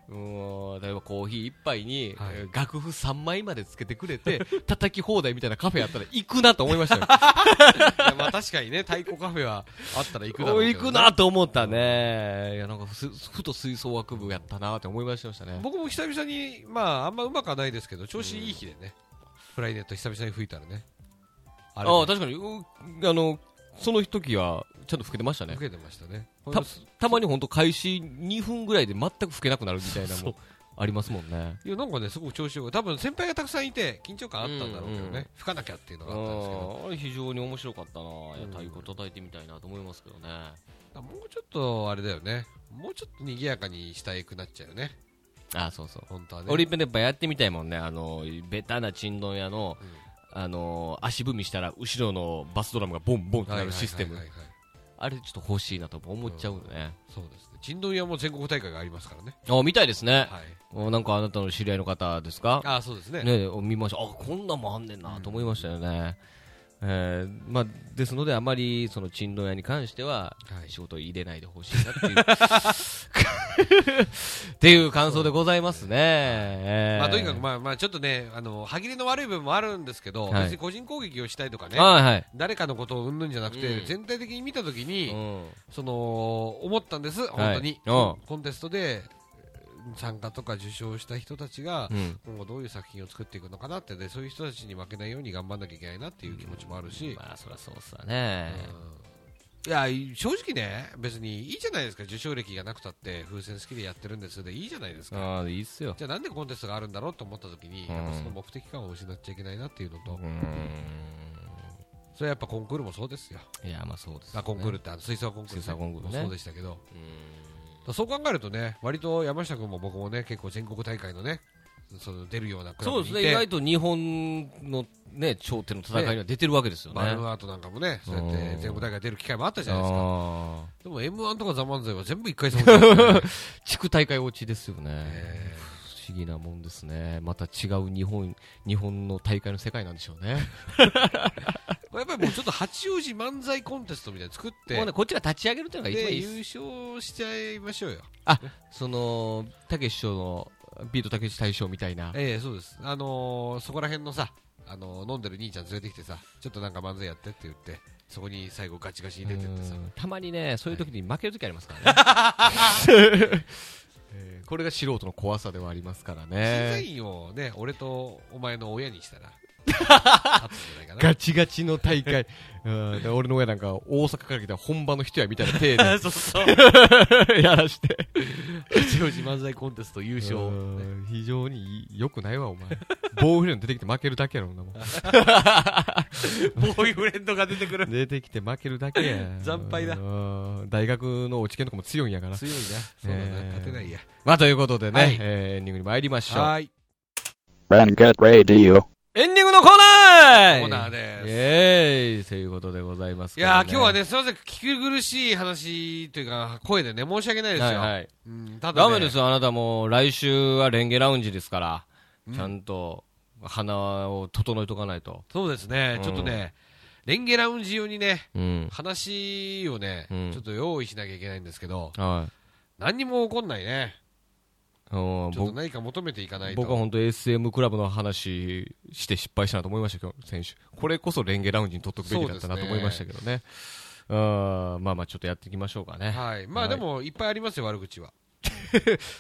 Speaker 1: うーん例えばコーヒー一杯に、
Speaker 2: はい
Speaker 1: えー楽譜3枚までつけてくれ て、叩き放題みたいなカフェやったら行くなと思いました よ。
Speaker 2: い やまあ確かにね太鼓カフェはあったら行くだろう
Speaker 1: 行
Speaker 2: けど
Speaker 1: く
Speaker 2: ね
Speaker 1: なと思ったね。いや、なんかふすふと吹奏楽部やったなって思いましたね。
Speaker 2: 僕も久々に、まあ、あんまうまくはないですけど、調子いい日でね、フライネット久々に吹いたらね、あれ、
Speaker 1: ああ、
Speaker 2: ね、
Speaker 1: 確かに、うあの、その時は、ちゃんと吹けてましたね
Speaker 2: 受。けてましたね。これ
Speaker 1: た
Speaker 2: もす
Speaker 1: たまに本当開始2分ぐらいで全く吹けなくなるみたいな
Speaker 2: そ
Speaker 1: もんありますもんね。
Speaker 2: いや、なんかね、すごく調子よく、多分先輩がたくさんいて、緊張感あったんだろうけどね、
Speaker 1: うんうん
Speaker 2: 吹かなきゃっていうの
Speaker 1: あ
Speaker 2: があったんですけど、
Speaker 1: ーあれ非常に面白かったな、いや
Speaker 2: うん
Speaker 1: 太鼓叩いてみたいなと思いますけどね、
Speaker 2: だからもうちょっとあれだよね、もうちょっと賑やかにしたいくなっちゃうよね、
Speaker 1: ああそうそう、
Speaker 2: 本当はね。
Speaker 1: オリンピックやっぱやってみたいもんね、あのベタなちんどん屋の,、あの足踏みしたら、後ろのバスドラムがボンボンって
Speaker 2: はい
Speaker 1: なる
Speaker 2: はいはいはい
Speaker 1: システム、あれちょっと欲しいなと思っちゃうよね、
Speaker 2: そうですね。珍道屋も全国大会がありますからね。
Speaker 1: あみたいですね、
Speaker 2: はい。
Speaker 1: おなんかあなたの知り合いの方ですか、
Speaker 2: ああ、そうですね。
Speaker 1: ね、見ましたあこんなんもあんねんなと思いましたよね、えーまあ、ですのであまりその珍道屋に関しては
Speaker 2: はい
Speaker 1: 仕事を入れないでほしいなっていう、 っていう感想でございますね、えー
Speaker 2: まあ、とにかく、まあ、まあ、ちょっとね、あの、歯切れの悪い部分もあるんですけど、
Speaker 1: はい
Speaker 2: 別に個人攻撃をしたいとかね、
Speaker 1: はいはい
Speaker 2: 誰かのことをうんぬんじゃなくて、
Speaker 1: うん
Speaker 2: 全体的に見たとき
Speaker 1: う
Speaker 2: に、
Speaker 1: ん
Speaker 2: その思ったんです、
Speaker 1: はい
Speaker 2: 本当に、
Speaker 1: うん
Speaker 2: コンテストでうん参加とか受賞した人たちが、
Speaker 1: うん
Speaker 2: 今後どういう作品を作っていくのかなって、ね、そういう人たちに負けないように頑張んなきゃいけないなっていう気持ちもあるし、
Speaker 1: まあそりゃそうっすわね、
Speaker 2: うんいや正直ね、別にいいじゃないですか、受賞歴がなくたって、風船好きでやってるんですでいいじゃないですか。
Speaker 1: ああいいっすよ
Speaker 2: じゃあなんでコンテストがあるんだろうと思った時に、
Speaker 1: うん
Speaker 2: やっぱその目的感を失っちゃいけないなっていうのと、
Speaker 1: うん
Speaker 2: それはやっぱコンクールもそうですよ。
Speaker 1: いやまあそうです、
Speaker 2: あコンクールってあの水槽コンクールね、
Speaker 1: 水槽コンクールね
Speaker 2: もそうでしたけど、
Speaker 1: うん
Speaker 2: そう考えるとね、割と山下君も僕もね、結構全国大会のね、その出るようなクラ
Speaker 1: そ
Speaker 2: ブ
Speaker 1: う
Speaker 2: に
Speaker 1: で
Speaker 2: い
Speaker 1: す
Speaker 2: て、
Speaker 1: ね意外と日本の、ね、頂点の戦いには出てるわけですよね。
Speaker 2: バルーンアートなんかもね、そうやって全国大会出る機会もあったじゃないですか。
Speaker 1: あー
Speaker 2: でも M1 とかザ・漫才は全部一回戦落ちですね
Speaker 1: 地区大会落ちですよね、
Speaker 2: え
Speaker 1: 不思議なもんですね、また違う日本日本の大会の世界なんでしょう ね、
Speaker 2: ーやっぱりもうちょっと八王子漫才コンテストみたいなの作って、
Speaker 1: もうねこっちが立ち上げるというのが一番
Speaker 2: で
Speaker 1: いいです、
Speaker 2: 優勝しちゃいましょうよ。
Speaker 1: そのたけし師匠のビートたけし大賞みたいな、
Speaker 2: ええそうです。あのーそこら辺のさ、あのー飲んでる兄ちゃん連れてきてさ、ちょっとなんか漫才やってって言って、そこに最後ガチガチに出てってさ
Speaker 1: う、んたまにね、そういう時に負ける時ありますからね、 えーこれが素人の怖さではありますから
Speaker 2: 審査
Speaker 1: ね、
Speaker 2: 員をね、俺とお前の親にし たら、勝つんじゃないかな。
Speaker 1: ガチガチの大 会、うんで俺の親なんか大阪から来た本場の人やみたいな体で
Speaker 2: そうそう。
Speaker 1: やらして。
Speaker 2: 八王子漫才コンテスト優勝。ね
Speaker 1: うん非常にいい良くないわお前棒振りの出てきて負けるだけやろんなもん
Speaker 2: ボーイフレンドが出てくる。
Speaker 1: 出てきて負けるだけや
Speaker 2: 惨敗だ
Speaker 1: うん大学の落ち研とかも強いんやから
Speaker 2: 強いな。そうだな。
Speaker 1: ええ
Speaker 2: 勝てないや。
Speaker 1: まあということでね、
Speaker 2: はい
Speaker 1: えーエンディングに参りましょう
Speaker 2: はい。
Speaker 3: Rangat Radio.
Speaker 1: エンディングのコーナー
Speaker 2: コーナーです
Speaker 1: イエーイということでございます
Speaker 2: い
Speaker 1: けど
Speaker 2: やー、今日はね、すいません。聞き苦しい話というか、声でね、申し訳ないですよ。
Speaker 1: はいはい
Speaker 2: うん、ただ、
Speaker 1: ダ
Speaker 2: ね、
Speaker 1: メですよあなたもう来週はレンゲラウンジですから、
Speaker 2: うん
Speaker 1: ちゃんと鼻を整えとかないと
Speaker 2: そうですね。
Speaker 1: うん
Speaker 2: ちょっとね、レンゲラウンジ用にね、
Speaker 1: うん
Speaker 2: 話をね、
Speaker 1: うん
Speaker 2: ちょっと用意しなきゃいけないんですけど、
Speaker 1: は
Speaker 2: 何にも起こんないね。
Speaker 1: うん
Speaker 2: ちょっと
Speaker 1: 僕
Speaker 2: 何か求めていかないと
Speaker 1: 僕は本当 SM クラブの話して失敗したなと思いましたけど、選手。これこそレンゲラウンジに取っとくべきだったなと思いましたけどね。うんまあまあちょっとやっていきましょうかね。
Speaker 2: はいま
Speaker 1: は
Speaker 2: あ
Speaker 1: い
Speaker 2: でもいっぱいありますよ悪口は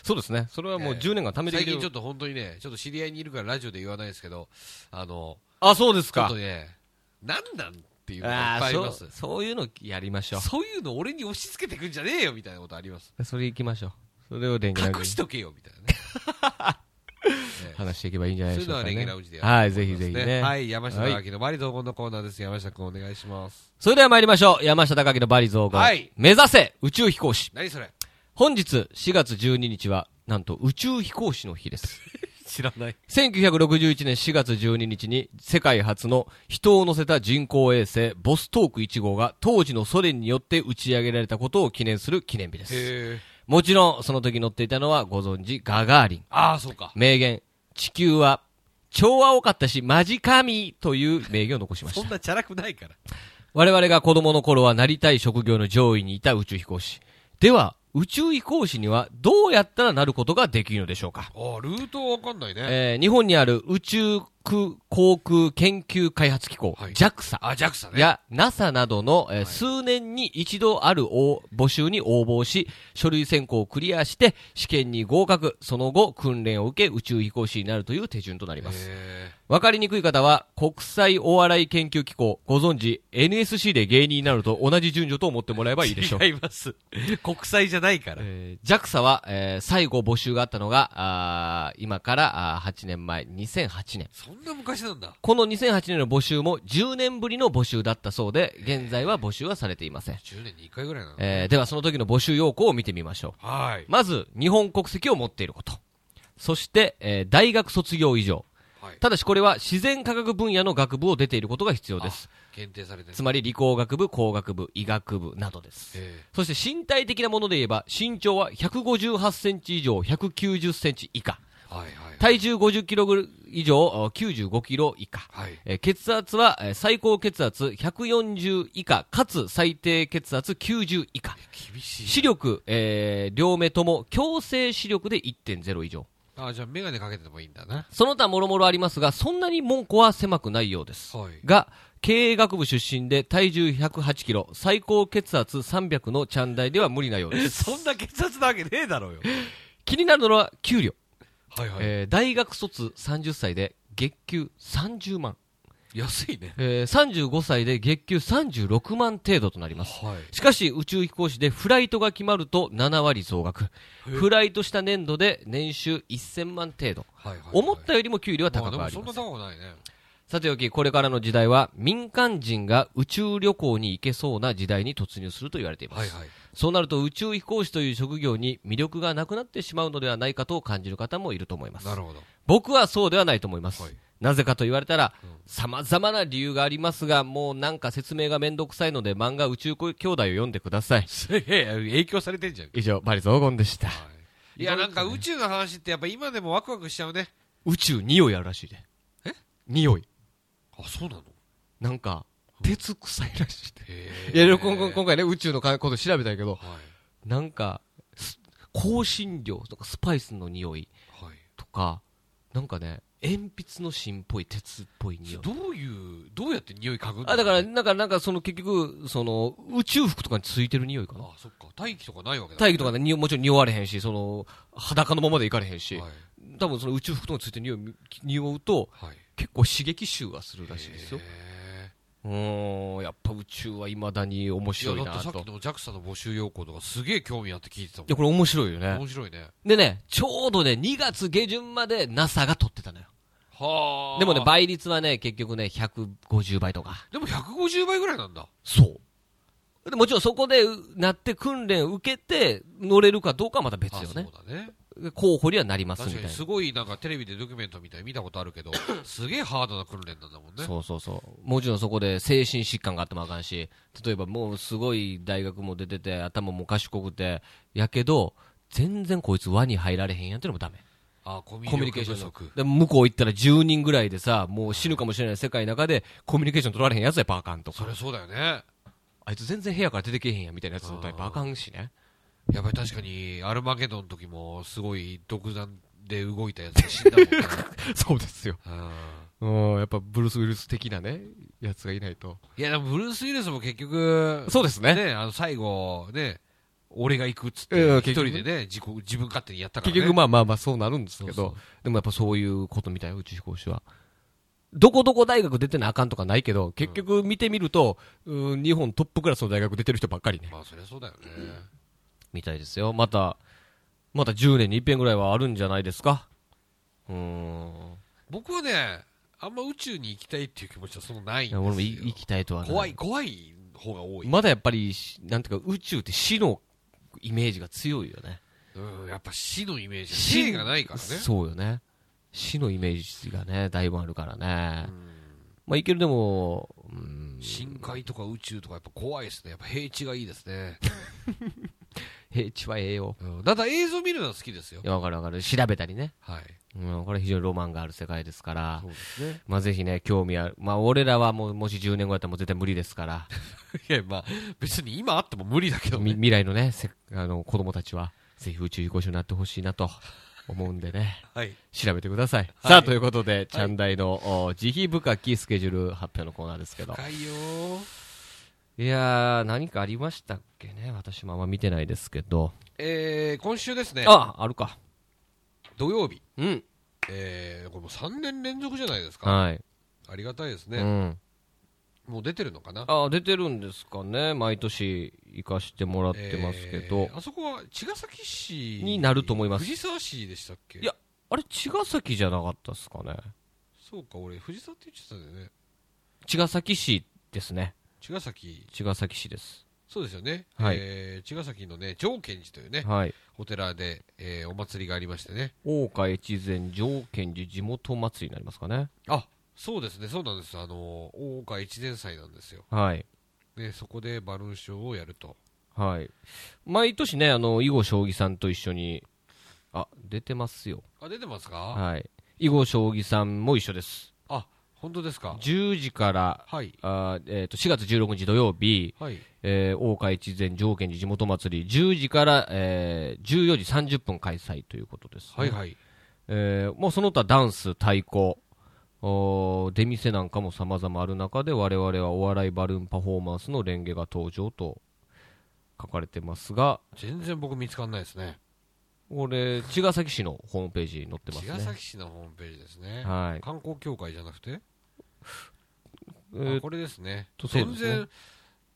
Speaker 1: そうですね。それはもう
Speaker 2: ええ
Speaker 1: 10年間貯めてき
Speaker 2: 最
Speaker 1: てる。
Speaker 2: 近ちょっと本当にねちょっと知り合いにいるからラジオで言わないですけどあの
Speaker 1: あ、そうです
Speaker 2: ちょっ
Speaker 1: か
Speaker 2: と。ねなんなんっていうのがい
Speaker 1: あ
Speaker 2: っ
Speaker 1: あ、
Speaker 2: ぱいあり
Speaker 1: そ
Speaker 2: ま
Speaker 1: う
Speaker 2: す、
Speaker 1: そういうのやりましょ
Speaker 2: そういうの俺に押し付けてくんじゃねえよみたいなことあります
Speaker 1: う。それ行きましょう。それをレンゲラウンジ
Speaker 2: 隠
Speaker 1: に
Speaker 2: しとけよみたいなねね
Speaker 1: 話していけばいいんじゃない
Speaker 2: そ
Speaker 1: で
Speaker 2: ういう
Speaker 1: しょう
Speaker 2: の
Speaker 1: か、
Speaker 2: は
Speaker 1: ね。
Speaker 2: レギュラーウジでや
Speaker 1: はい、
Speaker 2: と
Speaker 1: ぜ
Speaker 2: 思
Speaker 1: ひ
Speaker 2: ます
Speaker 1: ぜ
Speaker 2: ね
Speaker 1: ひね。
Speaker 2: はい、山下
Speaker 1: はい
Speaker 2: 隆のバリ雑言のコーナーです。山下君お願いします。
Speaker 1: それでは参りましょう。山下だけのバリ雑言。
Speaker 2: はい
Speaker 1: 目指せ宇宙飛行士。
Speaker 2: 何それ
Speaker 1: 本日4月12日は、なんと宇宙飛行士の日です。
Speaker 2: 知らない。
Speaker 1: 1961年4月12日に世界初の人を乗せた人工衛星ボストーク1号が当時のソ連によって打ち上げられたことを記念する記念日です。
Speaker 2: へえ。
Speaker 1: もちろんその時乗っていたのはご存知ガガーリン。
Speaker 2: ああ、そうか。
Speaker 1: 名言、地球は超青かったしマジ神という名言を残しまし
Speaker 2: そ
Speaker 1: た
Speaker 2: ん。なチャラくないから。
Speaker 1: 我々が子供の頃はなりたい職業の上位にいた宇宙飛行士。では、宇宙飛行士にはどうやったらなることができるのでしょうか、
Speaker 2: ああ、ルートわかんないね。
Speaker 1: えー日本にある宇宙空航空研究開発機構、
Speaker 2: はい
Speaker 1: JAXA
Speaker 2: あ、JAXA ね。
Speaker 1: や NASA などの、えー数年に一度ある応募集に応募し、書類選考をクリアして試験に合格、その後訓練を受け宇宙飛行士になるという手順となります。
Speaker 2: へ
Speaker 1: わかりにくい方は、国際お笑い研究機構、ご存知、NSC で芸人になると同じ順序と思ってもらえばいいでしょう
Speaker 2: え。。違い ます。国際じゃないから。
Speaker 1: えー JAXA は、えー最後募集があったのが、あー今からあー8年前、2008年。
Speaker 2: そんな昔なんだ。
Speaker 1: この2008年の募集も10年ぶりの募集だったそうで、現在は募集はされていません。
Speaker 2: 10年に1回ぐらいなの。
Speaker 1: えーではその時の募集要項を見てみましょう。
Speaker 2: はい。
Speaker 1: まず、日本国籍を持っていること。そして、えー大学卒業以上。
Speaker 2: はい。
Speaker 1: ただしこれは自然科学分野の学部を出ていることが必要です。
Speaker 2: 限定されてる
Speaker 1: つまり理工学部、工学部、医学部などです。
Speaker 2: へ
Speaker 1: そして身体的なもので言えば、身長は158センチ以上、190センチ以下。
Speaker 2: え。はいはい。
Speaker 1: 体重50キロぐらい以上、あ95キロ以下。
Speaker 2: はい。
Speaker 1: えー血圧はえー最高血圧140以下、かつ最低血圧90以下。
Speaker 2: 厳しい。
Speaker 1: 視力、えー両目とも強制視力で1.0以上。
Speaker 2: ああ、じゃあメガネかけてもいいんだな。
Speaker 1: その他もろもろありますが、そんなに門戸は狭くないようです。
Speaker 2: はい
Speaker 1: が、経営学部出身で体重108キロ、最高血圧300のチャンダイでは無理なようです。
Speaker 2: そんな血圧なわけねえだろうよ。
Speaker 1: 気になるのは給料。
Speaker 2: はいはい。
Speaker 1: えー大学卒30歳で月給30万。
Speaker 2: 安いね。
Speaker 1: えー35歳で月給36万程度となります。
Speaker 2: はい。
Speaker 1: しかし宇宙飛行士でフライトが決まると7割増額。フライトした年度で年収1000万程度。
Speaker 2: はいはいはい。
Speaker 1: 思ったよりも給料は高くあり
Speaker 2: ま
Speaker 1: ま
Speaker 2: あ
Speaker 1: す
Speaker 2: でも。そんな高くないね。
Speaker 1: さておき、これからの時代は民間人が宇宙旅行に行けそうな時代に突入すると言われています。
Speaker 2: はいはい。
Speaker 1: そうなると宇宙飛行士という職業に魅力がなくなってしまうのではないかと感じる方もいると思います。
Speaker 2: なるほど。
Speaker 1: 僕はそうではないと思います。
Speaker 2: はい
Speaker 1: なぜかと言われたら、様々な理由がありますが、もうなんか説明がめんどくさいので漫画宇宙兄弟を読んでくだ さい。
Speaker 2: すげえ、影響されてんじゃん。
Speaker 1: 以上、バリ雑言でした。
Speaker 2: いや、なんか宇宙の話ってやっぱ今でもワクワクしちゃうね。
Speaker 1: 宇宙匂いあるらしいで。
Speaker 2: え
Speaker 1: 匂い。
Speaker 2: あ、そうなの
Speaker 1: なんか、鉄臭いらしいで。
Speaker 2: へ
Speaker 1: いや、今回今回ね、宇宙のこと調べたけど、
Speaker 2: は
Speaker 1: なんか、す香辛料とかスパイスの匂い
Speaker 2: い。はい。
Speaker 1: とか、なんかね、鉛筆の芯っぽい鉄っぽい匂い。
Speaker 2: どういう、どうやって匂い嗅ぐん
Speaker 1: あ、だから、
Speaker 2: ね
Speaker 1: なんか、なんか、その結局、その、宇宙服とかについてる匂いかな。
Speaker 2: あ、そっか。大気とかないわけだ。
Speaker 1: 大気とかね、にもちろん匂われへんし、その、裸のままでいかれへんし、
Speaker 2: はい。
Speaker 1: 多分その宇宙服とかについてる匂いみ、匂うと、
Speaker 2: はい。
Speaker 1: 結構刺激臭がするらしいですよ。
Speaker 2: へ
Speaker 1: うーん、やっぱ宇宙は未だに面
Speaker 2: え
Speaker 1: 白
Speaker 2: い
Speaker 1: い
Speaker 2: や、
Speaker 1: な
Speaker 2: だってさっき
Speaker 1: と。い
Speaker 2: の JAXA の募集要項とかすげえ興味あって聞いてたも
Speaker 1: や、これ面白いよね
Speaker 2: ん。。面白いね。
Speaker 1: でね、ちょうどね、2月下旬まで NASA が取ってたのよ。
Speaker 2: はあ。
Speaker 1: でもね、、倍率はね、結局ね、150倍とか。
Speaker 2: でも150倍ぐらいなんだ。
Speaker 1: そう。でもちろんそこでうなって訓練受けて乗れるかどうかはまた別
Speaker 2: あ、
Speaker 1: よ
Speaker 2: そう
Speaker 1: ね。
Speaker 2: だね。
Speaker 1: 候補にはなりますみた
Speaker 2: 確か
Speaker 1: い
Speaker 2: に
Speaker 1: な。
Speaker 2: す
Speaker 1: そ
Speaker 2: ごいなんかテレビでドキュメントみたいに見たことあ るけど、すげえハードな訓練なんだもんね。
Speaker 1: うそうそう。もちろんそこで精神疾患があってもあかんし、例えばもうすごい大学も出てて、頭も賢くて、やけど、全然こいつ輪に入られへんやんってのもダメ。
Speaker 2: あ、コミ
Speaker 1: コミュニ
Speaker 2: ュニ
Speaker 1: ケ
Speaker 2: ケ
Speaker 1: ー
Speaker 2: ー
Speaker 1: シ
Speaker 2: シ
Speaker 1: ョン
Speaker 2: ョン
Speaker 1: の
Speaker 2: 不足。。
Speaker 1: で向こう行ったら10人ぐらいでさ、もう死ぬかもしれない世界の中で、コミュニケーション取られへんやつはやっぱあかんとか
Speaker 2: そ。りゃそうだよね。
Speaker 1: あいつ全然部屋から出てけえへんやみたいなやつのタイプあかんしね。
Speaker 2: やっぱり確かに、アルマゲドンの時も、すごい独断で動いたやつが死んだ もんね。
Speaker 1: そうですよ。
Speaker 2: うん
Speaker 1: うん、やっぱブルース・ウィルス的なね、やつがいないと。
Speaker 2: いや、でもブルース・ウィルスも結局、
Speaker 1: そうですね。
Speaker 2: ね、あの最後、ね、俺が行くっつっ
Speaker 1: うん
Speaker 2: て、一
Speaker 1: 結
Speaker 2: 人
Speaker 1: 局
Speaker 2: でね自己、自分勝手にやったから、
Speaker 1: 結
Speaker 2: ね。
Speaker 1: 局まあまあまあそうなるんですけど、
Speaker 2: そうそう
Speaker 1: でもやっぱそういうことみたいな宇宙飛行士は。どこどこ大学出てなあかんとかないけど、結局見てみると、うん、日本トップクラスの大学出てる人ばっかりね。
Speaker 2: まあ、そりゃそうだよね。
Speaker 1: みたいですよ。また、また10年に一遍ぐらいはあるんじゃないですか。うーん。
Speaker 2: 僕はね、あんま宇宙に行きたいっていう気持ちはそのないん
Speaker 1: い
Speaker 2: です
Speaker 1: や
Speaker 2: よ。
Speaker 1: 俺もい行きたいとはね
Speaker 2: 怖い、怖い方が多い。
Speaker 1: まだやっぱり、しなんていうか宇宙って死のイメージが強いよね。
Speaker 2: うん、やっぱ死のイメージ。
Speaker 1: 死
Speaker 2: 死がないからね。
Speaker 1: そうよね。死のイメージがね、だいぶあるからね。
Speaker 2: うん
Speaker 1: まあいけるでも、うん、
Speaker 2: 深海とか宇宙とかやっぱ怖いですね。やっぱ平地がいいですね。
Speaker 1: 平地はええよ。
Speaker 2: うん、ただ映像見るのは好きですよ
Speaker 1: い。や、わかるわかる。調べたりね。
Speaker 2: はい。
Speaker 1: うん、これ非常にロマンがある世界ですから
Speaker 2: そう。ですね。
Speaker 1: まあぜひね、興味ある。まあ俺らはもう、もし10年後やったらもう絶対無理ですから。
Speaker 2: いや、まあ、別に今あっても無理だけど
Speaker 1: み
Speaker 2: ね。
Speaker 1: 未来のね、せあの、子供たちは、ぜひ宇宙飛行士になってほしいなと思うんでね。
Speaker 2: はい。
Speaker 1: 調べてください。さあ、ということで、チャンダイの、お慈悲深きスケジュール発表のコーナーですけど。
Speaker 2: 深いよー
Speaker 1: いやー、何かありましたっけね私もあんま見てないですけど。
Speaker 2: えー、今週ですね。
Speaker 1: あ、あるか。
Speaker 2: 土曜日、
Speaker 1: うん。
Speaker 2: えー、これもう3年連続じゃないですか、
Speaker 1: はい。
Speaker 2: ありがたいです
Speaker 1: う
Speaker 2: ね、
Speaker 1: ん。
Speaker 2: もう出てるのかな、
Speaker 1: あ出てるんですかね、毎年行かしてもらっ
Speaker 2: え
Speaker 1: て
Speaker 2: ー
Speaker 1: ますけど、
Speaker 2: あそこは茅ヶ崎市
Speaker 1: になると思います
Speaker 2: 藤沢市でしたっけ
Speaker 1: いやあれ、茅ヶ崎じゃなかったですかね、
Speaker 2: そうか、俺、藤沢って言ってたんだよね、
Speaker 1: 茅ヶ崎市ですね、
Speaker 2: 茅ヶ崎、
Speaker 1: 茅ヶ崎市です、
Speaker 2: そうですよね、
Speaker 1: はい
Speaker 2: えー茅ヶ崎のね、条件寺というね、
Speaker 1: はい、
Speaker 2: お寺で、えーお祭りがありましてね、
Speaker 1: 大岡越前条件寺地元祭りになりますかね、
Speaker 2: あそうですね、そうなんです、あのー大岡越前祭なんですよ、
Speaker 1: はい、
Speaker 2: ね、そこでバルーンショーをやると、
Speaker 1: はい、毎年ね、あの囲碁将棋さんと一緒に、あ出てますよ、
Speaker 2: あ出てますか、
Speaker 1: はい、囲碁将棋さんも一緒です、
Speaker 2: あ本当ですか、
Speaker 1: 10時から
Speaker 2: はい、
Speaker 1: あー、えー、と4月16日土曜日、
Speaker 2: はい、
Speaker 1: えー、大岡越前条件寺地元祭り10時から、えー、14時30分開催ということです、
Speaker 2: はい、はい。
Speaker 1: えーもうその他ダンス、太鼓おー出店なんかも様々ある中で我々はお笑いバルーンパフォーマンスのレンゲが登場と書かれてますが
Speaker 2: 全然僕見つかんないですね
Speaker 1: これ茅ヶ崎市のホームページに載ってます
Speaker 2: 茅
Speaker 1: ね
Speaker 2: ヶ崎市のホームページですね、
Speaker 1: はい
Speaker 2: 観光協会じゃなくて、
Speaker 1: えー
Speaker 2: あこれですね
Speaker 1: とそうで
Speaker 2: 全
Speaker 1: すね
Speaker 2: 然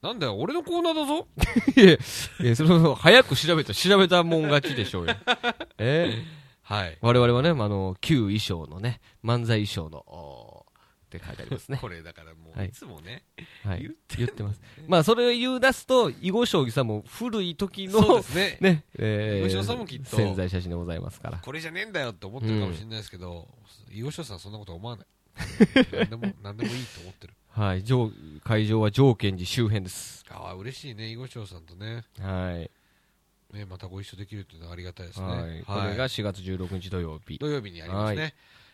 Speaker 2: なんだよ俺のコーナーだぞ
Speaker 1: えーそれそれ早く調べた調べたもん勝ちでしょうよ、 えー
Speaker 2: はい
Speaker 1: 我々はね、まああの旧衣装のね漫才衣装のおーって書いてありますね
Speaker 2: これだからも
Speaker 1: は
Speaker 2: う
Speaker 1: い
Speaker 2: いつもね、
Speaker 1: はい、
Speaker 2: 言
Speaker 1: 言
Speaker 2: っ
Speaker 1: っててます。まあ、それを言う出すと、囲碁将棋さんも古い時
Speaker 2: そう
Speaker 1: の
Speaker 2: で、すね
Speaker 1: ね、え
Speaker 2: 囲碁将さんもきっと
Speaker 1: 潜在写真でございますから。
Speaker 2: これじゃねえんだよって思ってるかもしれないですけど伊予翔さんはそんなこと思わない何でも 何でもいいと思ってる
Speaker 1: はい、上会場は条件寺周辺です。
Speaker 2: ああ嬉しいね伊予翔さんとね
Speaker 1: はい。
Speaker 2: ねまたご一緒できるっていうのはありがたいですね
Speaker 1: はい。これが4月16日土曜日。
Speaker 2: 土曜日にありますね、
Speaker 1: は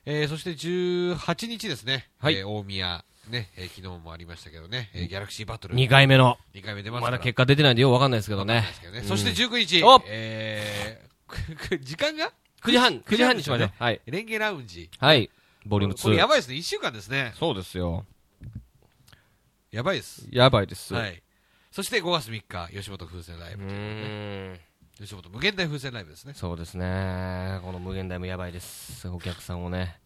Speaker 2: えーそして18日ですね、
Speaker 1: はい
Speaker 2: えー大宮、ねえー昨日もありましたけどね、えーギャラクシーバトル
Speaker 1: 2回目の、
Speaker 2: 二回目出ますか
Speaker 1: ま
Speaker 2: ら
Speaker 1: だ結果出てないんでようわかんないですけど
Speaker 2: わか ん
Speaker 1: ね
Speaker 2: ないですけどね。そして19日、
Speaker 1: お
Speaker 2: えー くく時間が
Speaker 1: 9時半、9時半に しましょう
Speaker 2: ね。
Speaker 1: はい。
Speaker 2: レンゲラウンジ、
Speaker 1: はい。ボリューム
Speaker 2: これや
Speaker 1: 2。
Speaker 2: ばいですね、1週間ですね、
Speaker 1: そうですよ。
Speaker 2: やばいです、
Speaker 1: やばいです。。
Speaker 2: はいい、そして5月3日、吉本風船ライ
Speaker 1: う
Speaker 2: ブ、
Speaker 1: ーん。
Speaker 2: 吉本無限大風船ライブですね、
Speaker 1: そうですね。この無限大もやばいです。お客さんをね。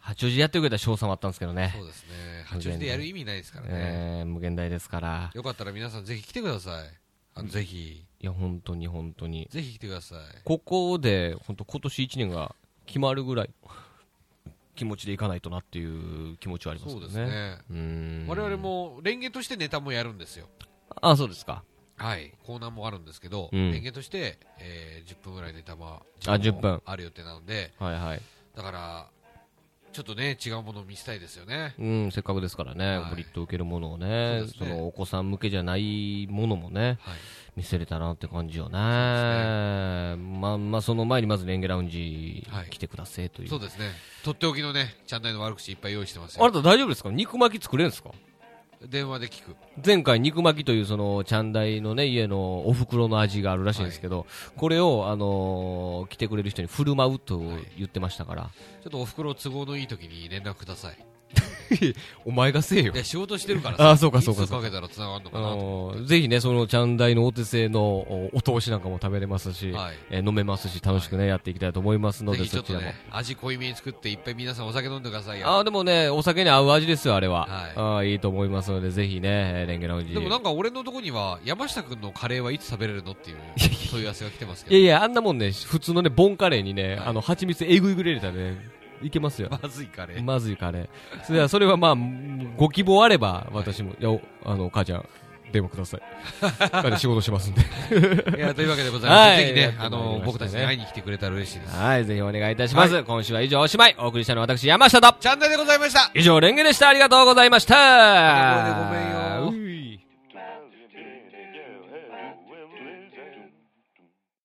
Speaker 1: 八王子でやってくれた賞賛はあったんですけどね。
Speaker 2: そうですね、八王子でやる意味ないですからね、
Speaker 1: えー無限大ですから、
Speaker 2: よかったら皆さん、ぜひ来てください、あのぜひ、
Speaker 1: いや、本当に本当に、
Speaker 2: ぜひ来てください、
Speaker 1: ここで本当、今年1年が決まるぐらい、気持ちでいかないとなっていう気持ちはあります
Speaker 2: そう
Speaker 1: よね、
Speaker 2: ですね。
Speaker 1: うーん
Speaker 2: 我々、もレンゲとしてネタもやるんですよ、
Speaker 1: あそうですか、
Speaker 2: はい、コーナーもあるんですけど、
Speaker 1: うん
Speaker 2: レンゲとして、えー10分ぐらいネタも
Speaker 1: あ10分
Speaker 2: ある予定なので、
Speaker 1: はいはい、
Speaker 2: だから、ちょっとね、違うものを見せたいですよね。
Speaker 1: うん、せっかくですからね、
Speaker 2: はい
Speaker 1: ブリッと受けるものをね
Speaker 2: そうです
Speaker 1: そ
Speaker 2: ね
Speaker 1: のお子さん向けじゃないものもね、
Speaker 2: はい、
Speaker 1: 見せれたなって感じよね、
Speaker 2: す
Speaker 1: まあまあ、その前にまずレンゲラウンジ
Speaker 2: はい
Speaker 1: 来てくださいという、
Speaker 2: そうですね、とっておきのね、チャンネルの悪口いっぱい用意してます
Speaker 1: あな
Speaker 2: よ。
Speaker 1: た大丈夫ですか、肉巻き作れるんですか、
Speaker 2: 電話で聞く。
Speaker 1: 前回肉巻きというそのちゃんだいのね家のお袋の味があるらしいんですけど、これをあのー来てくれる人に振る舞うと言ってましたから、
Speaker 2: ちょっとお袋都合のいい時に連絡ください。
Speaker 1: お前がせえよ
Speaker 2: いや、仕事してるから
Speaker 1: あ
Speaker 2: さ。
Speaker 1: あそうかそうか
Speaker 2: いつかけたら繋がるのかなと思って。
Speaker 1: ぜひね、そのちゃんだいのお手製のおお通しなんかも食べれますし、
Speaker 2: はい
Speaker 1: えー飲めますし、楽しくね、やっていきたいと思いますの
Speaker 2: ぜ
Speaker 1: で、
Speaker 2: ひちょ
Speaker 1: そち
Speaker 2: っと
Speaker 1: らも
Speaker 2: ね。、味濃いめに作って、いっぱい皆さんお酒飲んでくださいよ。
Speaker 1: あーでもね、お酒に合う味ですよ、あれは。
Speaker 2: はい
Speaker 1: あーいいと思いますので、ぜひね、えーレンゲラウンジ。
Speaker 2: でもなんか俺のとこには、山下くんのカレーはいつ食べれるのっていう問い合わせが来てます
Speaker 1: いや
Speaker 2: け
Speaker 1: いや、あんなもんね、普通のね、ボンカレーにね、
Speaker 2: はい
Speaker 1: あの、蜂蜜えぐいぐれ入れたらね、いけますよ。
Speaker 2: ど。まずいカレー。
Speaker 1: まずいカレー。それは、それはまあ、ご希望あれば、私も、いや、おあの、母ちゃん、電話ください。 彼仕事しますんで。
Speaker 2: いや、というわけでござい
Speaker 1: は
Speaker 2: ます。
Speaker 1: い
Speaker 2: ぜひ
Speaker 1: やって、
Speaker 2: ね
Speaker 1: まいりま
Speaker 2: あ
Speaker 1: したね
Speaker 2: の、僕たちに会いに来てくれたら嬉しいです。
Speaker 1: はい、ぜひお願いいたします。今週は以上おしまい。お送りしたのは私、山下と。
Speaker 2: チャンネルでございました
Speaker 1: 以上、レンゲでした。ありがとうございました。
Speaker 2: ごめんよ